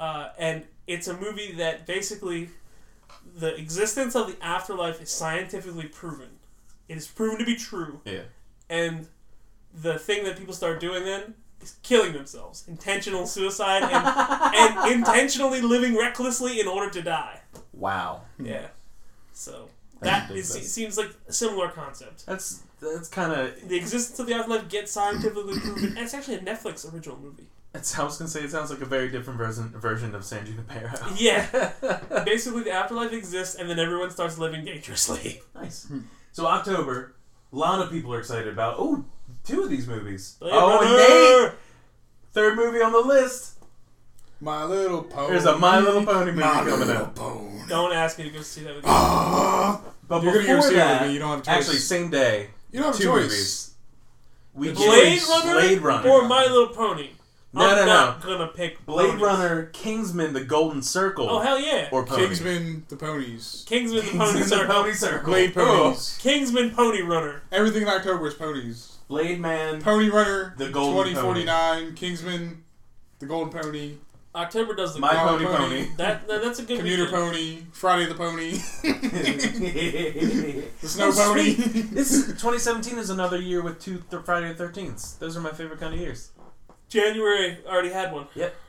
Speaker 4: uh, and it's a movie that basically the existence of the afterlife is scientifically proven. It is proven to be true,
Speaker 2: Yeah.
Speaker 4: and the thing that people start doing then is killing themselves, intentional suicide, and, and intentionally living recklessly in order to die.
Speaker 2: Wow.
Speaker 4: Yeah. So
Speaker 2: That's
Speaker 4: that is,
Speaker 2: ridiculous.
Speaker 4: seems like a similar concept.
Speaker 2: That's that's kind of.
Speaker 4: The existence of the afterlife gets scientifically proven, and it's actually a Netflix original movie.
Speaker 2: It's I was gonna say it sounds like a very different version version of San Junipero.
Speaker 4: Yeah. Basically, the afterlife exists, and then everyone starts living dangerously.
Speaker 2: nice. So October, a lot of people are excited about. Oh, two of these movies.
Speaker 4: Blade
Speaker 2: oh, and
Speaker 4: Runner!
Speaker 2: Nate, third movie on the list.
Speaker 1: My Little Pony.
Speaker 2: There's a My Little Pony movie
Speaker 1: My
Speaker 2: coming
Speaker 1: Little
Speaker 2: out.
Speaker 1: Pony.
Speaker 4: Don't ask me to go see that. Again.
Speaker 1: Ah.
Speaker 2: But
Speaker 1: You're gonna
Speaker 2: before
Speaker 1: go see it with
Speaker 2: that,
Speaker 1: me, you don't have a choice.
Speaker 2: actually same day,
Speaker 1: You don't have a
Speaker 2: two
Speaker 1: choice.
Speaker 2: movies. We
Speaker 1: The
Speaker 4: Blade
Speaker 2: chose
Speaker 4: Runner,
Speaker 2: Blade Runner.
Speaker 4: or My Little Pony.
Speaker 2: No,
Speaker 4: I'm
Speaker 2: no,
Speaker 4: not gonna pick
Speaker 2: Blade
Speaker 4: ponies.
Speaker 2: Runner, Kingsman, The Golden Circle,
Speaker 4: Oh hell yeah!
Speaker 2: or Pony.
Speaker 1: Kingsman, the ponies.
Speaker 4: Kingsman the
Speaker 2: Kingsman,
Speaker 4: Pony
Speaker 2: the
Speaker 4: Circle.
Speaker 2: Pony Circle.
Speaker 1: Blade
Speaker 2: Oh.
Speaker 1: ponies.
Speaker 4: Kingsman Pony Runner.
Speaker 1: Everything in October is ponies.
Speaker 2: Blade Man.
Speaker 1: Pony Runner,
Speaker 2: The Golden
Speaker 1: 2049, Kingsman, The Golden Pony,
Speaker 4: October does the
Speaker 2: My
Speaker 1: Dog
Speaker 2: Pony
Speaker 1: Pony.
Speaker 2: Pony.
Speaker 4: that, that- that's a good
Speaker 1: Commuter
Speaker 4: weekend.
Speaker 1: Pony, Friday the Pony, The Snow
Speaker 2: Oh,
Speaker 1: Pony.
Speaker 2: sweet. this is, 2017 is another year with two th- Friday the 13th. Those are my favorite kind of years.
Speaker 4: January already had one.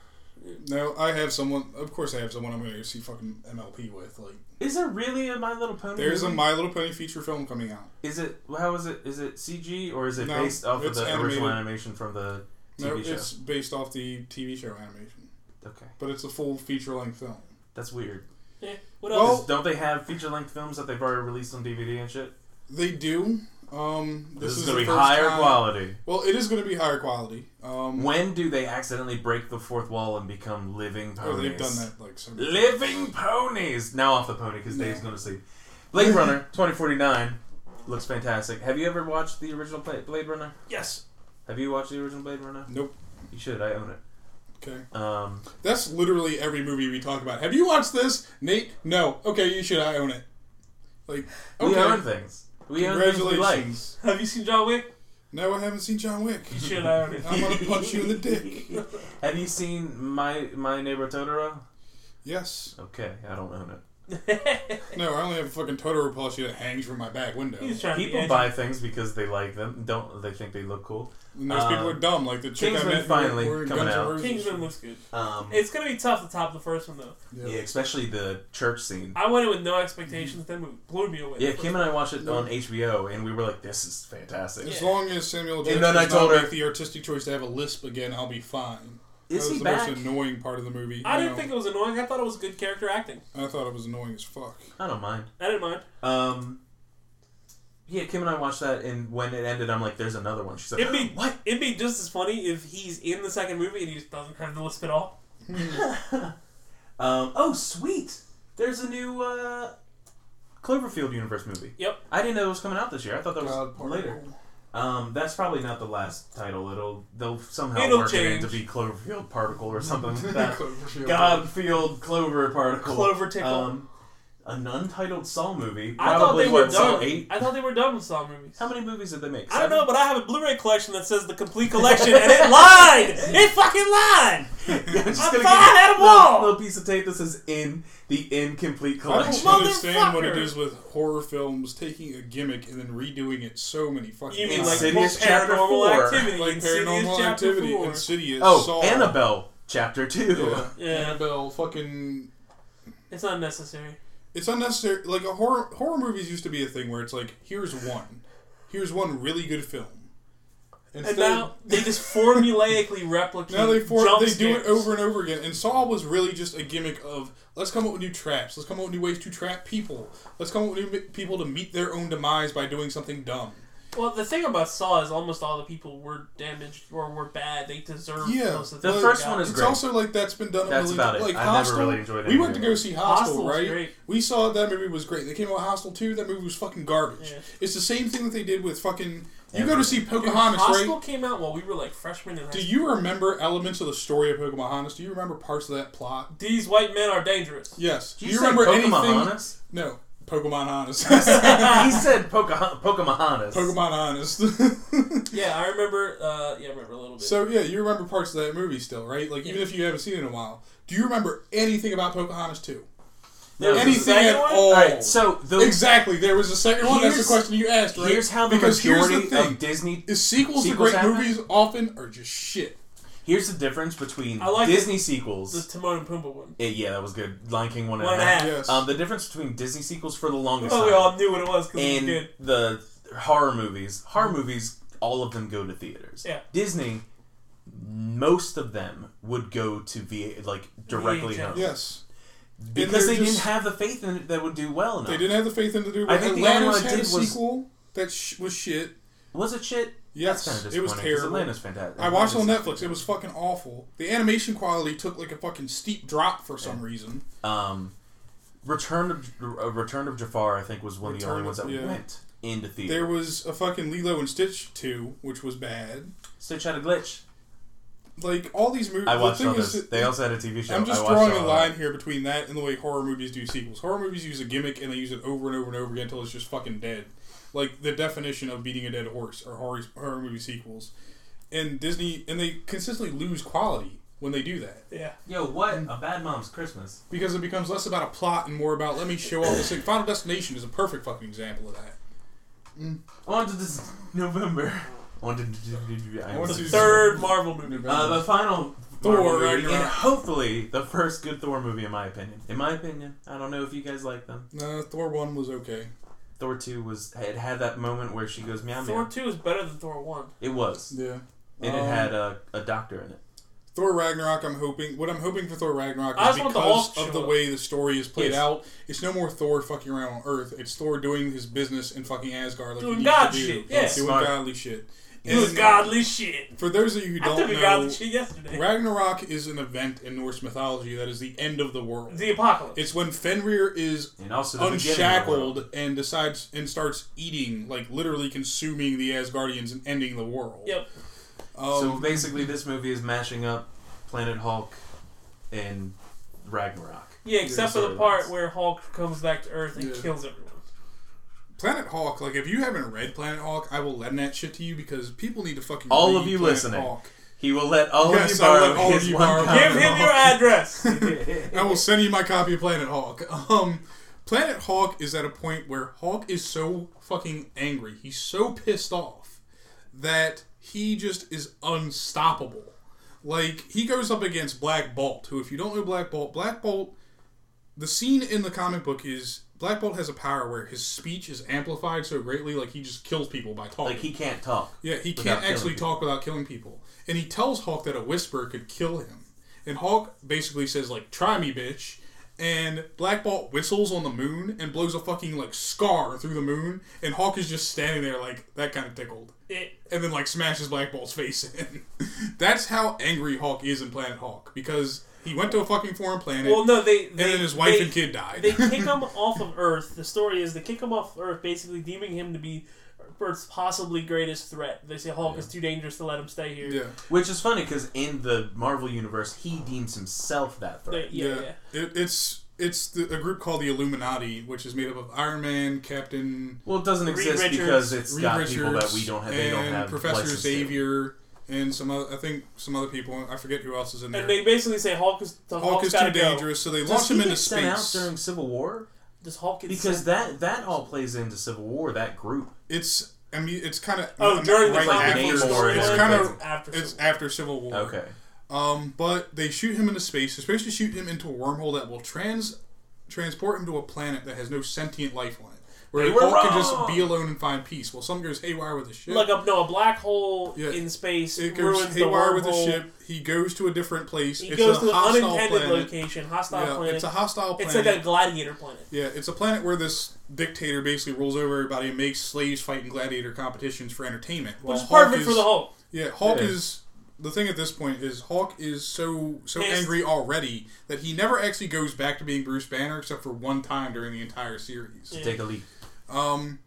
Speaker 1: no, I have someone. Of course, I have someone I'm going to go see fucking MLP with. Like,
Speaker 2: Is there really a My Little Pony?
Speaker 1: there's a
Speaker 2: movie?
Speaker 1: My Little Pony feature film coming out.
Speaker 2: Is it how is it? Is it CG or is it
Speaker 1: No,
Speaker 2: based off of
Speaker 1: it's
Speaker 2: the original
Speaker 1: animated.
Speaker 2: animation from the TV
Speaker 1: No,
Speaker 2: show?
Speaker 1: it's based off the TV show animation.
Speaker 2: Okay,
Speaker 1: but it's a full feature length film.
Speaker 2: that's weird.
Speaker 4: Yeah. Eh, What
Speaker 1: Well-
Speaker 4: else?
Speaker 2: Is- don't they have feature length films that they've already released on DVD and shit?
Speaker 1: They do. Um,
Speaker 2: This, is,
Speaker 1: the
Speaker 2: gonna be
Speaker 1: first
Speaker 2: higher
Speaker 1: time-
Speaker 2: quality.
Speaker 1: Well, it is going to be higher quality. Um,
Speaker 2: When do they accidentally break the fourth wall and become living
Speaker 1: oh,
Speaker 2: ponies?
Speaker 1: they've done that like so. many times.
Speaker 2: Living ponies. Now off the pony because
Speaker 1: No.
Speaker 2: Dave's going to sleep. Blade Runner 2049 looks fantastic. Have you ever watched the original Bla- Blade Runner?
Speaker 4: Yes.
Speaker 2: Have you watched the original Blade Runner?
Speaker 1: Nope.
Speaker 2: You should. I own it.
Speaker 1: Okay,
Speaker 2: Um,
Speaker 1: that's literally every movie we talk about. Have you watched this, Nate? No. Okay, you should. I own it. Like,
Speaker 2: We own
Speaker 1: okay.
Speaker 2: things. We own things we like.
Speaker 1: Congratulations.
Speaker 4: Have you seen John Wick?
Speaker 1: No, I haven't seen John Wick.
Speaker 4: Shit, I already.
Speaker 1: I'm gonna punch you in the dick.
Speaker 2: Have you seen my my neighbor Totoro?
Speaker 1: Yes.
Speaker 2: Okay, I don't own it.
Speaker 1: No, I only have a fucking Totoro plushie that hangs from my back window.
Speaker 4: He's trying to be
Speaker 2: People
Speaker 4: edgy.
Speaker 2: buy things because they like them. Don't they think they look cool?
Speaker 1: And those
Speaker 2: Uh,
Speaker 1: people are dumb. Like the chick
Speaker 2: Kingsman
Speaker 1: I met who
Speaker 2: finally
Speaker 1: were in
Speaker 2: coming
Speaker 1: Guns N'
Speaker 2: out.
Speaker 1: Roses.
Speaker 4: Kingsman looks good.
Speaker 2: Um,
Speaker 4: It's gonna be tough to top the first one though.
Speaker 1: Yeah.
Speaker 2: yeah, especially the church scene.
Speaker 4: I went in with no expectations. That movie blew me away.
Speaker 2: Yeah, Kim and I watched it
Speaker 1: No.
Speaker 2: on HBO, and we were like, "This is fantastic."
Speaker 1: As
Speaker 4: Yeah.
Speaker 1: long as Samuel
Speaker 2: then
Speaker 1: Jackson
Speaker 2: I
Speaker 1: does
Speaker 2: told
Speaker 1: not
Speaker 2: her-
Speaker 1: make the artistic choice to have a lisp again, I'll be fine. that
Speaker 2: Is
Speaker 1: was
Speaker 2: he
Speaker 1: the
Speaker 2: back?
Speaker 1: most annoying part of the movie.
Speaker 4: I
Speaker 1: No,
Speaker 4: didn't think it was annoying. I thought it was good character acting.
Speaker 1: I thought it was annoying as fuck.
Speaker 2: I don't mind.
Speaker 4: I didn't mind.
Speaker 2: Um, yeah, Kim and I watched that, and when it ended, I'm like, "There's another one." She's like,
Speaker 4: It'd be
Speaker 2: "What?"
Speaker 4: It'd be just as funny if he's in the second movie and he just doesn't have the lisp at all.
Speaker 2: Um, oh, sweet! There's a new uh, Cloverfield universe movie.
Speaker 4: Yep.
Speaker 2: I didn't know it was coming out this year. I thought that was
Speaker 1: God, poor
Speaker 2: later.
Speaker 1: girl.
Speaker 2: Um, that's probably not the last title. It'll they'll somehow
Speaker 4: It'll
Speaker 2: work it in
Speaker 4: change.
Speaker 2: to be Cloverfield Particle or something like that.
Speaker 1: Cloverfield.
Speaker 2: Godfield Clover Particle.
Speaker 4: Clover tickle.
Speaker 2: Um, an untitled Saw movie.
Speaker 4: I thought
Speaker 2: Probably
Speaker 4: they were
Speaker 2: what Saw
Speaker 4: done.
Speaker 2: eight.
Speaker 4: I thought they were done with Saw movies.
Speaker 2: How many movies did they make?
Speaker 4: I don't know,
Speaker 2: Seven?
Speaker 4: but I have a Blu-ray collection that says the complete collection, and it lied. It fucking lied.
Speaker 2: Yeah, I'm just
Speaker 4: I
Speaker 2: gonna give
Speaker 4: thought I had
Speaker 2: you
Speaker 4: them
Speaker 2: a
Speaker 4: all!
Speaker 2: Little piece of tape that says in the incomplete
Speaker 1: I don't
Speaker 2: collection.
Speaker 1: understand what it
Speaker 4: Motherfucker.
Speaker 1: is with horror films taking a gimmick and then redoing it so many fucking
Speaker 4: You mean
Speaker 1: times.
Speaker 4: like
Speaker 2: Insidious
Speaker 4: paranormal
Speaker 2: Chapter Four.
Speaker 4: activity?
Speaker 1: like
Speaker 4: Insidious
Speaker 1: paranormal
Speaker 4: Chapter
Speaker 1: activity,
Speaker 4: Four.
Speaker 1: Insidious,
Speaker 2: Oh,
Speaker 1: Saw.
Speaker 2: Annabelle Chapter Two.
Speaker 1: Yeah.
Speaker 4: Yeah.
Speaker 1: Annabelle, fucking.
Speaker 4: It's unnecessary.
Speaker 1: It's unnecessary. Like a horror horror movies used to be a thing where it's like, here's one, here's one really good film.
Speaker 4: And now they just formulaically replicate.
Speaker 1: now they for,
Speaker 4: jump
Speaker 1: they do it
Speaker 4: scares.
Speaker 1: over and over again. And Saw was really just a gimmick of let's come up with new traps, let's come up with new ways to trap people, let's come up with new mi- people to meet their own demise by doing something dumb.
Speaker 4: Well, the thing about Saw is almost all the people were damaged or were bad. They deserve
Speaker 1: Yeah.
Speaker 4: most of
Speaker 2: The
Speaker 4: things
Speaker 2: first
Speaker 4: they got.
Speaker 2: one is
Speaker 1: It's
Speaker 2: great.
Speaker 1: also like that's been done. a
Speaker 2: That's
Speaker 1: million
Speaker 2: about
Speaker 1: times.
Speaker 2: it.
Speaker 1: Like
Speaker 2: I never
Speaker 1: Hostel,
Speaker 2: really enjoyed
Speaker 1: We went to
Speaker 2: anything.
Speaker 1: go see Hostel,
Speaker 4: Hostel's
Speaker 1: right?
Speaker 4: great.
Speaker 1: We saw that movie was great. They came out with Hostel two. That movie was fucking garbage.
Speaker 4: Yeah.
Speaker 1: It's the same thing that they did with fucking. You go
Speaker 2: Everything.
Speaker 1: to see
Speaker 4: Dude,
Speaker 1: Pocahontas,
Speaker 4: Hostel
Speaker 1: right?
Speaker 4: came out while we were like freshmen in high
Speaker 1: Do
Speaker 4: school.
Speaker 1: you remember elements of the story of Pocahontas? Do you remember parts of that plot?
Speaker 4: These white men are dangerous.
Speaker 1: Yes.
Speaker 2: Did
Speaker 1: Do you
Speaker 2: say
Speaker 1: remember anything?
Speaker 2: Pokemahonas?
Speaker 1: No, Pokemon Honest.
Speaker 2: he said Poca- Pokemahonas.
Speaker 1: Pokemon Honest.
Speaker 4: Yeah, I remember. Uh, yeah, I remember a little bit.
Speaker 1: so yeah, you remember parts of that movie still, right? Like even if you haven't seen it in a while, do you remember anything about Pocahontas two?
Speaker 2: There was a
Speaker 1: Anything
Speaker 2: second
Speaker 1: at
Speaker 2: one?
Speaker 1: all.
Speaker 2: Alright, so the,
Speaker 1: Exactly. There was a second one. That's the
Speaker 2: Here's-
Speaker 1: question you asked, right?
Speaker 2: here's how the
Speaker 1: because here's
Speaker 2: majority
Speaker 1: the thing:
Speaker 2: of Disney.
Speaker 1: is sequels, to
Speaker 2: sequels
Speaker 1: great
Speaker 2: happen?
Speaker 1: movies often are just shit.
Speaker 2: Here's the difference between
Speaker 4: I like
Speaker 2: Disney
Speaker 4: the
Speaker 2: sequels.
Speaker 4: Timon and Pumbaa one.
Speaker 2: Eh, yeah, that was good. Lion King one and
Speaker 4: One and a half.
Speaker 1: Yes.
Speaker 2: Um, the difference between Disney sequels for the longest
Speaker 1: Oh,
Speaker 4: Well, Oh, we
Speaker 2: time
Speaker 4: all knew what it was because it was
Speaker 2: and
Speaker 4: good.
Speaker 2: the horror movies. Horror movies, all of them go to theaters.
Speaker 4: Yeah.
Speaker 2: Disney, most of them would go to VA, like directly
Speaker 4: VHS.
Speaker 2: home
Speaker 1: yes,
Speaker 2: because
Speaker 1: they're
Speaker 2: they
Speaker 1: just-
Speaker 2: didn't have the faith in it that would do well enough.
Speaker 1: they didn't have the faith in to do.
Speaker 2: I
Speaker 1: But
Speaker 2: think the
Speaker 1: Atlantis
Speaker 2: only one I
Speaker 1: had a
Speaker 2: did was-
Speaker 1: sequel that sh- was shit.
Speaker 2: Was it shit?
Speaker 1: Yes,
Speaker 2: That's kinda
Speaker 1: it was
Speaker 2: disappointing, 'cause
Speaker 1: terrible.
Speaker 2: Atlanta's fantastic.
Speaker 1: I watched it on
Speaker 2: Atlanta's-
Speaker 1: Netflix. It was fucking awful. The animation quality took like a fucking steep drop for some reason.
Speaker 2: Um, Return of uh, Return of Jafar, I think, was one of the
Speaker 1: Return
Speaker 2: only
Speaker 1: of-
Speaker 2: ones that
Speaker 1: yeah.
Speaker 2: went into theater.
Speaker 1: There was a fucking Lilo and Stitch two, which was bad.
Speaker 2: Stitch had a glitch.
Speaker 1: Like all these movies.
Speaker 2: I watched
Speaker 1: the thing
Speaker 2: all
Speaker 1: is
Speaker 2: this.
Speaker 1: that-
Speaker 2: They also had a TV show.
Speaker 1: I'm just
Speaker 2: I watched uh,
Speaker 1: drawing
Speaker 2: all
Speaker 1: a
Speaker 2: of
Speaker 1: line here between that and the way horror movies do sequels. Horror movies use a gimmick and they use it over and over and over again until it's just fucking dead. Like the definition of beating a dead horse or horror, horror movie sequels. And Disney and they consistently lose quality when they do that
Speaker 4: Yeah.
Speaker 2: it. Yo, what a bad mom's Christmas.
Speaker 1: because it becomes less about a plot and more about let me show all this thing. Final Destination is a perfect fucking example of that.
Speaker 2: On to this November. On to, I
Speaker 1: On
Speaker 2: was-
Speaker 1: to-
Speaker 4: Third Marvel movie.
Speaker 2: Uh, the final
Speaker 1: Thor
Speaker 2: Marvel movie,
Speaker 1: Ragnarok.
Speaker 2: and hopefully the first good Thor movie, in my opinion. In my opinion, I don't know if you guys like them.
Speaker 1: No, Thor one was okay.
Speaker 2: Thor two was it had that moment where she goes meow
Speaker 4: Thor
Speaker 2: meow.
Speaker 4: two is better than Thor one.
Speaker 2: It was,
Speaker 1: Yeah,
Speaker 2: and it
Speaker 1: Um,
Speaker 2: had a, a doctor in it.
Speaker 1: Thor Ragnarok, I'm hoping. What I'm hoping for Thor Ragnarok
Speaker 4: I
Speaker 1: is
Speaker 4: just want the
Speaker 1: because
Speaker 4: Hulk
Speaker 1: of the
Speaker 4: show up.
Speaker 1: way the story is played
Speaker 4: Yes.
Speaker 1: out. It's no more Thor fucking around on Earth. It's Thor doing his business in fucking Asgard, like
Speaker 4: Doing
Speaker 1: he used
Speaker 4: God
Speaker 1: to do,
Speaker 4: shit, yeah.
Speaker 1: doing
Speaker 2: Smart.
Speaker 1: godly shit.
Speaker 4: It was
Speaker 1: And
Speaker 4: godly shit.
Speaker 1: For those of you who
Speaker 4: I
Speaker 1: don't
Speaker 4: took a
Speaker 1: know,
Speaker 4: godly shit yesterday.
Speaker 1: Ragnarok is an event in Norse mythology that is the end of the world.
Speaker 4: The apocalypse.
Speaker 1: It's when Fenrir is
Speaker 2: And also the beginning of the world.
Speaker 1: unshackled and decides and starts eating, like literally consuming the Asgardians and ending the world.
Speaker 4: Yep.
Speaker 1: Um,
Speaker 2: so basically, this movie is mashing up Planet Hulk and Ragnarok.
Speaker 4: Yeah, except for
Speaker 2: Sorry,
Speaker 4: the part
Speaker 2: that's-
Speaker 4: where Hulk comes back to Earth and
Speaker 1: Yeah.
Speaker 4: kills everyone.
Speaker 1: Planet Hawk, like if you haven't read Planet Hawk, I will lend that shit to you because people need to fucking
Speaker 2: All
Speaker 1: read
Speaker 2: of you
Speaker 1: Planet
Speaker 2: listening.
Speaker 1: Hawk.
Speaker 2: He will let all
Speaker 1: Yes,
Speaker 2: of you
Speaker 1: I will
Speaker 2: borrow
Speaker 1: let all of
Speaker 2: his
Speaker 1: you
Speaker 2: one
Speaker 1: borrow-
Speaker 2: copy.
Speaker 4: Give him your address.
Speaker 1: I will send you my copy of Planet Hawk. Um, Planet Hawk is at a point where Hawk is so fucking angry, he's so pissed off that he just is unstoppable. Like he goes up against Black Bolt, who, if you don't know Black Bolt, Black Bolt, the scene in the comic book is Black Bolt has a power where his speech is amplified so greatly, like he just kills people by talking.
Speaker 2: Like he can't talk.
Speaker 1: Yeah, he
Speaker 2: without
Speaker 1: can't
Speaker 2: killing
Speaker 1: actually
Speaker 2: people.
Speaker 1: talk without killing people. And he tells Hawk that a whisper could kill him. And Hawk basically says, like, try me, bitch. And Black Bolt whistles on the moon and blows a fucking, like, scar through the moon. And Hawk is just standing there, like, that kind of tickled.
Speaker 4: It,
Speaker 1: And then, like, smashes Black Bolt's face in. That's how angry Hawk is in Planet Hawk. Because he went to a fucking foreign planet.
Speaker 4: well, no, they, they
Speaker 1: and then his wife
Speaker 4: they,
Speaker 1: and kid died.
Speaker 4: they kick him off of Earth. The story is they kick him off Earth, basically deeming him to be Earth's possibly greatest threat. They say Hulk is too dangerous to let him stay here.
Speaker 1: yeah.
Speaker 2: Which is funny because in the Marvel universe, he deems himself that
Speaker 4: They-
Speaker 2: threat.
Speaker 4: yeah, yeah.
Speaker 1: It, it's it's the, a group called the Illuminati, which is made up of Iron Man, Captain
Speaker 2: Well, it doesn't
Speaker 4: Reed
Speaker 2: exist
Speaker 4: Richards,
Speaker 2: because it's
Speaker 1: Reed
Speaker 2: got
Speaker 1: Richards
Speaker 2: people that we don't have. They
Speaker 1: and
Speaker 2: don't have
Speaker 1: Professor
Speaker 2: license to.
Speaker 1: Xavier and some other, I think some other people. I forget who else is in there.
Speaker 4: And they basically say Hulk is the
Speaker 1: Hulk
Speaker 4: Hulk's
Speaker 1: is
Speaker 4: gotta
Speaker 1: too
Speaker 4: go.
Speaker 1: dangerous, so they
Speaker 2: Does
Speaker 1: launch
Speaker 2: he
Speaker 1: him
Speaker 2: get
Speaker 1: into
Speaker 2: sent
Speaker 1: space.
Speaker 2: out during Civil War?
Speaker 4: Does Hulk get
Speaker 2: Because that
Speaker 4: sent-
Speaker 2: that all plays into Civil War. That group.
Speaker 1: it's I mean it's kind of
Speaker 4: Oh, during the
Speaker 1: right
Speaker 4: comic
Speaker 1: after,
Speaker 4: book
Speaker 2: Civil
Speaker 4: story,
Speaker 2: War
Speaker 1: It's
Speaker 2: is
Speaker 1: kind
Speaker 2: like-
Speaker 1: of
Speaker 4: after
Speaker 1: it's
Speaker 4: Civil
Speaker 1: after Civil War.
Speaker 2: Okay.
Speaker 1: Um, but they shoot him into space. They're supposed to shoot him into a wormhole that will trans transport him to a planet that has no sentient life on it, where
Speaker 2: They
Speaker 1: Hulk
Speaker 2: were
Speaker 1: can just
Speaker 2: wrong.
Speaker 1: be alone and find peace. Well, something goes haywire with the ship.
Speaker 4: War. like a no a black hole
Speaker 1: Yeah.
Speaker 4: in space
Speaker 1: it goes
Speaker 4: ruins the
Speaker 1: haywire with the
Speaker 4: wormhole.
Speaker 1: ship. He goes to a different place.
Speaker 4: He
Speaker 1: it's
Speaker 4: goes
Speaker 1: a
Speaker 4: to an
Speaker 1: hostile
Speaker 4: unintended
Speaker 1: planet.
Speaker 4: location, hostile
Speaker 1: Yeah,
Speaker 4: planet.
Speaker 1: it's a hostile planet.
Speaker 4: It's like a gladiator planet.
Speaker 1: yeah, it's a planet where this dictator basically rules over everybody and makes slaves fight in gladiator competitions for entertainment. While
Speaker 4: Which is
Speaker 1: Hulk
Speaker 4: perfect for
Speaker 1: is-
Speaker 4: the Hulk.
Speaker 1: Yeah, Hulk
Speaker 2: Yeah.
Speaker 1: is the thing at this point is Hulk is so so
Speaker 4: Pissed.
Speaker 1: angry already that he never actually goes back to being Bruce Banner except for one time during the entire series.
Speaker 4: Yeah.
Speaker 2: Take a leak.
Speaker 1: Um,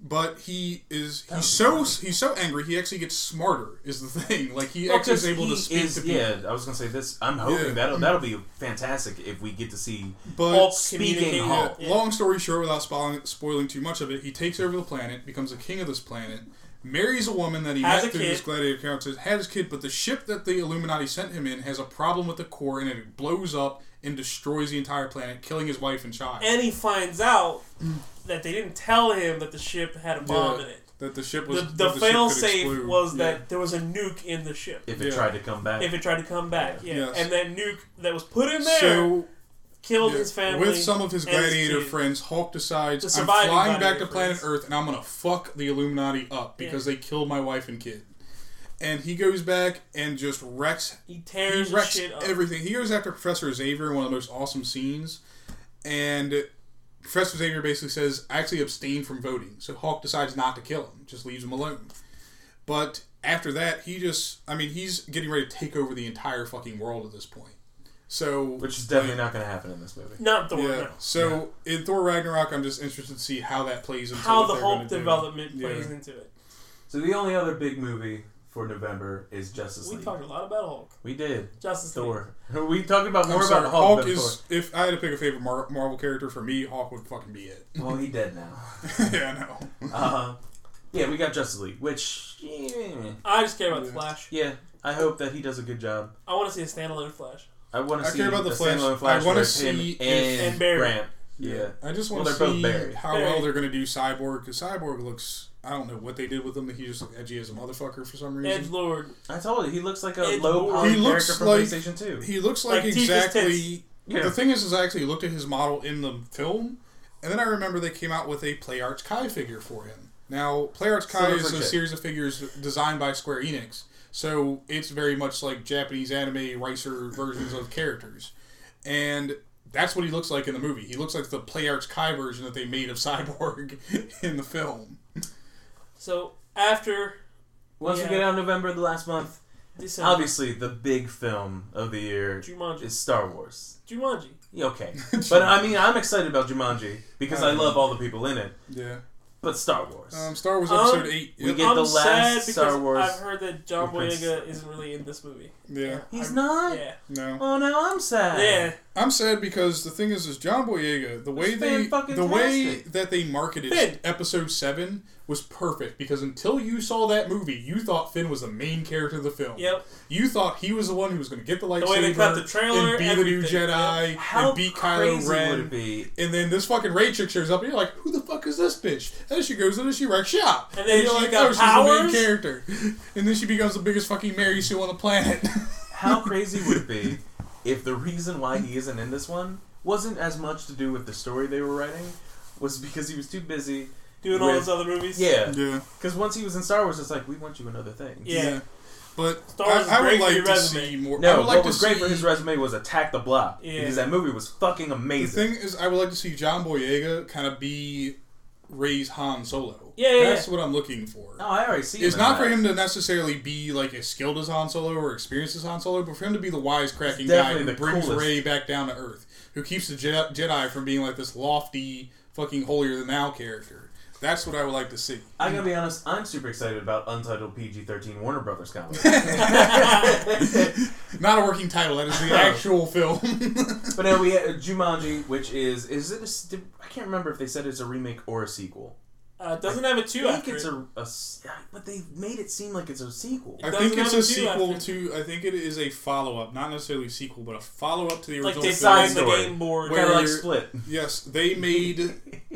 Speaker 1: but he is
Speaker 2: would
Speaker 1: he's
Speaker 2: be
Speaker 1: so he's so angry he actually gets smarter is the thing. Like he actually is able
Speaker 2: he
Speaker 1: to speak
Speaker 2: is-
Speaker 1: to people.
Speaker 2: yeah, I was gonna say this. I'm hoping
Speaker 1: Yeah.
Speaker 2: that'll that'll be fantastic if we get to see.
Speaker 1: But
Speaker 4: Hulk
Speaker 2: speaking
Speaker 4: communicating-
Speaker 2: Hulk.
Speaker 4: Yeah.
Speaker 1: Long story short, without spoiling, spoiling too much of it, he takes over the planet, becomes a king of this planet, marries a woman that he
Speaker 4: Has
Speaker 1: met
Speaker 4: a
Speaker 1: through
Speaker 4: kid.
Speaker 1: this gladiator characters, has a kid, but the ship that the Illuminati sent him in has a problem with the core and it blows up and destroys the entire planet, killing his wife and child.
Speaker 4: and he finds out that they didn't tell him that the ship had a bomb
Speaker 1: Yeah,
Speaker 4: in it.
Speaker 1: that the ship was
Speaker 4: The, the,
Speaker 1: that ship
Speaker 4: fail
Speaker 1: could
Speaker 4: safe
Speaker 1: explode.
Speaker 4: was
Speaker 1: Yeah.
Speaker 4: that there was a nuke in the ship
Speaker 2: If it
Speaker 1: Yeah.
Speaker 2: tried to come back,
Speaker 4: if it tried to come back. Yeah,
Speaker 1: Yeah. Yes.
Speaker 4: and that nuke that was put in there
Speaker 1: So
Speaker 4: killed
Speaker 1: Yeah,
Speaker 4: his family
Speaker 1: With some of his
Speaker 4: and his
Speaker 1: gladiator
Speaker 4: kid.
Speaker 1: friends, Hulk decides
Speaker 4: The
Speaker 1: I'm
Speaker 4: surviving
Speaker 1: flying back
Speaker 4: gladiator
Speaker 1: to planet
Speaker 4: friends.
Speaker 1: Earth and I'm gonna fuck the Illuminati up because they killed my wife and kid. And he goes back and just wrecks.
Speaker 4: He
Speaker 1: He
Speaker 4: tears the
Speaker 1: wrecks
Speaker 4: shit up.
Speaker 1: everything. He goes after Professor Xavier in one of the most awesome scenes, and Professor Xavier basically says, "I actually abstained from voting." So Hulk decides not to kill him, just leaves him alone. But after that, he just—I mean—he's getting ready to take over the entire fucking world at this point. So,
Speaker 2: which is definitely not gonna happen in this movie.
Speaker 4: Not Thor.
Speaker 1: yeah.
Speaker 4: no.
Speaker 1: So in Thor Ragnarok, I'm just interested to see how that plays into
Speaker 4: How
Speaker 1: what
Speaker 4: the
Speaker 1: they're
Speaker 4: Hulk
Speaker 1: gonna do.
Speaker 4: development
Speaker 1: Yeah.
Speaker 4: plays into it.
Speaker 2: So the only other big movie for November is Justice
Speaker 4: We
Speaker 2: League.
Speaker 4: talked a lot about Hulk.
Speaker 2: we did
Speaker 4: Justice League.
Speaker 2: Thor. We talked about
Speaker 1: I'm
Speaker 2: more
Speaker 1: sorry,
Speaker 2: about
Speaker 1: Hulk,
Speaker 2: Hulk, than
Speaker 1: is. If I had to pick a favorite Mar- Marvel character for me, Hulk would fucking be it.
Speaker 2: Thor. Well, he dead now.
Speaker 1: yeah, I know.
Speaker 2: Uh, yeah, we got Justice League, which yeah,
Speaker 4: I just care about the
Speaker 1: Yeah.
Speaker 4: Flash.
Speaker 2: yeah, I hope that he does a good job.
Speaker 4: I want to see a standalone Flash.
Speaker 2: I want to
Speaker 1: I
Speaker 2: see
Speaker 1: care about the
Speaker 2: a
Speaker 1: Flash.
Speaker 2: standalone
Speaker 1: I
Speaker 2: Flash
Speaker 1: wanna
Speaker 2: with him
Speaker 1: see if-
Speaker 2: and,
Speaker 4: And Barry.
Speaker 2: Grant. Yeah.
Speaker 1: I just
Speaker 2: Well,
Speaker 1: want
Speaker 2: they're
Speaker 1: to
Speaker 2: both
Speaker 1: see
Speaker 2: buried.
Speaker 1: how
Speaker 4: Buried.
Speaker 1: well they're gonna do Cyborg because Cyborg looks. I don't know what they did with him. He just looked edgy as a motherfucker for some reason.
Speaker 4: Edge Lord.
Speaker 2: I told you he looks like a
Speaker 4: Ed
Speaker 2: low
Speaker 4: Wood.
Speaker 2: poly
Speaker 1: He looks
Speaker 2: character from
Speaker 1: like-
Speaker 2: PlayStation Two.
Speaker 1: He looks like,
Speaker 4: Like Tifa's
Speaker 1: exactly.
Speaker 2: Yeah.
Speaker 1: The thing is, is I actually looked at his model in the film, and then I remember they came out with a Play Arts Kai figure for him. Now, Play Arts
Speaker 2: So
Speaker 1: Kai
Speaker 2: it looks
Speaker 1: is
Speaker 2: like
Speaker 1: a
Speaker 2: shit.
Speaker 1: series of figures designed by Square Enix. So it's very much like Japanese anime ricer versions of characters. And that's what he looks like in the movie. He looks like the Play Arts Kai version that they made of Cyborg in the film.
Speaker 4: So after
Speaker 2: Once
Speaker 4: Yeah.
Speaker 2: we get out in November of the last month,
Speaker 4: December,
Speaker 2: obviously the big film of the year
Speaker 4: Jumanji.
Speaker 2: is Star Wars.
Speaker 4: Jumanji.
Speaker 2: Yeah, Okay, but I mean I'm excited about Jumanji because I
Speaker 1: Um,
Speaker 2: love all the people in it.
Speaker 1: Yeah.
Speaker 2: But Star Wars.
Speaker 1: Um, Star Wars
Speaker 4: Um,
Speaker 1: Episode 8.
Speaker 2: we
Speaker 1: Yep.
Speaker 2: get-
Speaker 4: I'm
Speaker 2: the
Speaker 4: sad
Speaker 2: last
Speaker 4: because
Speaker 2: Star Wars
Speaker 4: I've heard that John
Speaker 2: reference.
Speaker 4: Boyega isn't really in this movie.
Speaker 1: yeah.
Speaker 2: He's
Speaker 4: I'm-
Speaker 2: not.
Speaker 4: Yeah,
Speaker 1: No.
Speaker 2: Oh, now I'm sad.
Speaker 4: yeah.
Speaker 1: I'm sad because the thing is, is John Boyega the way
Speaker 2: It's
Speaker 1: they
Speaker 2: fan-fucking-tastic.
Speaker 1: the way that they marketed
Speaker 4: Finn.
Speaker 1: episode seven was perfect because until you saw that movie, you thought Finn was the main character of the film.
Speaker 4: Yep.
Speaker 1: You thought he was the one who was going to get the lightsaber
Speaker 4: The way they cut the trailer,
Speaker 1: and be the new
Speaker 4: everything,
Speaker 1: Jedi
Speaker 2: How
Speaker 1: and be
Speaker 2: crazy
Speaker 1: Kylo
Speaker 2: would it
Speaker 1: Ren.
Speaker 2: be?
Speaker 1: And then this fucking Ray chick shows up, and you're like, "Who the fuck is this bitch?" And she goes in and she wrecks shop.
Speaker 4: And then
Speaker 1: you're
Speaker 4: she's
Speaker 1: like,
Speaker 4: got
Speaker 1: "Oh, she's the main
Speaker 4: powers?"
Speaker 1: character." And then she becomes the biggest fucking Mary Sue on the planet.
Speaker 2: How crazy would it be if the reason why he isn't in this one wasn't as much to do with the story they were writing, was because he was too busy.
Speaker 4: Doing all
Speaker 2: With-
Speaker 4: those other movies.
Speaker 2: Yeah,
Speaker 1: yeah.
Speaker 2: because once he was in Star Wars, it's like we want you in other things.
Speaker 4: Yeah.
Speaker 1: But
Speaker 4: Star Wars is
Speaker 1: I, I
Speaker 4: great
Speaker 1: would
Speaker 4: for
Speaker 1: like
Speaker 4: your
Speaker 1: to
Speaker 4: resume.
Speaker 1: see more. I
Speaker 2: No,
Speaker 1: would like
Speaker 2: what
Speaker 1: to
Speaker 2: was great
Speaker 1: see,
Speaker 2: for his resume was Attack the Block
Speaker 4: Yeah.
Speaker 2: because that movie was fucking
Speaker 1: The
Speaker 2: amazing.
Speaker 1: thing is, I would like to see John Boyega kind of be Ray's Han Solo.
Speaker 4: Yeah, yeah,
Speaker 1: That's what I'm looking for.
Speaker 2: no, I already see.
Speaker 1: It's
Speaker 2: him in
Speaker 1: not
Speaker 2: that.
Speaker 1: for him to necessarily be like as skilled as Han Solo or experienced as Han Solo, but for him to be the wisecracking
Speaker 2: It's
Speaker 1: guy
Speaker 2: definitely
Speaker 1: who
Speaker 2: the
Speaker 1: brings
Speaker 2: coolest.
Speaker 1: Ray back down to earth, who keeps the Je- Jedi from being like this lofty, fucking holier than thou character. That's what I would like to see.
Speaker 2: I'm gonna be honest. I'm super excited about Untitled PG-13 Warner Brothers comedy.
Speaker 1: Not a working title. That is the actual film.
Speaker 2: but no, we had Jumanji, which is is it? A, s- did- I can't remember if they said it's a remake or a sequel.
Speaker 4: Uh, doesn't have a two
Speaker 2: I
Speaker 4: after
Speaker 2: think it's
Speaker 4: it.
Speaker 2: a, a s- but they made it seem like it's a sequel.
Speaker 1: I
Speaker 4: It
Speaker 1: think
Speaker 4: doesn't
Speaker 1: it's
Speaker 4: have
Speaker 1: a
Speaker 4: a
Speaker 1: sequel
Speaker 4: two after.
Speaker 1: to. I think it is a follow up, not necessarily a sequel, but a follow up to the
Speaker 4: like
Speaker 1: original.
Speaker 4: they
Speaker 1: film.
Speaker 4: signed
Speaker 2: design
Speaker 4: the
Speaker 2: story.
Speaker 4: game board.
Speaker 1: Where
Speaker 2: Kind of like
Speaker 1: you're-
Speaker 2: Split.
Speaker 1: Yes, they made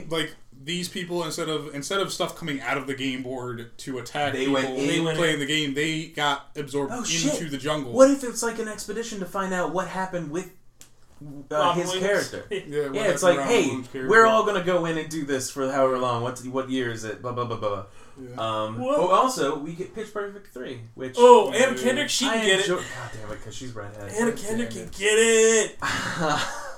Speaker 1: like these people instead of instead of stuff coming out of the game board to attack
Speaker 2: They
Speaker 1: people
Speaker 2: went in. They
Speaker 4: went
Speaker 1: playing the game, they got absorbed
Speaker 2: Oh,
Speaker 1: into
Speaker 2: shit.
Speaker 1: the jungle.
Speaker 2: What if it's like an expedition to find out what happened with uh,
Speaker 4: Robin
Speaker 2: his
Speaker 4: Williams.
Speaker 2: character?
Speaker 1: Yeah, what
Speaker 2: Yeah,
Speaker 1: happened
Speaker 2: it's like,
Speaker 1: around
Speaker 2: hey,
Speaker 1: Williams' character?
Speaker 2: we're all gonna go in and do this for however long. What what year is it? Blah blah blah blah.
Speaker 1: Yeah.
Speaker 2: blah. Um,
Speaker 4: What?
Speaker 2: oh, also we get Pitch Perfect three, which
Speaker 4: Oh,
Speaker 1: Yeah,
Speaker 4: Anna
Speaker 1: yeah.
Speaker 4: Kendrick, she
Speaker 2: I
Speaker 4: can get
Speaker 2: enjoy-
Speaker 4: it.
Speaker 2: God damn it, because she's redheaded.
Speaker 4: Anna Kendrick can get it.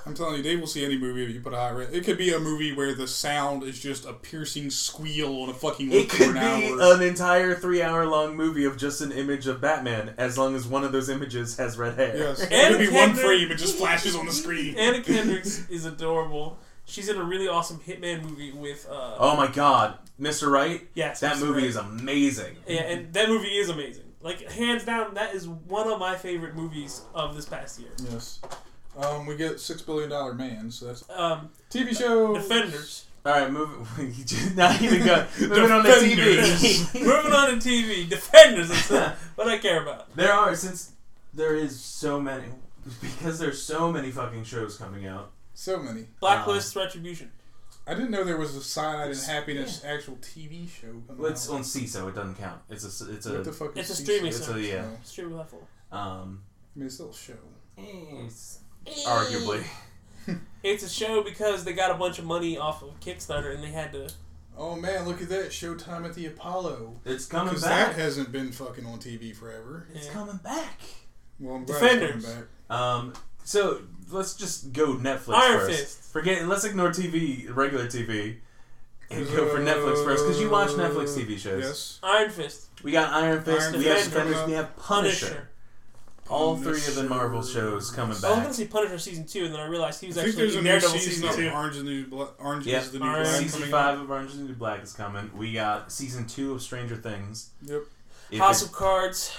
Speaker 1: I'm telling you, they will see any movie if you put a high rate. It could be a movie where the sound is just a piercing squeal on a fucking
Speaker 2: It
Speaker 1: loop for
Speaker 2: could
Speaker 1: an
Speaker 2: be
Speaker 1: hour.
Speaker 2: an entire three-hour-long movie of just an image of Batman, as long as one of those images has red hair.
Speaker 1: yes, it
Speaker 4: Anna
Speaker 1: could be one
Speaker 4: Kendrick-
Speaker 1: frame. It just flashes on the screen.
Speaker 4: Anna Kendrick is adorable. She's in a really awesome Hitman movie with. Uh,
Speaker 2: Oh my God, Mr. Right,
Speaker 4: yes,
Speaker 2: that
Speaker 4: Mr.
Speaker 2: movie
Speaker 4: Ray.
Speaker 2: is amazing.
Speaker 4: Yeah, and that movie is amazing. Like hands down, that is one of my favorite movies of this past year.
Speaker 1: Yes. Um, we get six billion dollar man, so that's
Speaker 4: Um,
Speaker 1: TV show
Speaker 4: Defenders.
Speaker 2: All right, move. Not even good. Moving on to TV.
Speaker 4: Moving on to TV, Defenders. That's not what I care about.
Speaker 2: there are since there is so many because there's so many fucking shows coming out.
Speaker 1: So many.
Speaker 2: Uh,
Speaker 4: Blacklist, Retribution.
Speaker 1: I didn't know there was a Cyanide and
Speaker 2: It's-
Speaker 1: Happiness actual TV show. coming
Speaker 2: Well, It's
Speaker 1: out.
Speaker 2: on CISO. It doesn't count. It's a. s- It's
Speaker 1: what the
Speaker 2: a.
Speaker 1: fuck is
Speaker 4: It's a
Speaker 1: CC?
Speaker 4: streaming
Speaker 2: It's a
Speaker 4: service.
Speaker 2: yeah.
Speaker 1: No.
Speaker 4: Streaming level.
Speaker 2: Um.
Speaker 1: I mean, it's still a show.
Speaker 2: It's
Speaker 4: E.
Speaker 2: arguably.
Speaker 4: It's a show because they got a bunch of money off of Kickstarter and they had to.
Speaker 1: Oh man, look at that Showtime at the Apollo.
Speaker 2: It's coming
Speaker 1: Because that
Speaker 2: back.
Speaker 1: hasn't been fucking on TV forever.
Speaker 2: it's
Speaker 4: Yeah.
Speaker 2: coming back.
Speaker 1: Well, I'm glad it's coming
Speaker 4: Defenders.
Speaker 1: back.
Speaker 2: Um. So let's just go Netflix
Speaker 4: Iron
Speaker 2: first.
Speaker 4: Fist.
Speaker 2: Forget. Let's ignore TV, regular TV, and go for
Speaker 1: Uh,
Speaker 2: Netflix first because you watch Netflix TV shows.
Speaker 1: Yes.
Speaker 4: Iron Fist.
Speaker 2: We got Iron Fist.
Speaker 1: Iron
Speaker 2: we have
Speaker 4: Fist.
Speaker 2: Defenders. We have Punisher.
Speaker 4: Punisher.
Speaker 2: All three of the Marvel
Speaker 1: Punisher.
Speaker 2: shows coming
Speaker 4: I was
Speaker 2: back.
Speaker 4: gonna say Punisher season two, and then I realized he was
Speaker 1: I think
Speaker 4: actually
Speaker 1: there's a
Speaker 4: in
Speaker 1: new
Speaker 4: Daredevil
Speaker 1: season,
Speaker 4: season
Speaker 1: of
Speaker 4: two.
Speaker 1: Orange is the New Black. Orange
Speaker 2: Yep.
Speaker 1: is the New
Speaker 4: Iron
Speaker 1: Black.
Speaker 2: Season
Speaker 1: coming
Speaker 2: five
Speaker 1: out.
Speaker 2: of Orange is the New Black is coming. We got season two of Stranger Things,
Speaker 1: Yep.
Speaker 2: If
Speaker 4: House
Speaker 2: it-
Speaker 4: of Cards.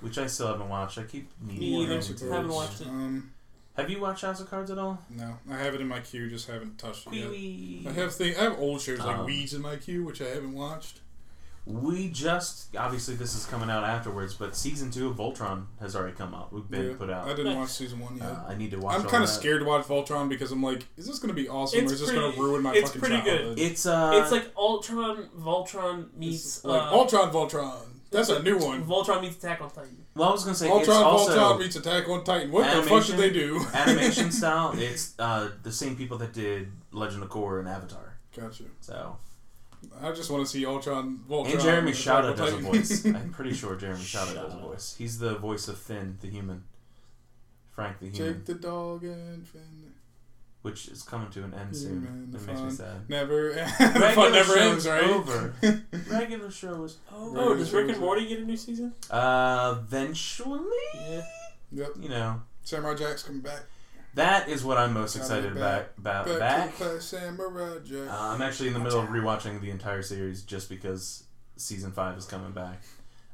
Speaker 2: which I still haven't watched. I keep needing.
Speaker 4: Me
Speaker 2: to
Speaker 4: either.
Speaker 2: watch it.
Speaker 4: Haven't watched it.
Speaker 1: Um,
Speaker 2: Have you watched House of Cards at all?
Speaker 1: no, I have it in my queue. Just haven't touched it yet.
Speaker 2: We
Speaker 1: I have thing. I have old shows like
Speaker 2: Um,
Speaker 1: Weeds in my queue, which I haven't watched.
Speaker 2: we just obviously this is coming out afterwards, but season two of Voltron has already come out. We've been
Speaker 1: Yeah,
Speaker 2: put
Speaker 1: I
Speaker 2: out.
Speaker 1: didn't
Speaker 4: Nice.
Speaker 1: watch season one yet.
Speaker 2: Uh, I need to watch.
Speaker 1: I'm
Speaker 2: all
Speaker 1: kind of
Speaker 2: that.
Speaker 1: scared to watch Voltron because I'm like, is this going to be awesome
Speaker 4: It's
Speaker 1: or is this
Speaker 4: pretty-
Speaker 1: going to ruin my
Speaker 4: it's
Speaker 1: fucking
Speaker 4: pretty good.
Speaker 1: childhood?
Speaker 2: It's uh.
Speaker 4: It's like Ultron, Voltron meets
Speaker 1: It's like
Speaker 4: uh,
Speaker 1: Ultron, Voltron. That's a new one.
Speaker 4: Voltron meets Attack on Titan.
Speaker 2: well, I was gonna say
Speaker 1: Ultron,
Speaker 2: it's also
Speaker 1: Voltron meets Attack on Titan. What the fuck
Speaker 2: Animation.
Speaker 1: should they do?
Speaker 2: animation style. It's uh the same people that did Legend of Korra and Avatar.
Speaker 1: Gotcha.
Speaker 2: So
Speaker 1: I just want to see Ultron. Voltron,
Speaker 2: And Jeremy
Speaker 1: Shouted
Speaker 2: Shouta does a voice. I'm pretty sure Jeremy Shouta does a voice. He's the voice of Finn, the human. Frank the human,
Speaker 1: Jake the dog and Finn.
Speaker 2: which is coming to an
Speaker 1: Human,
Speaker 2: end soon. It makes me
Speaker 1: fun.
Speaker 2: sad.
Speaker 1: Never. the fun never ends, right?
Speaker 2: over. Regular show is over.
Speaker 4: Oh, does Rick and Morty get a new season?
Speaker 2: Uh, eventually,
Speaker 4: Yeah.
Speaker 1: Yep.
Speaker 2: you know,
Speaker 1: Samurai Jack's coming back.
Speaker 2: that is what I'm most
Speaker 1: Gotta
Speaker 2: excited
Speaker 1: be back.
Speaker 2: about.
Speaker 1: Back,
Speaker 2: About back.
Speaker 1: to the Samurai Jack.
Speaker 2: Uh, I'm actually in the middle of rewatching the entire series just because season five is coming back.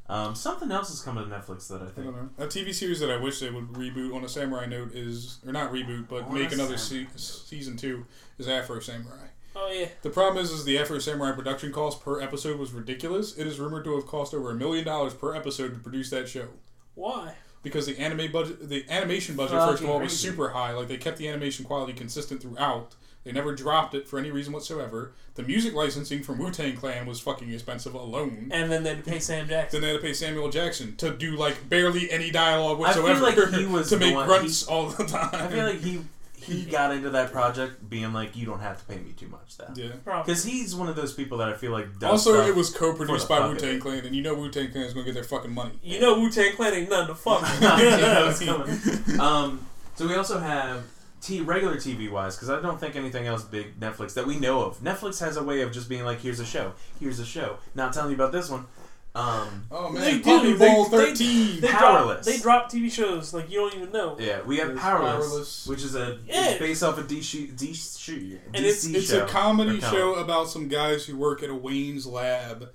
Speaker 2: Um, something else is coming to Netflix that I
Speaker 1: I
Speaker 2: think.
Speaker 1: don't know. A TV series that I wish they would reboot on a samurai note is, or not reboot, but
Speaker 2: On
Speaker 1: make
Speaker 2: a
Speaker 1: another
Speaker 2: samurai
Speaker 1: se-
Speaker 2: note.
Speaker 1: season two is Afro Samurai.
Speaker 4: Oh yeah.
Speaker 1: The problem is, is the Afro Samurai production cost per episode was ridiculous. It is rumored to have cost over a million dollars per episode to produce that show
Speaker 4: Why?
Speaker 1: because the anime budget, the animation budget, first of all, was
Speaker 2: Fucking crazy.
Speaker 1: super high. Like they kept the animation quality consistent throughout. They never dropped it for any reason whatsoever. The music licensing from Wu Tang Clan was fucking expensive alone.
Speaker 4: And then they'd pay Sam Jackson.
Speaker 1: Then they had to pay Samuel Jackson to do like barely any dialogue
Speaker 2: I feel
Speaker 1: whatsoever
Speaker 2: like he was
Speaker 1: to
Speaker 2: the
Speaker 1: make
Speaker 2: one-
Speaker 1: grunts all the time.
Speaker 2: I feel like he he got into that project being like, you don't have to pay me too much, though.
Speaker 1: yeah.
Speaker 4: Probably.
Speaker 2: Because he's one of those people that I feel like does
Speaker 1: Also,
Speaker 2: stuff.
Speaker 1: it was co-produced by
Speaker 2: fuck
Speaker 1: Wu
Speaker 2: of
Speaker 1: Tang Clan, and you know Wu Tang Clan is gonna get their fucking money.
Speaker 4: You know Wu Tang Clan ain't nothing to fuck. with.
Speaker 2: I knew that was coming. Um, so we also have t- regular TV wise because I don't think anything else big Netflix that we know of. Netflix has a way of just being like, here's a show, here's a show, not telling you about this one. Um,
Speaker 1: Oh man,
Speaker 4: They do.
Speaker 1: Poppy
Speaker 4: They-
Speaker 1: Ball
Speaker 4: they-
Speaker 1: thirteen.
Speaker 4: They drop,
Speaker 2: Powerless.
Speaker 4: they drop TV shows like you don't even know.
Speaker 2: yeah, we have
Speaker 1: There's
Speaker 2: Powerless,
Speaker 1: Powerless.
Speaker 2: which is a
Speaker 4: Yeah.
Speaker 2: it's based off a DC DC,
Speaker 4: And it's-
Speaker 2: DC
Speaker 1: it's
Speaker 2: show.
Speaker 1: a comedy
Speaker 2: Or
Speaker 1: show about some guys who work at a Wayne's lab,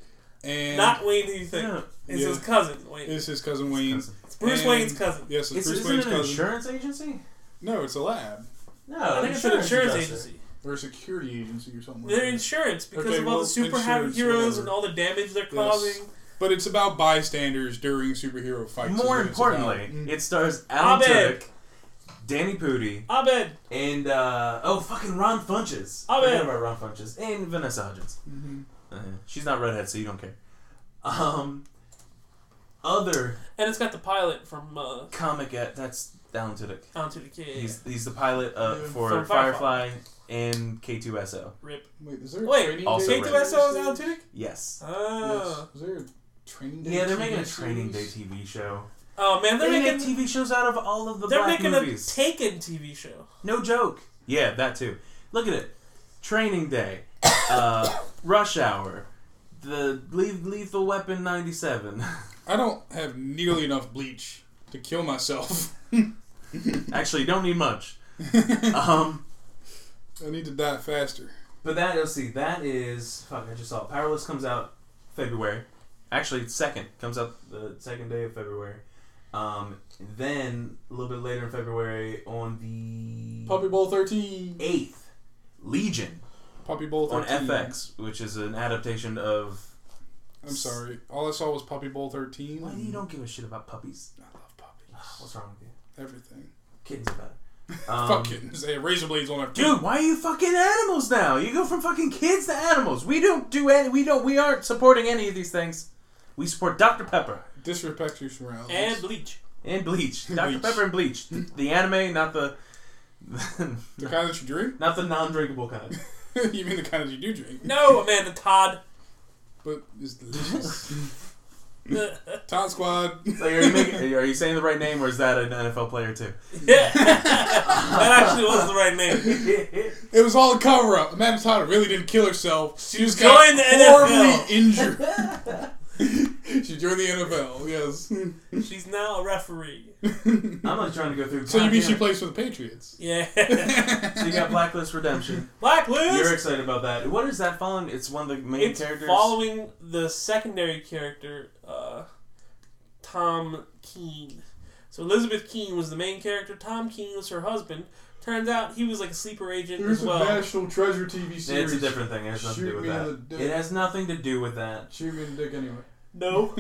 Speaker 1: and
Speaker 4: Not Wayne, who you think?
Speaker 2: Yeah.
Speaker 4: It's
Speaker 1: Yeah.
Speaker 4: his cousin. Wayne.
Speaker 1: it's his cousin Wayne.
Speaker 2: It's,
Speaker 4: It's Bruce
Speaker 1: and-
Speaker 4: Wayne's cousin.
Speaker 1: Yes, it's, Bruce
Speaker 2: isn't
Speaker 1: Wayne's
Speaker 2: it an
Speaker 1: cousin.
Speaker 2: insurance agency?
Speaker 1: no, it's a lab
Speaker 2: No,
Speaker 4: I think it's an insurance
Speaker 2: does it.
Speaker 4: agency.
Speaker 1: or a security agency or something. Like
Speaker 4: Their
Speaker 1: that.
Speaker 4: insurance because
Speaker 1: Okay,
Speaker 4: of all
Speaker 1: well,
Speaker 4: the superheroes
Speaker 1: insurance,
Speaker 4: heroes
Speaker 1: whatever.
Speaker 4: and all the damage they're
Speaker 1: Yes.
Speaker 4: causing.
Speaker 1: But it's about bystanders during superhero fights. is
Speaker 2: More
Speaker 1: what it's about.
Speaker 2: importantly,
Speaker 1: Mm.
Speaker 2: it stars Alan
Speaker 4: Mm-hmm. Abed,
Speaker 2: Tudyk, Danny Pudi,
Speaker 4: Abed,
Speaker 2: and uh, oh fucking Ron Funches.
Speaker 4: Oh,
Speaker 2: Forgot
Speaker 4: yeah.
Speaker 2: about Ron Funches and Vanessa Hudgens.
Speaker 1: Mhm.
Speaker 2: Uh, she's not redhead, so you don't care. Um, other
Speaker 4: and it's got the pilot from uh,
Speaker 2: comic at that's Alan Tudyk.
Speaker 4: Onto the Kid.
Speaker 2: He's he's the pilot uh,
Speaker 1: Yeah.
Speaker 2: for
Speaker 4: Mm-hmm. From Firefly.
Speaker 2: Firefly and K2SO.
Speaker 4: Rip.
Speaker 1: Wait, is there a
Speaker 4: Wait,
Speaker 1: training
Speaker 2: also
Speaker 1: day
Speaker 2: Red.
Speaker 4: K2SO is Alan Tudyk.
Speaker 2: Yes.
Speaker 4: Oh,
Speaker 1: Yes. Is there a training day?
Speaker 2: Yeah, they're making a
Speaker 1: TV
Speaker 2: training day
Speaker 1: series?
Speaker 2: TV show.
Speaker 4: oh man,
Speaker 2: They're
Speaker 4: they're
Speaker 2: they
Speaker 4: making
Speaker 2: making TV shows out of all of the
Speaker 4: they're
Speaker 2: black
Speaker 4: making
Speaker 2: movies.
Speaker 4: a Taken TV show.
Speaker 2: No joke. Yeah, that too. Look at it. Training Day, uh, Rush Hour, the Le- Lethal Weapon '97.
Speaker 1: I don't have nearly enough bleach to kill myself.
Speaker 2: Actually, don't need much.
Speaker 1: I
Speaker 2: Um,
Speaker 1: need to die faster.
Speaker 2: but that let's see. That is fuck. I just saw it. Powerless comes out February. Actually, it's second comes out the second day of February. Um, then a little bit later in February on the
Speaker 1: Puppy Bowl 13.
Speaker 2: eighth, Legion
Speaker 1: Puppy Bowl
Speaker 2: on
Speaker 1: 13.
Speaker 2: FX, which is an adaptation of.
Speaker 1: I'm sorry. All I saw was Puppy Bowl 13.
Speaker 2: Why do you don't give a shit about puppies?
Speaker 1: I love puppies.
Speaker 2: What's wrong with you?
Speaker 1: Everything.
Speaker 2: Kittens are better. Um,
Speaker 1: Fuck kittens. They have razor blades on their
Speaker 2: Dude, why are you fucking animals now? You go from fucking kids to animals. We don't do any. We don't. We aren't supporting any of these things. We support Dr Pepper
Speaker 1: Disrespect your surroundings.
Speaker 4: And Bleach.
Speaker 2: and Bleach.
Speaker 1: And
Speaker 2: Dr
Speaker 1: Bleach.
Speaker 2: Pepper and Bleach. The anime, not the
Speaker 1: the kind that you drink?
Speaker 2: not the non-drinkable kind.
Speaker 1: you mean the kind that you do drink?
Speaker 4: No, Amanda Todd.
Speaker 1: But it's delicious.
Speaker 4: yeah.
Speaker 1: Todd Squad.
Speaker 2: It's Like, are you making, are you saying the right name or is that an NFL player too?
Speaker 4: that actually was the right name.
Speaker 1: It was all a cover up. Amanda Todd really didn't kill herself. She just
Speaker 4: joined the
Speaker 1: got horribly injured. she joined the NFL, yes.
Speaker 4: She's now a referee.
Speaker 2: I'm like trying to go through.
Speaker 1: So you mean she
Speaker 2: Goddamn
Speaker 1: plays for the Patriots?
Speaker 4: Yeah.
Speaker 2: it. So you got Blacklist Redemption. You're
Speaker 4: Blacklist.
Speaker 2: excited about that. What is that following? It's one of the main
Speaker 4: It's
Speaker 2: characters.
Speaker 4: following the secondary character, uh, Tom Keene. So Elizabeth Keene was the main character. Tom Keene was her husband. Turns out he was like a sleeper agent as well.
Speaker 1: National Treasure TV
Speaker 2: It's a different thing. It has nothing to
Speaker 1: Shoot
Speaker 2: do with
Speaker 1: me in
Speaker 2: that.
Speaker 1: the dick.
Speaker 2: It has nothing to do with that.
Speaker 1: Shoot me in the dick anyway.
Speaker 4: No.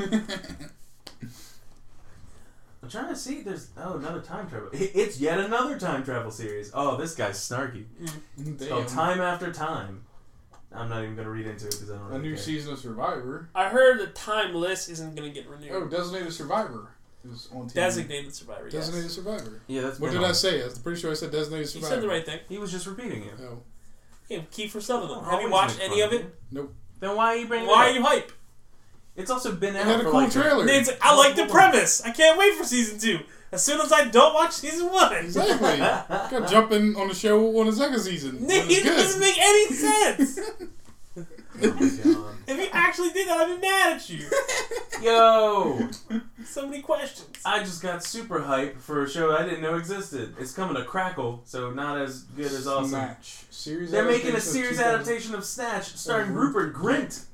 Speaker 2: I'm trying to see. if There's oh another time travel. It- It's yet another time travel series. Oh, this guy's snarky. It's called Time After Time. I'm not even gonna read into it because I don't.
Speaker 1: A
Speaker 2: Really
Speaker 1: new
Speaker 2: care.
Speaker 1: season of Survivor.
Speaker 4: I heard that Timeless isn't going to get renewed.
Speaker 1: Oh, Designated Survivor is on TV.
Speaker 4: Designated Survivor. Yes.
Speaker 1: Designated Survivor.
Speaker 2: Yeah, that's.
Speaker 1: What
Speaker 2: been
Speaker 1: did I
Speaker 2: on.
Speaker 1: say? I'm pretty sure I said Designated
Speaker 4: You
Speaker 1: Survivor.
Speaker 4: said the right thing.
Speaker 2: He was just repeating it.
Speaker 1: Oh,
Speaker 4: Yeah, Kiefer Sutherland.
Speaker 2: Always
Speaker 4: Have you
Speaker 2: make
Speaker 4: watched
Speaker 2: fun
Speaker 4: any of
Speaker 2: me.
Speaker 4: it?
Speaker 1: nope.
Speaker 2: Then why are you bringing?
Speaker 4: Why are
Speaker 2: it
Speaker 4: you
Speaker 2: up?
Speaker 4: hype?
Speaker 2: It's also been
Speaker 1: It
Speaker 2: out
Speaker 1: had a
Speaker 2: for
Speaker 1: cool
Speaker 2: like
Speaker 1: trailer.
Speaker 4: It's, I like the
Speaker 2: Well,
Speaker 4: premise. I can't wait for season two. As soon as I don't watch season one,
Speaker 1: Exactly. Got jumping on the show on the second season.
Speaker 4: Nick,
Speaker 1: It
Speaker 4: it
Speaker 1: was
Speaker 4: doesn't
Speaker 1: good.
Speaker 4: make any sense.
Speaker 2: Oh my God.
Speaker 4: if you actually did that, I'd be mad at you.
Speaker 2: Yo,
Speaker 4: So many questions.
Speaker 2: I just got super hype for a show I didn't know existed. It's coming to Crackle, so not as good as awesome.
Speaker 1: Snatch. Series
Speaker 2: They're making
Speaker 1: adaptation
Speaker 2: a
Speaker 1: of
Speaker 2: series
Speaker 1: 2000
Speaker 2: adaptation of Snatch starring
Speaker 1: Mhm.
Speaker 2: Rupert Grint.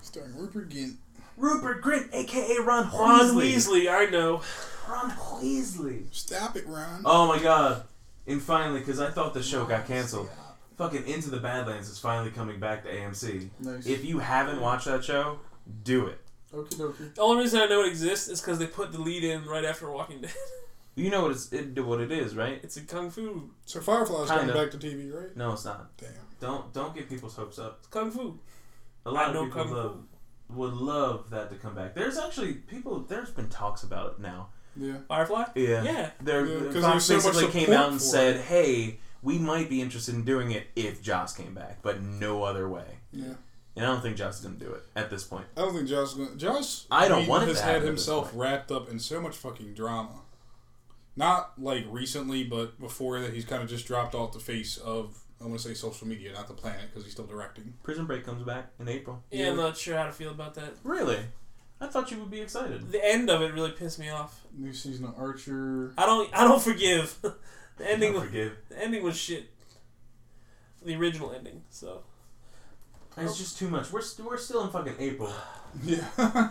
Speaker 1: Starring Rupert Gint.
Speaker 2: Rupert Grint, aka Ron
Speaker 4: Ron
Speaker 2: Weasley.
Speaker 4: Weasley, I know.
Speaker 2: Ron Weasley.
Speaker 1: Stop it, Ron.
Speaker 2: Oh my god. And finally, because I thought the show Oh, got canceled, fucking Into the Badlands is finally coming back to AMC.
Speaker 1: Nice.
Speaker 2: If you haven't watched that show, do it.
Speaker 1: Okie dokie.
Speaker 4: The only reason I know it exists is because they put the lead in right after Walking Dead.
Speaker 2: You know what, it's, it, what it is, right?
Speaker 4: It's a kung fu.
Speaker 1: So Firefly's
Speaker 2: Kinda.
Speaker 1: coming back to TV, right?
Speaker 2: No, it's not.
Speaker 1: Damn.
Speaker 2: Don't don't get people's hopes up.
Speaker 4: It's kung fu.
Speaker 2: A lot
Speaker 4: I know
Speaker 2: of people
Speaker 4: kung
Speaker 2: love,
Speaker 4: fu.
Speaker 2: would love that to come back. There's actually people. There's been talks about it now.
Speaker 1: Yeah.
Speaker 4: Firefly.
Speaker 2: Yeah.
Speaker 4: Yeah.
Speaker 2: There,
Speaker 1: Yeah, 'cause
Speaker 2: Fox
Speaker 1: there's so much
Speaker 2: basically came
Speaker 1: support
Speaker 2: out and
Speaker 1: for
Speaker 2: said,
Speaker 1: it.
Speaker 2: "Hey, we might be interested in doing it if Joss came back, but no other way."
Speaker 1: Yeah.
Speaker 2: And I don't think Joss is going to do it at this point.
Speaker 1: I don't think Josh. Gonna, Josh.
Speaker 2: I don't
Speaker 1: Whedon
Speaker 2: want it
Speaker 1: has
Speaker 2: to
Speaker 1: had
Speaker 2: happen at this
Speaker 1: himself
Speaker 2: point.
Speaker 1: wrapped up in so much fucking drama. Not like recently, but before that, he's kind of just dropped off the face of. I want to say social media, not the planet, because he's still directing.
Speaker 2: Prison Break comes back in April.
Speaker 4: Yeah, I'm not sure how to feel about that.
Speaker 2: Really? I thought you would be excited.
Speaker 4: The end of it really pissed me off.
Speaker 1: New season of Archer.
Speaker 4: I don't. I don't forgive. the ending.
Speaker 2: I
Speaker 4: Was,
Speaker 2: forgive.
Speaker 4: the ending was shit. The original ending. So
Speaker 1: Oh.
Speaker 2: It's just too much. We're, st- we're still in fucking April.
Speaker 1: Yeah.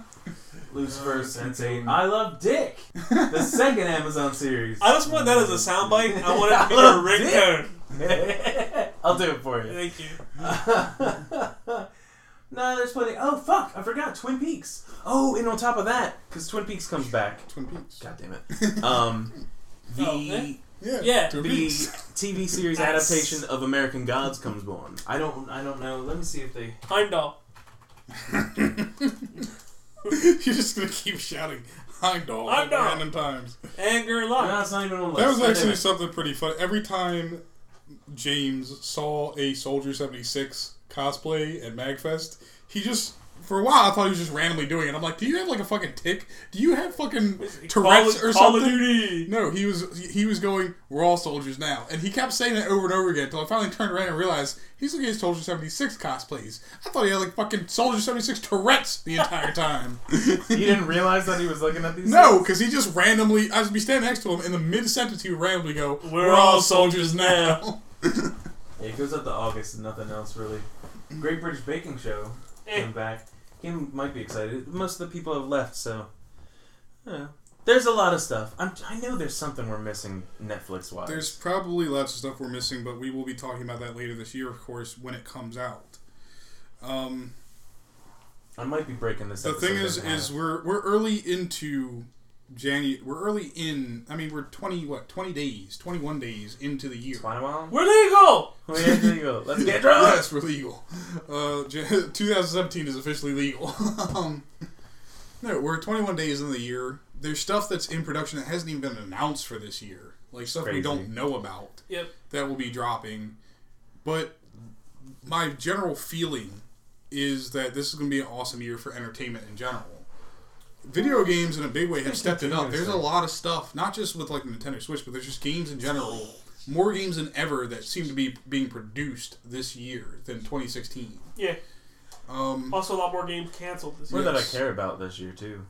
Speaker 2: Lucifer,
Speaker 1: Uh,
Speaker 2: Sensei.
Speaker 1: continue.
Speaker 2: I love Dick. The second Amazon series.
Speaker 4: I just want that as a soundbite. I want it to be
Speaker 2: I love
Speaker 4: a ringtone.
Speaker 2: I'll do it for you.
Speaker 4: Thank you.
Speaker 2: no, there's plenty. Oh fuck! I forgot Twin Peaks. Oh, and on top of that, because Twin Peaks comes back.
Speaker 1: Twin Peaks.
Speaker 2: God damn it. Um, the
Speaker 4: Oh, eh?
Speaker 1: Yeah.
Speaker 4: Yeah.
Speaker 1: Twin
Speaker 2: the
Speaker 1: Peaks.
Speaker 2: TV series adaptation of American Gods comes on. I don't. I don't know. Let me see if they.
Speaker 4: Heimdall.
Speaker 1: You're just gonna keep shouting Heimdall at
Speaker 4: Heimdall.
Speaker 1: random times.
Speaker 4: Anger
Speaker 2: No,
Speaker 4: Locke.
Speaker 2: it's not even on the
Speaker 1: That
Speaker 2: list.
Speaker 1: was
Speaker 2: God
Speaker 1: actually
Speaker 2: damn
Speaker 1: something pretty fun. Every time James saw a Soldier 76 cosplay at MagFest, he just, for a while, I thought he was just randomly doing it. I'm like, do you have like a fucking tick? Do you have fucking Tourette's
Speaker 4: Call
Speaker 1: or
Speaker 4: of- Call of
Speaker 1: something?
Speaker 4: Duty.
Speaker 1: No, he was he was going. We're all soldiers now, and he kept saying that over and over again until I finally turned around and realized he's looking at his Soldier Seventy Six cosplays. I thought he had like fucking Soldier Seventy Six Tourette's the entire time.
Speaker 2: it. You didn't realize that he was looking at these.
Speaker 1: No,
Speaker 2: things?
Speaker 1: because he just randomly. I would be standing next to him in the mid sentence. He would randomly go,
Speaker 4: We're all soldiers now."
Speaker 2: Yeah, it goes up to August and nothing else really. Great British Baking Show
Speaker 4: Eh.
Speaker 2: came back. Kim might be excited. Most of the people have left, so yeah. there's a lot of stuff. I'm, I know there's something we're missing Netflix wise.
Speaker 1: There's probably lots of stuff we're missing, but we will be talking about that later this year, of course, when it comes out. Um,
Speaker 2: I might be breaking this.
Speaker 1: the
Speaker 2: episode
Speaker 1: thing is,
Speaker 2: in half.
Speaker 1: is we're we're early into January. We're early in. I mean, we're twenty what twenty days, twenty one days into the year.
Speaker 2: Twenty one?
Speaker 4: We're legal.
Speaker 2: Well, yeah, there you go. Let's get drunk.
Speaker 1: Yes, we're legal. Uh, Jan- 2017 is officially legal. um, no, we're 21 days in the year. There's stuff that's in production that hasn't even been announced for this year, like stuff
Speaker 2: Crazy.
Speaker 1: we don't know about
Speaker 4: Yep.
Speaker 1: that will be dropping. But my general feeling is that this is going to be an awesome year for entertainment in general. Video games in a big way have stepped it up. There's a lot of stuff, not just with like Nintendo Switch, but there's just games in general. More games than ever that seem to be being produced this year than 2016.
Speaker 4: Yeah.
Speaker 1: Um,
Speaker 4: Also, a lot more games canceled this
Speaker 2: More
Speaker 4: year.
Speaker 2: that I
Speaker 1: Yes.
Speaker 2: care about this year too.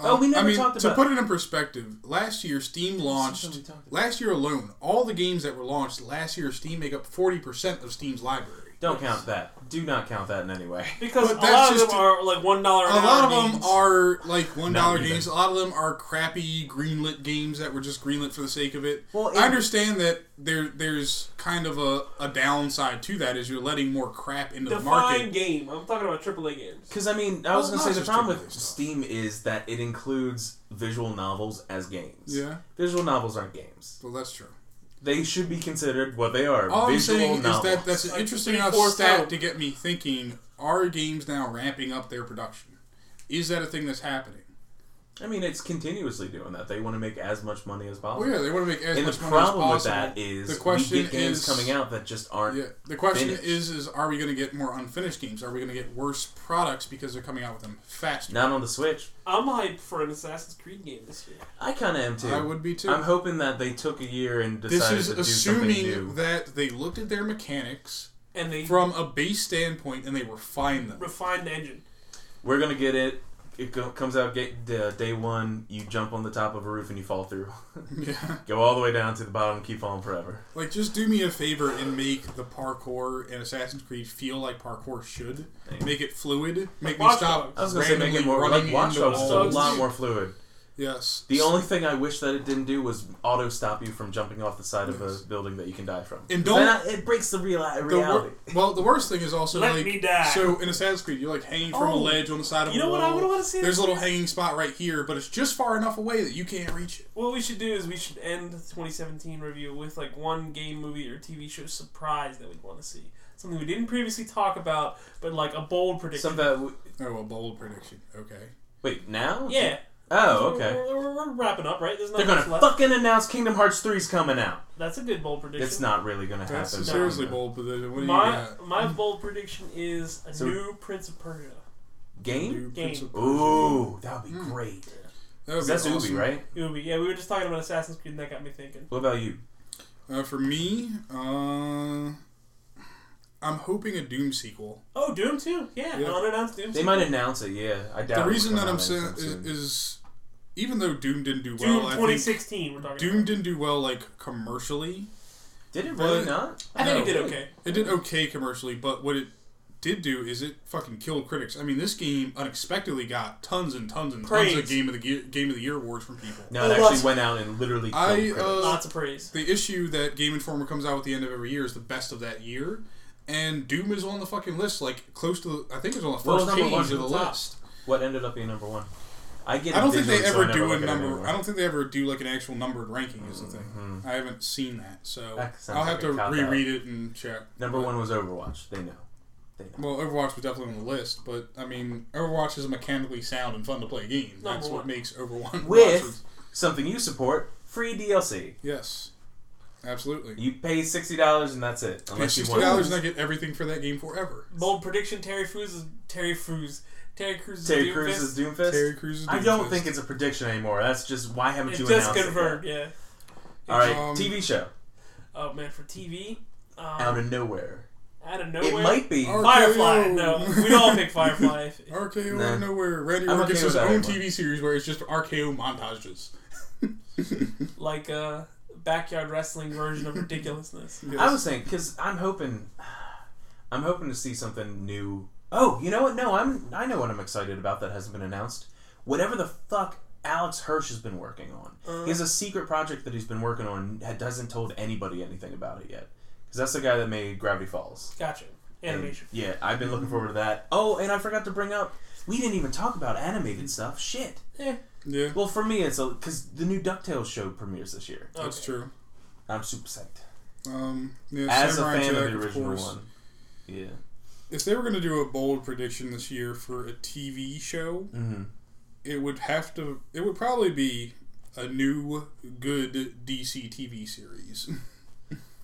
Speaker 1: um,
Speaker 2: Oh, we never
Speaker 1: I mean,
Speaker 2: talked
Speaker 1: to
Speaker 2: about-
Speaker 1: put it in perspective, last year Steam launched.
Speaker 2: Something we talked about.
Speaker 1: Last year alone, all the games that were launched last year, Steam make up 40% of Steam's library.
Speaker 2: Don't count that. Do not count that in any way.
Speaker 4: Because a
Speaker 1: But that's
Speaker 4: lot of them
Speaker 1: just-
Speaker 4: are like one dollar.
Speaker 1: a lot of them are like one
Speaker 2: Not
Speaker 1: dollar
Speaker 2: really.
Speaker 1: games. A lot of them are crappy greenlit games that were just greenlit for the sake of it.
Speaker 2: Well, it-
Speaker 1: I understand that there there's kind of a, a downside to that is you're letting more crap into the
Speaker 4: Define
Speaker 1: market.
Speaker 4: game. I'm talking about AAA games.
Speaker 2: Because I mean, I
Speaker 1: Well,
Speaker 2: was
Speaker 1: not
Speaker 2: gonna say the
Speaker 1: just
Speaker 2: problem
Speaker 1: AAA
Speaker 2: with
Speaker 1: stuff.
Speaker 2: Steam is that it includes visual novels as games.
Speaker 1: Yeah,
Speaker 2: Visual novels aren't games.
Speaker 1: well that's true.
Speaker 2: They should be considered what they are.
Speaker 1: All I'm
Speaker 2: visual
Speaker 1: saying
Speaker 2: novels.
Speaker 1: is that that's an
Speaker 4: Like
Speaker 1: interesting
Speaker 4: three,
Speaker 1: enough
Speaker 4: four
Speaker 1: stat
Speaker 4: films.
Speaker 1: to get me thinking: Are games now ramping up their production? Is that a thing that's happening?
Speaker 2: I mean, it's continuously doing that. They want to make as much money as possible.
Speaker 1: Well, yeah, they want to make as
Speaker 2: and the
Speaker 1: much money as
Speaker 2: problem with
Speaker 1: possible.
Speaker 2: that is
Speaker 1: The question
Speaker 2: we get games
Speaker 1: is-
Speaker 2: coming out that just aren't.
Speaker 1: Yeah. The question
Speaker 2: finished.
Speaker 1: is: Is are we going to get more unfinished games? Are we going to get worse products because they're coming out with them faster?
Speaker 2: Not on the Switch.
Speaker 4: I'm hyped for an Assassin's Creed game this year.
Speaker 2: I kind of am too.
Speaker 1: I would be too.
Speaker 2: I'm hoping that they took a year and
Speaker 1: this
Speaker 2: decided
Speaker 1: is
Speaker 2: to do something
Speaker 1: assuming
Speaker 2: new.
Speaker 1: that they looked at their mechanics
Speaker 4: And they
Speaker 1: from a base standpoint and they refined them.
Speaker 4: refined the engine.
Speaker 2: We're gonna get it. It go- comes out get, uh, day one. You jump on the top of a roof and you fall through.
Speaker 1: yeah.
Speaker 2: go all the way down to the bottom. Keep falling forever.
Speaker 1: Like, just do me a favor and make the parkour in Assassin's Creed feel like parkour should.
Speaker 2: Thanks.
Speaker 1: Make it fluid. Make me
Speaker 4: Watch
Speaker 1: stop.
Speaker 2: I was gonna say make it
Speaker 1: randomly
Speaker 2: more
Speaker 1: running
Speaker 2: like Watch
Speaker 1: into
Speaker 2: Dogs is a
Speaker 1: walls.
Speaker 2: lot more fluid.
Speaker 1: Yes.
Speaker 2: The only thing I wish that it didn't do was auto stop you from jumping off the side of
Speaker 1: Yes.
Speaker 2: a building that you can die from.
Speaker 1: And
Speaker 2: Then
Speaker 1: don't.
Speaker 2: I- it breaks the real
Speaker 1: the wor-
Speaker 2: reality.
Speaker 1: well, the worst thing is also
Speaker 4: Let
Speaker 1: like
Speaker 4: me die.
Speaker 1: so in Assassin's Creed, you're like hanging from a
Speaker 4: Oh.
Speaker 1: ledge on the side of
Speaker 4: You
Speaker 1: a
Speaker 4: know
Speaker 1: wall.
Speaker 4: what I would want to see?
Speaker 1: There's a
Speaker 4: this
Speaker 1: little
Speaker 4: year?
Speaker 1: hanging spot right here, but it's just far enough away that you can't reach it.
Speaker 4: What we should do is we should end the 2017 review with like one game, movie, or TV show surprise that we'd want to see. Something we didn't previously talk about, but like a bold prediction.
Speaker 2: Some that w-
Speaker 1: Oh, a bold prediction. Okay.
Speaker 2: wait now?
Speaker 4: Yeah.
Speaker 2: Oh, okay.
Speaker 4: We're, we're- we're wrapping up, right? There's not
Speaker 2: They're
Speaker 4: much
Speaker 2: gonna
Speaker 4: left.
Speaker 2: fucking announce Kingdom Hearts 3's coming out.
Speaker 4: That's a good bold prediction.
Speaker 2: It's not really gonna happen.
Speaker 1: That's a
Speaker 2: but-
Speaker 1: seriously bold position. What do you
Speaker 4: My
Speaker 1: got?
Speaker 4: my bold prediction is a
Speaker 2: So-
Speaker 4: new Prince of Persia.
Speaker 2: game.
Speaker 1: New
Speaker 4: Game.
Speaker 1: Prince of Persia.
Speaker 2: Ooh, that would be great.
Speaker 1: Mm. That would be
Speaker 2: That's
Speaker 1: awesome.
Speaker 2: Ubi, right?
Speaker 4: It would be, yeah, we were just talking about Assassin's Creed, and that got me thinking.
Speaker 2: What about you?
Speaker 1: Uh, for me, uh, I'm hoping a Doom sequel.
Speaker 4: Oh, Doom too. Yeah,
Speaker 1: Yeah.
Speaker 4: unannounced Doom.
Speaker 2: They
Speaker 4: too.
Speaker 2: might announce it. Yeah, I doubt.
Speaker 1: the
Speaker 2: it'll
Speaker 1: reason
Speaker 2: come
Speaker 1: that I'm
Speaker 2: out
Speaker 1: saying
Speaker 2: anytime
Speaker 1: is,
Speaker 2: soon.
Speaker 1: is, even though Doom didn't do
Speaker 4: Doom
Speaker 1: well, I think
Speaker 4: 2016. We're talking.
Speaker 1: Doom
Speaker 4: about.
Speaker 1: didn't do well like commercially.
Speaker 2: did it really
Speaker 1: but-
Speaker 2: not?
Speaker 4: I think
Speaker 1: No.
Speaker 4: it did okay.
Speaker 1: It did okay commercially, but what it did do is it fucking killed critics. I mean, this game unexpectedly got tons and tons and tons
Speaker 4: Praise.
Speaker 1: of game of the Ge- game of the year awards from people.
Speaker 2: No, it
Speaker 4: Oh,
Speaker 2: actually
Speaker 4: that's-
Speaker 2: went out and literally.
Speaker 1: I,
Speaker 2: killed critics.
Speaker 1: uh,
Speaker 4: Lots of praise.
Speaker 1: The issue that Game Informer comes out at the end of every year is the best of that year, and Doom is on the fucking list, like close to the, I think it was on the
Speaker 2: What was
Speaker 1: first
Speaker 2: number
Speaker 1: page
Speaker 2: one
Speaker 1: of
Speaker 2: at
Speaker 1: the
Speaker 2: the top?
Speaker 1: list.
Speaker 2: What ended up being number one? I get.
Speaker 1: I
Speaker 2: it
Speaker 1: don't think
Speaker 2: visually,
Speaker 1: they
Speaker 2: so I
Speaker 1: ever do
Speaker 2: never
Speaker 1: a
Speaker 2: look at it
Speaker 1: number.
Speaker 2: anymore.
Speaker 1: I don't think they ever do like an actual numbered ranking. Is the thing. I haven't seen that, so
Speaker 2: Mm-hmm. That sounds
Speaker 1: I'll have
Speaker 2: like a
Speaker 1: to
Speaker 2: cop-out.
Speaker 1: reread it and check.
Speaker 2: Number one was Overwatch. They know. They know.
Speaker 1: Well, Overwatch was definitely on the list, but I mean, Overwatch is a mechanically sound and fun to play game. That's
Speaker 4: Number
Speaker 1: what
Speaker 4: one.
Speaker 1: makes Overwatch.
Speaker 2: With something you support, free DLC.
Speaker 1: yes, absolutely.
Speaker 2: You pay sixty dollars and that's it.
Speaker 1: Pay
Speaker 2: Unless you
Speaker 1: sixty
Speaker 2: want
Speaker 1: dollars and I get everything for that game forever.
Speaker 4: Bold prediction: Terry Crews is Terry Crews. Terry Crews. is
Speaker 2: Terry
Speaker 4: Doom
Speaker 2: Crews
Speaker 4: Fist.
Speaker 2: is Doomfist.
Speaker 1: Terry Crews.
Speaker 2: I don't think it's a prediction anymore. That's just why haven't
Speaker 4: It
Speaker 2: you
Speaker 4: just
Speaker 2: announced
Speaker 4: confirmed.
Speaker 2: it?
Speaker 4: Yeah.
Speaker 2: yet? All right,
Speaker 1: Um,
Speaker 2: TV show
Speaker 4: Oh man, for TV. Um,
Speaker 2: out
Speaker 4: out, of,
Speaker 2: of nowhere.
Speaker 4: nowhere.
Speaker 2: It might be.
Speaker 1: Or-
Speaker 4: Firefly.
Speaker 1: RKO.
Speaker 4: No, we'd all pick Firefly. If,
Speaker 1: RKO
Speaker 2: Nah.
Speaker 1: out of nowhere. Randy
Speaker 2: I'm
Speaker 1: Orr
Speaker 2: okay
Speaker 1: gets
Speaker 2: with
Speaker 1: his
Speaker 2: that
Speaker 1: own
Speaker 2: one.
Speaker 1: TV series where it's just RKO montages.
Speaker 4: like a backyard wrestling version of ridiculousness.
Speaker 1: Yes.
Speaker 2: I was saying because I'm hoping, I'm hoping to see something new. Oh, you know what? No, I'm. I know what I'm excited about that hasn't been announced. Whatever the fuck Alex Hirsch has been working on. he has a secret project that he's been working on and hasn't told anybody anything about it yet. Because that's the guy that made Gravity Falls.
Speaker 4: Gotcha. Animation.
Speaker 2: And, yeah, I've been looking forward to that. Oh, and I forgot to bring up. We didn't even talk about animated stuff. Shit.
Speaker 4: Eh,
Speaker 1: Yeah,
Speaker 2: Well, for me, it's a because the new Ducktales show premieres this year.
Speaker 1: that's
Speaker 4: okay.
Speaker 1: true.
Speaker 2: I'm super psyched.
Speaker 1: Um, yeah,
Speaker 2: As
Speaker 1: Samurai
Speaker 2: a fan
Speaker 1: Jack,
Speaker 2: of the original
Speaker 1: course.
Speaker 2: one. Yeah.
Speaker 1: If they were going to do a bold prediction this year for a TV show,
Speaker 2: Mm-hmm.
Speaker 1: it would have to. It would probably be a new good DC TV series.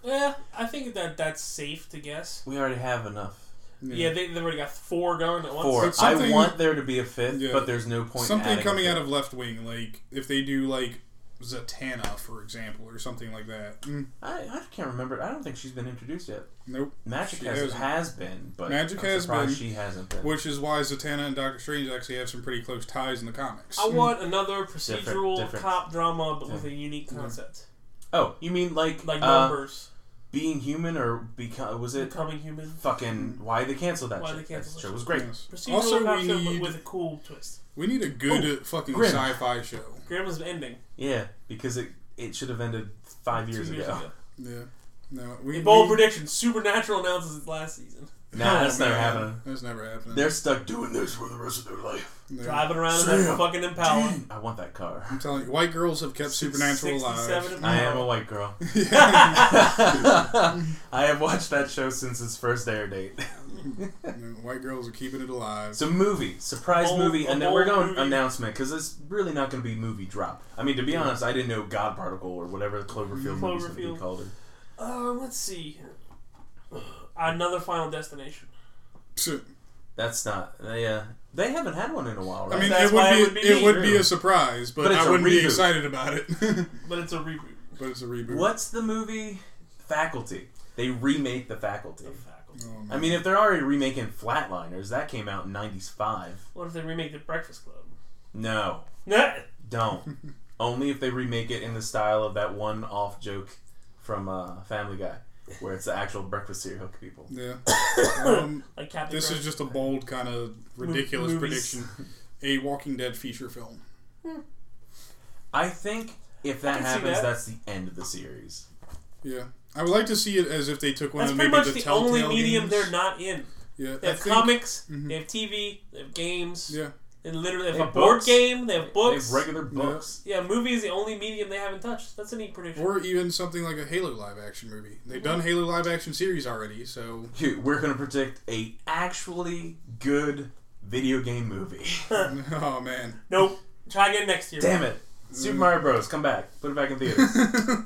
Speaker 4: Yeah, I think that that's safe to guess.
Speaker 2: We already have enough.
Speaker 4: Yeah, they, they've already got four going at once.
Speaker 2: Four.
Speaker 1: But
Speaker 2: I
Speaker 1: something-
Speaker 2: want there to be a fifth,
Speaker 1: Yeah.
Speaker 2: but there's no point. in
Speaker 1: something
Speaker 2: adding
Speaker 1: coming
Speaker 2: a
Speaker 1: out of Left Wing, like if they do like Zatanna, for example, or something like that. Mm,
Speaker 2: fifth. I, I can't remember. I don't think she's been introduced yet.
Speaker 1: nope.
Speaker 2: Magic
Speaker 1: She
Speaker 2: has,
Speaker 1: hasn't.
Speaker 2: has been, but
Speaker 1: Magic
Speaker 2: I'm
Speaker 1: has
Speaker 2: surprised
Speaker 1: been.
Speaker 2: She hasn't been.
Speaker 1: Which is why Zatanna and Doctor Strange actually have some pretty close ties in the comics.
Speaker 4: I want another procedural
Speaker 2: different.
Speaker 4: cop drama, but with a unique concept,
Speaker 2: Oh, you mean like
Speaker 4: like
Speaker 2: uh,
Speaker 4: numbers,
Speaker 2: being human or become was it
Speaker 4: becoming human.
Speaker 2: fucking why they canceled that
Speaker 4: Why
Speaker 2: show?
Speaker 4: they canceled
Speaker 2: that
Speaker 4: that
Speaker 2: show was great.
Speaker 1: Mm, Yes.
Speaker 4: Procedural
Speaker 1: Also,
Speaker 4: cop
Speaker 1: we
Speaker 4: show, but
Speaker 1: need-
Speaker 4: with Oh, a cool twist.
Speaker 1: We need a good uh fucking
Speaker 2: Grimm.
Speaker 1: sci-fi show.
Speaker 4: Grandma's ending.
Speaker 2: Yeah, because it it should have ended five years,
Speaker 4: two years
Speaker 2: ago.
Speaker 4: ago.
Speaker 1: Yeah. No, we,
Speaker 4: A bold
Speaker 1: we-
Speaker 4: prediction: Supernatural announces its last season.
Speaker 2: Nah,
Speaker 1: Oh,
Speaker 2: that's never
Speaker 1: man.
Speaker 2: happening.
Speaker 1: That's never happening.
Speaker 2: They're stuck doing this for the rest of their life.
Speaker 1: No.
Speaker 4: Driving around in that
Speaker 2: Sam.
Speaker 4: fucking Impala.
Speaker 2: I want that car.
Speaker 1: I'm telling you, white girls have kept Supernatural
Speaker 4: 67
Speaker 1: alive.
Speaker 2: I am a white girl.
Speaker 1: Yeah.
Speaker 2: I have watched that show since its first air date.
Speaker 1: No, White girls are keeping it alive.
Speaker 2: So movie, surprise
Speaker 4: Bold-
Speaker 2: movie,
Speaker 4: a
Speaker 2: and then we're
Speaker 4: bold
Speaker 2: going
Speaker 4: movie.
Speaker 2: announcement because it's really not going to be movie drop. I mean, to be honest, I didn't know God Particle or whatever the Mm-hmm. Cloverfield, movie's going to be
Speaker 4: Cloverfield.
Speaker 2: called.
Speaker 4: Uh, let's see. Another Final Destination.
Speaker 1: So-
Speaker 2: That's not. They, uh, they haven't had one in a while, right?
Speaker 1: I mean,
Speaker 4: That's
Speaker 1: it would
Speaker 4: why
Speaker 1: be
Speaker 4: it
Speaker 1: it
Speaker 4: would
Speaker 1: would
Speaker 4: be
Speaker 1: be,
Speaker 4: me.
Speaker 1: a surprise, but,
Speaker 2: But it's
Speaker 1: I
Speaker 2: a
Speaker 1: wouldn't be
Speaker 2: reboot.
Speaker 1: excited about it.
Speaker 4: But it's a reboot.
Speaker 1: but it's a reboot.
Speaker 2: What's the movie? Faculty. They remake the Faculty.
Speaker 4: The faculty.
Speaker 1: Oh, man.
Speaker 2: I mean, if they're already remaking Flatliners, that came out in '95.
Speaker 4: What if they remake The Breakfast Club?
Speaker 2: No,
Speaker 4: Nah,
Speaker 2: don't. Only if they remake it in the style of that one-off joke from uh, Family Guy, where it's the actual breakfast cereal people.
Speaker 1: yeah. um,
Speaker 4: like Captain.
Speaker 1: this
Speaker 4: Crunch.
Speaker 1: is just a bold kind of ridiculous
Speaker 4: movies.
Speaker 1: prediction. A Walking Dead feature film.
Speaker 2: I think if
Speaker 4: I
Speaker 2: that
Speaker 4: can see
Speaker 2: happens,
Speaker 4: that.
Speaker 2: that's the end of the series.
Speaker 1: Yeah, I would like to see it as if they took one
Speaker 4: That's
Speaker 1: of
Speaker 4: pretty
Speaker 1: maybe
Speaker 4: much
Speaker 1: the,
Speaker 4: the,
Speaker 1: Telltale
Speaker 4: only medium
Speaker 1: games.
Speaker 4: they're not in.
Speaker 1: Yeah,
Speaker 4: They
Speaker 1: I
Speaker 4: have
Speaker 1: think-
Speaker 4: comics.
Speaker 1: mhm.
Speaker 4: They have TV. They have games.
Speaker 1: Yeah,
Speaker 4: They literally have,
Speaker 2: They
Speaker 4: a
Speaker 2: have
Speaker 4: board
Speaker 2: books.
Speaker 4: game. They have books.
Speaker 2: They have regular books.
Speaker 4: yeah, movie is the only medium they haven't touched. That's a neat prediction.
Speaker 1: or even something like a Halo live action movie. They've done Halo live action series already, so
Speaker 2: Dude, we're gonna predict a actually good video game movie.
Speaker 1: oh man.
Speaker 4: Nope. Try again next year.
Speaker 2: Damn it! Super Mario Bros. Come back. Put it back in theaters.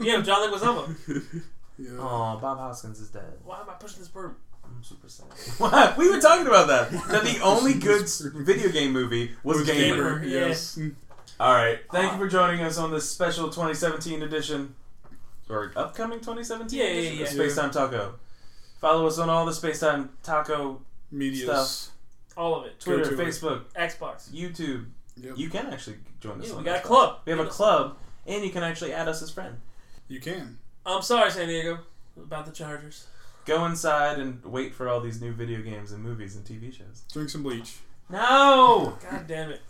Speaker 4: Yeah, John Leguizamo.
Speaker 1: yeah.
Speaker 2: Oh, Bob Hoskins is dead.
Speaker 4: Why am I pushing this burden?
Speaker 2: I'm super sad. What? We were talking about that. That the only good s- video game movie was, Gamer.
Speaker 4: Gamer,
Speaker 1: yes.
Speaker 2: All right. Thank you for joining us on this special 2017 edition, or upcoming 2017
Speaker 4: Yeah, yeah,
Speaker 2: edition of
Speaker 1: yeah.
Speaker 2: Space Time Taco. Follow us on all the Space Time Taco
Speaker 1: Media.
Speaker 2: Stuff.
Speaker 4: All of it.
Speaker 2: Twitter,
Speaker 1: Twitter.
Speaker 2: Facebook,
Speaker 4: Xbox.
Speaker 2: YouTube.
Speaker 1: Yep.
Speaker 2: You can actually join us.
Speaker 4: Yeah,
Speaker 2: on
Speaker 4: we got a
Speaker 2: Xbox.
Speaker 4: club.
Speaker 2: We have a club, and you can actually add us as friend.
Speaker 1: You can.
Speaker 4: I'm sorry, San Diego, about the Chargers.
Speaker 2: Go inside and wait for all these new video games and movies and TV shows.
Speaker 1: Drink some bleach.
Speaker 2: No.
Speaker 4: God damn it.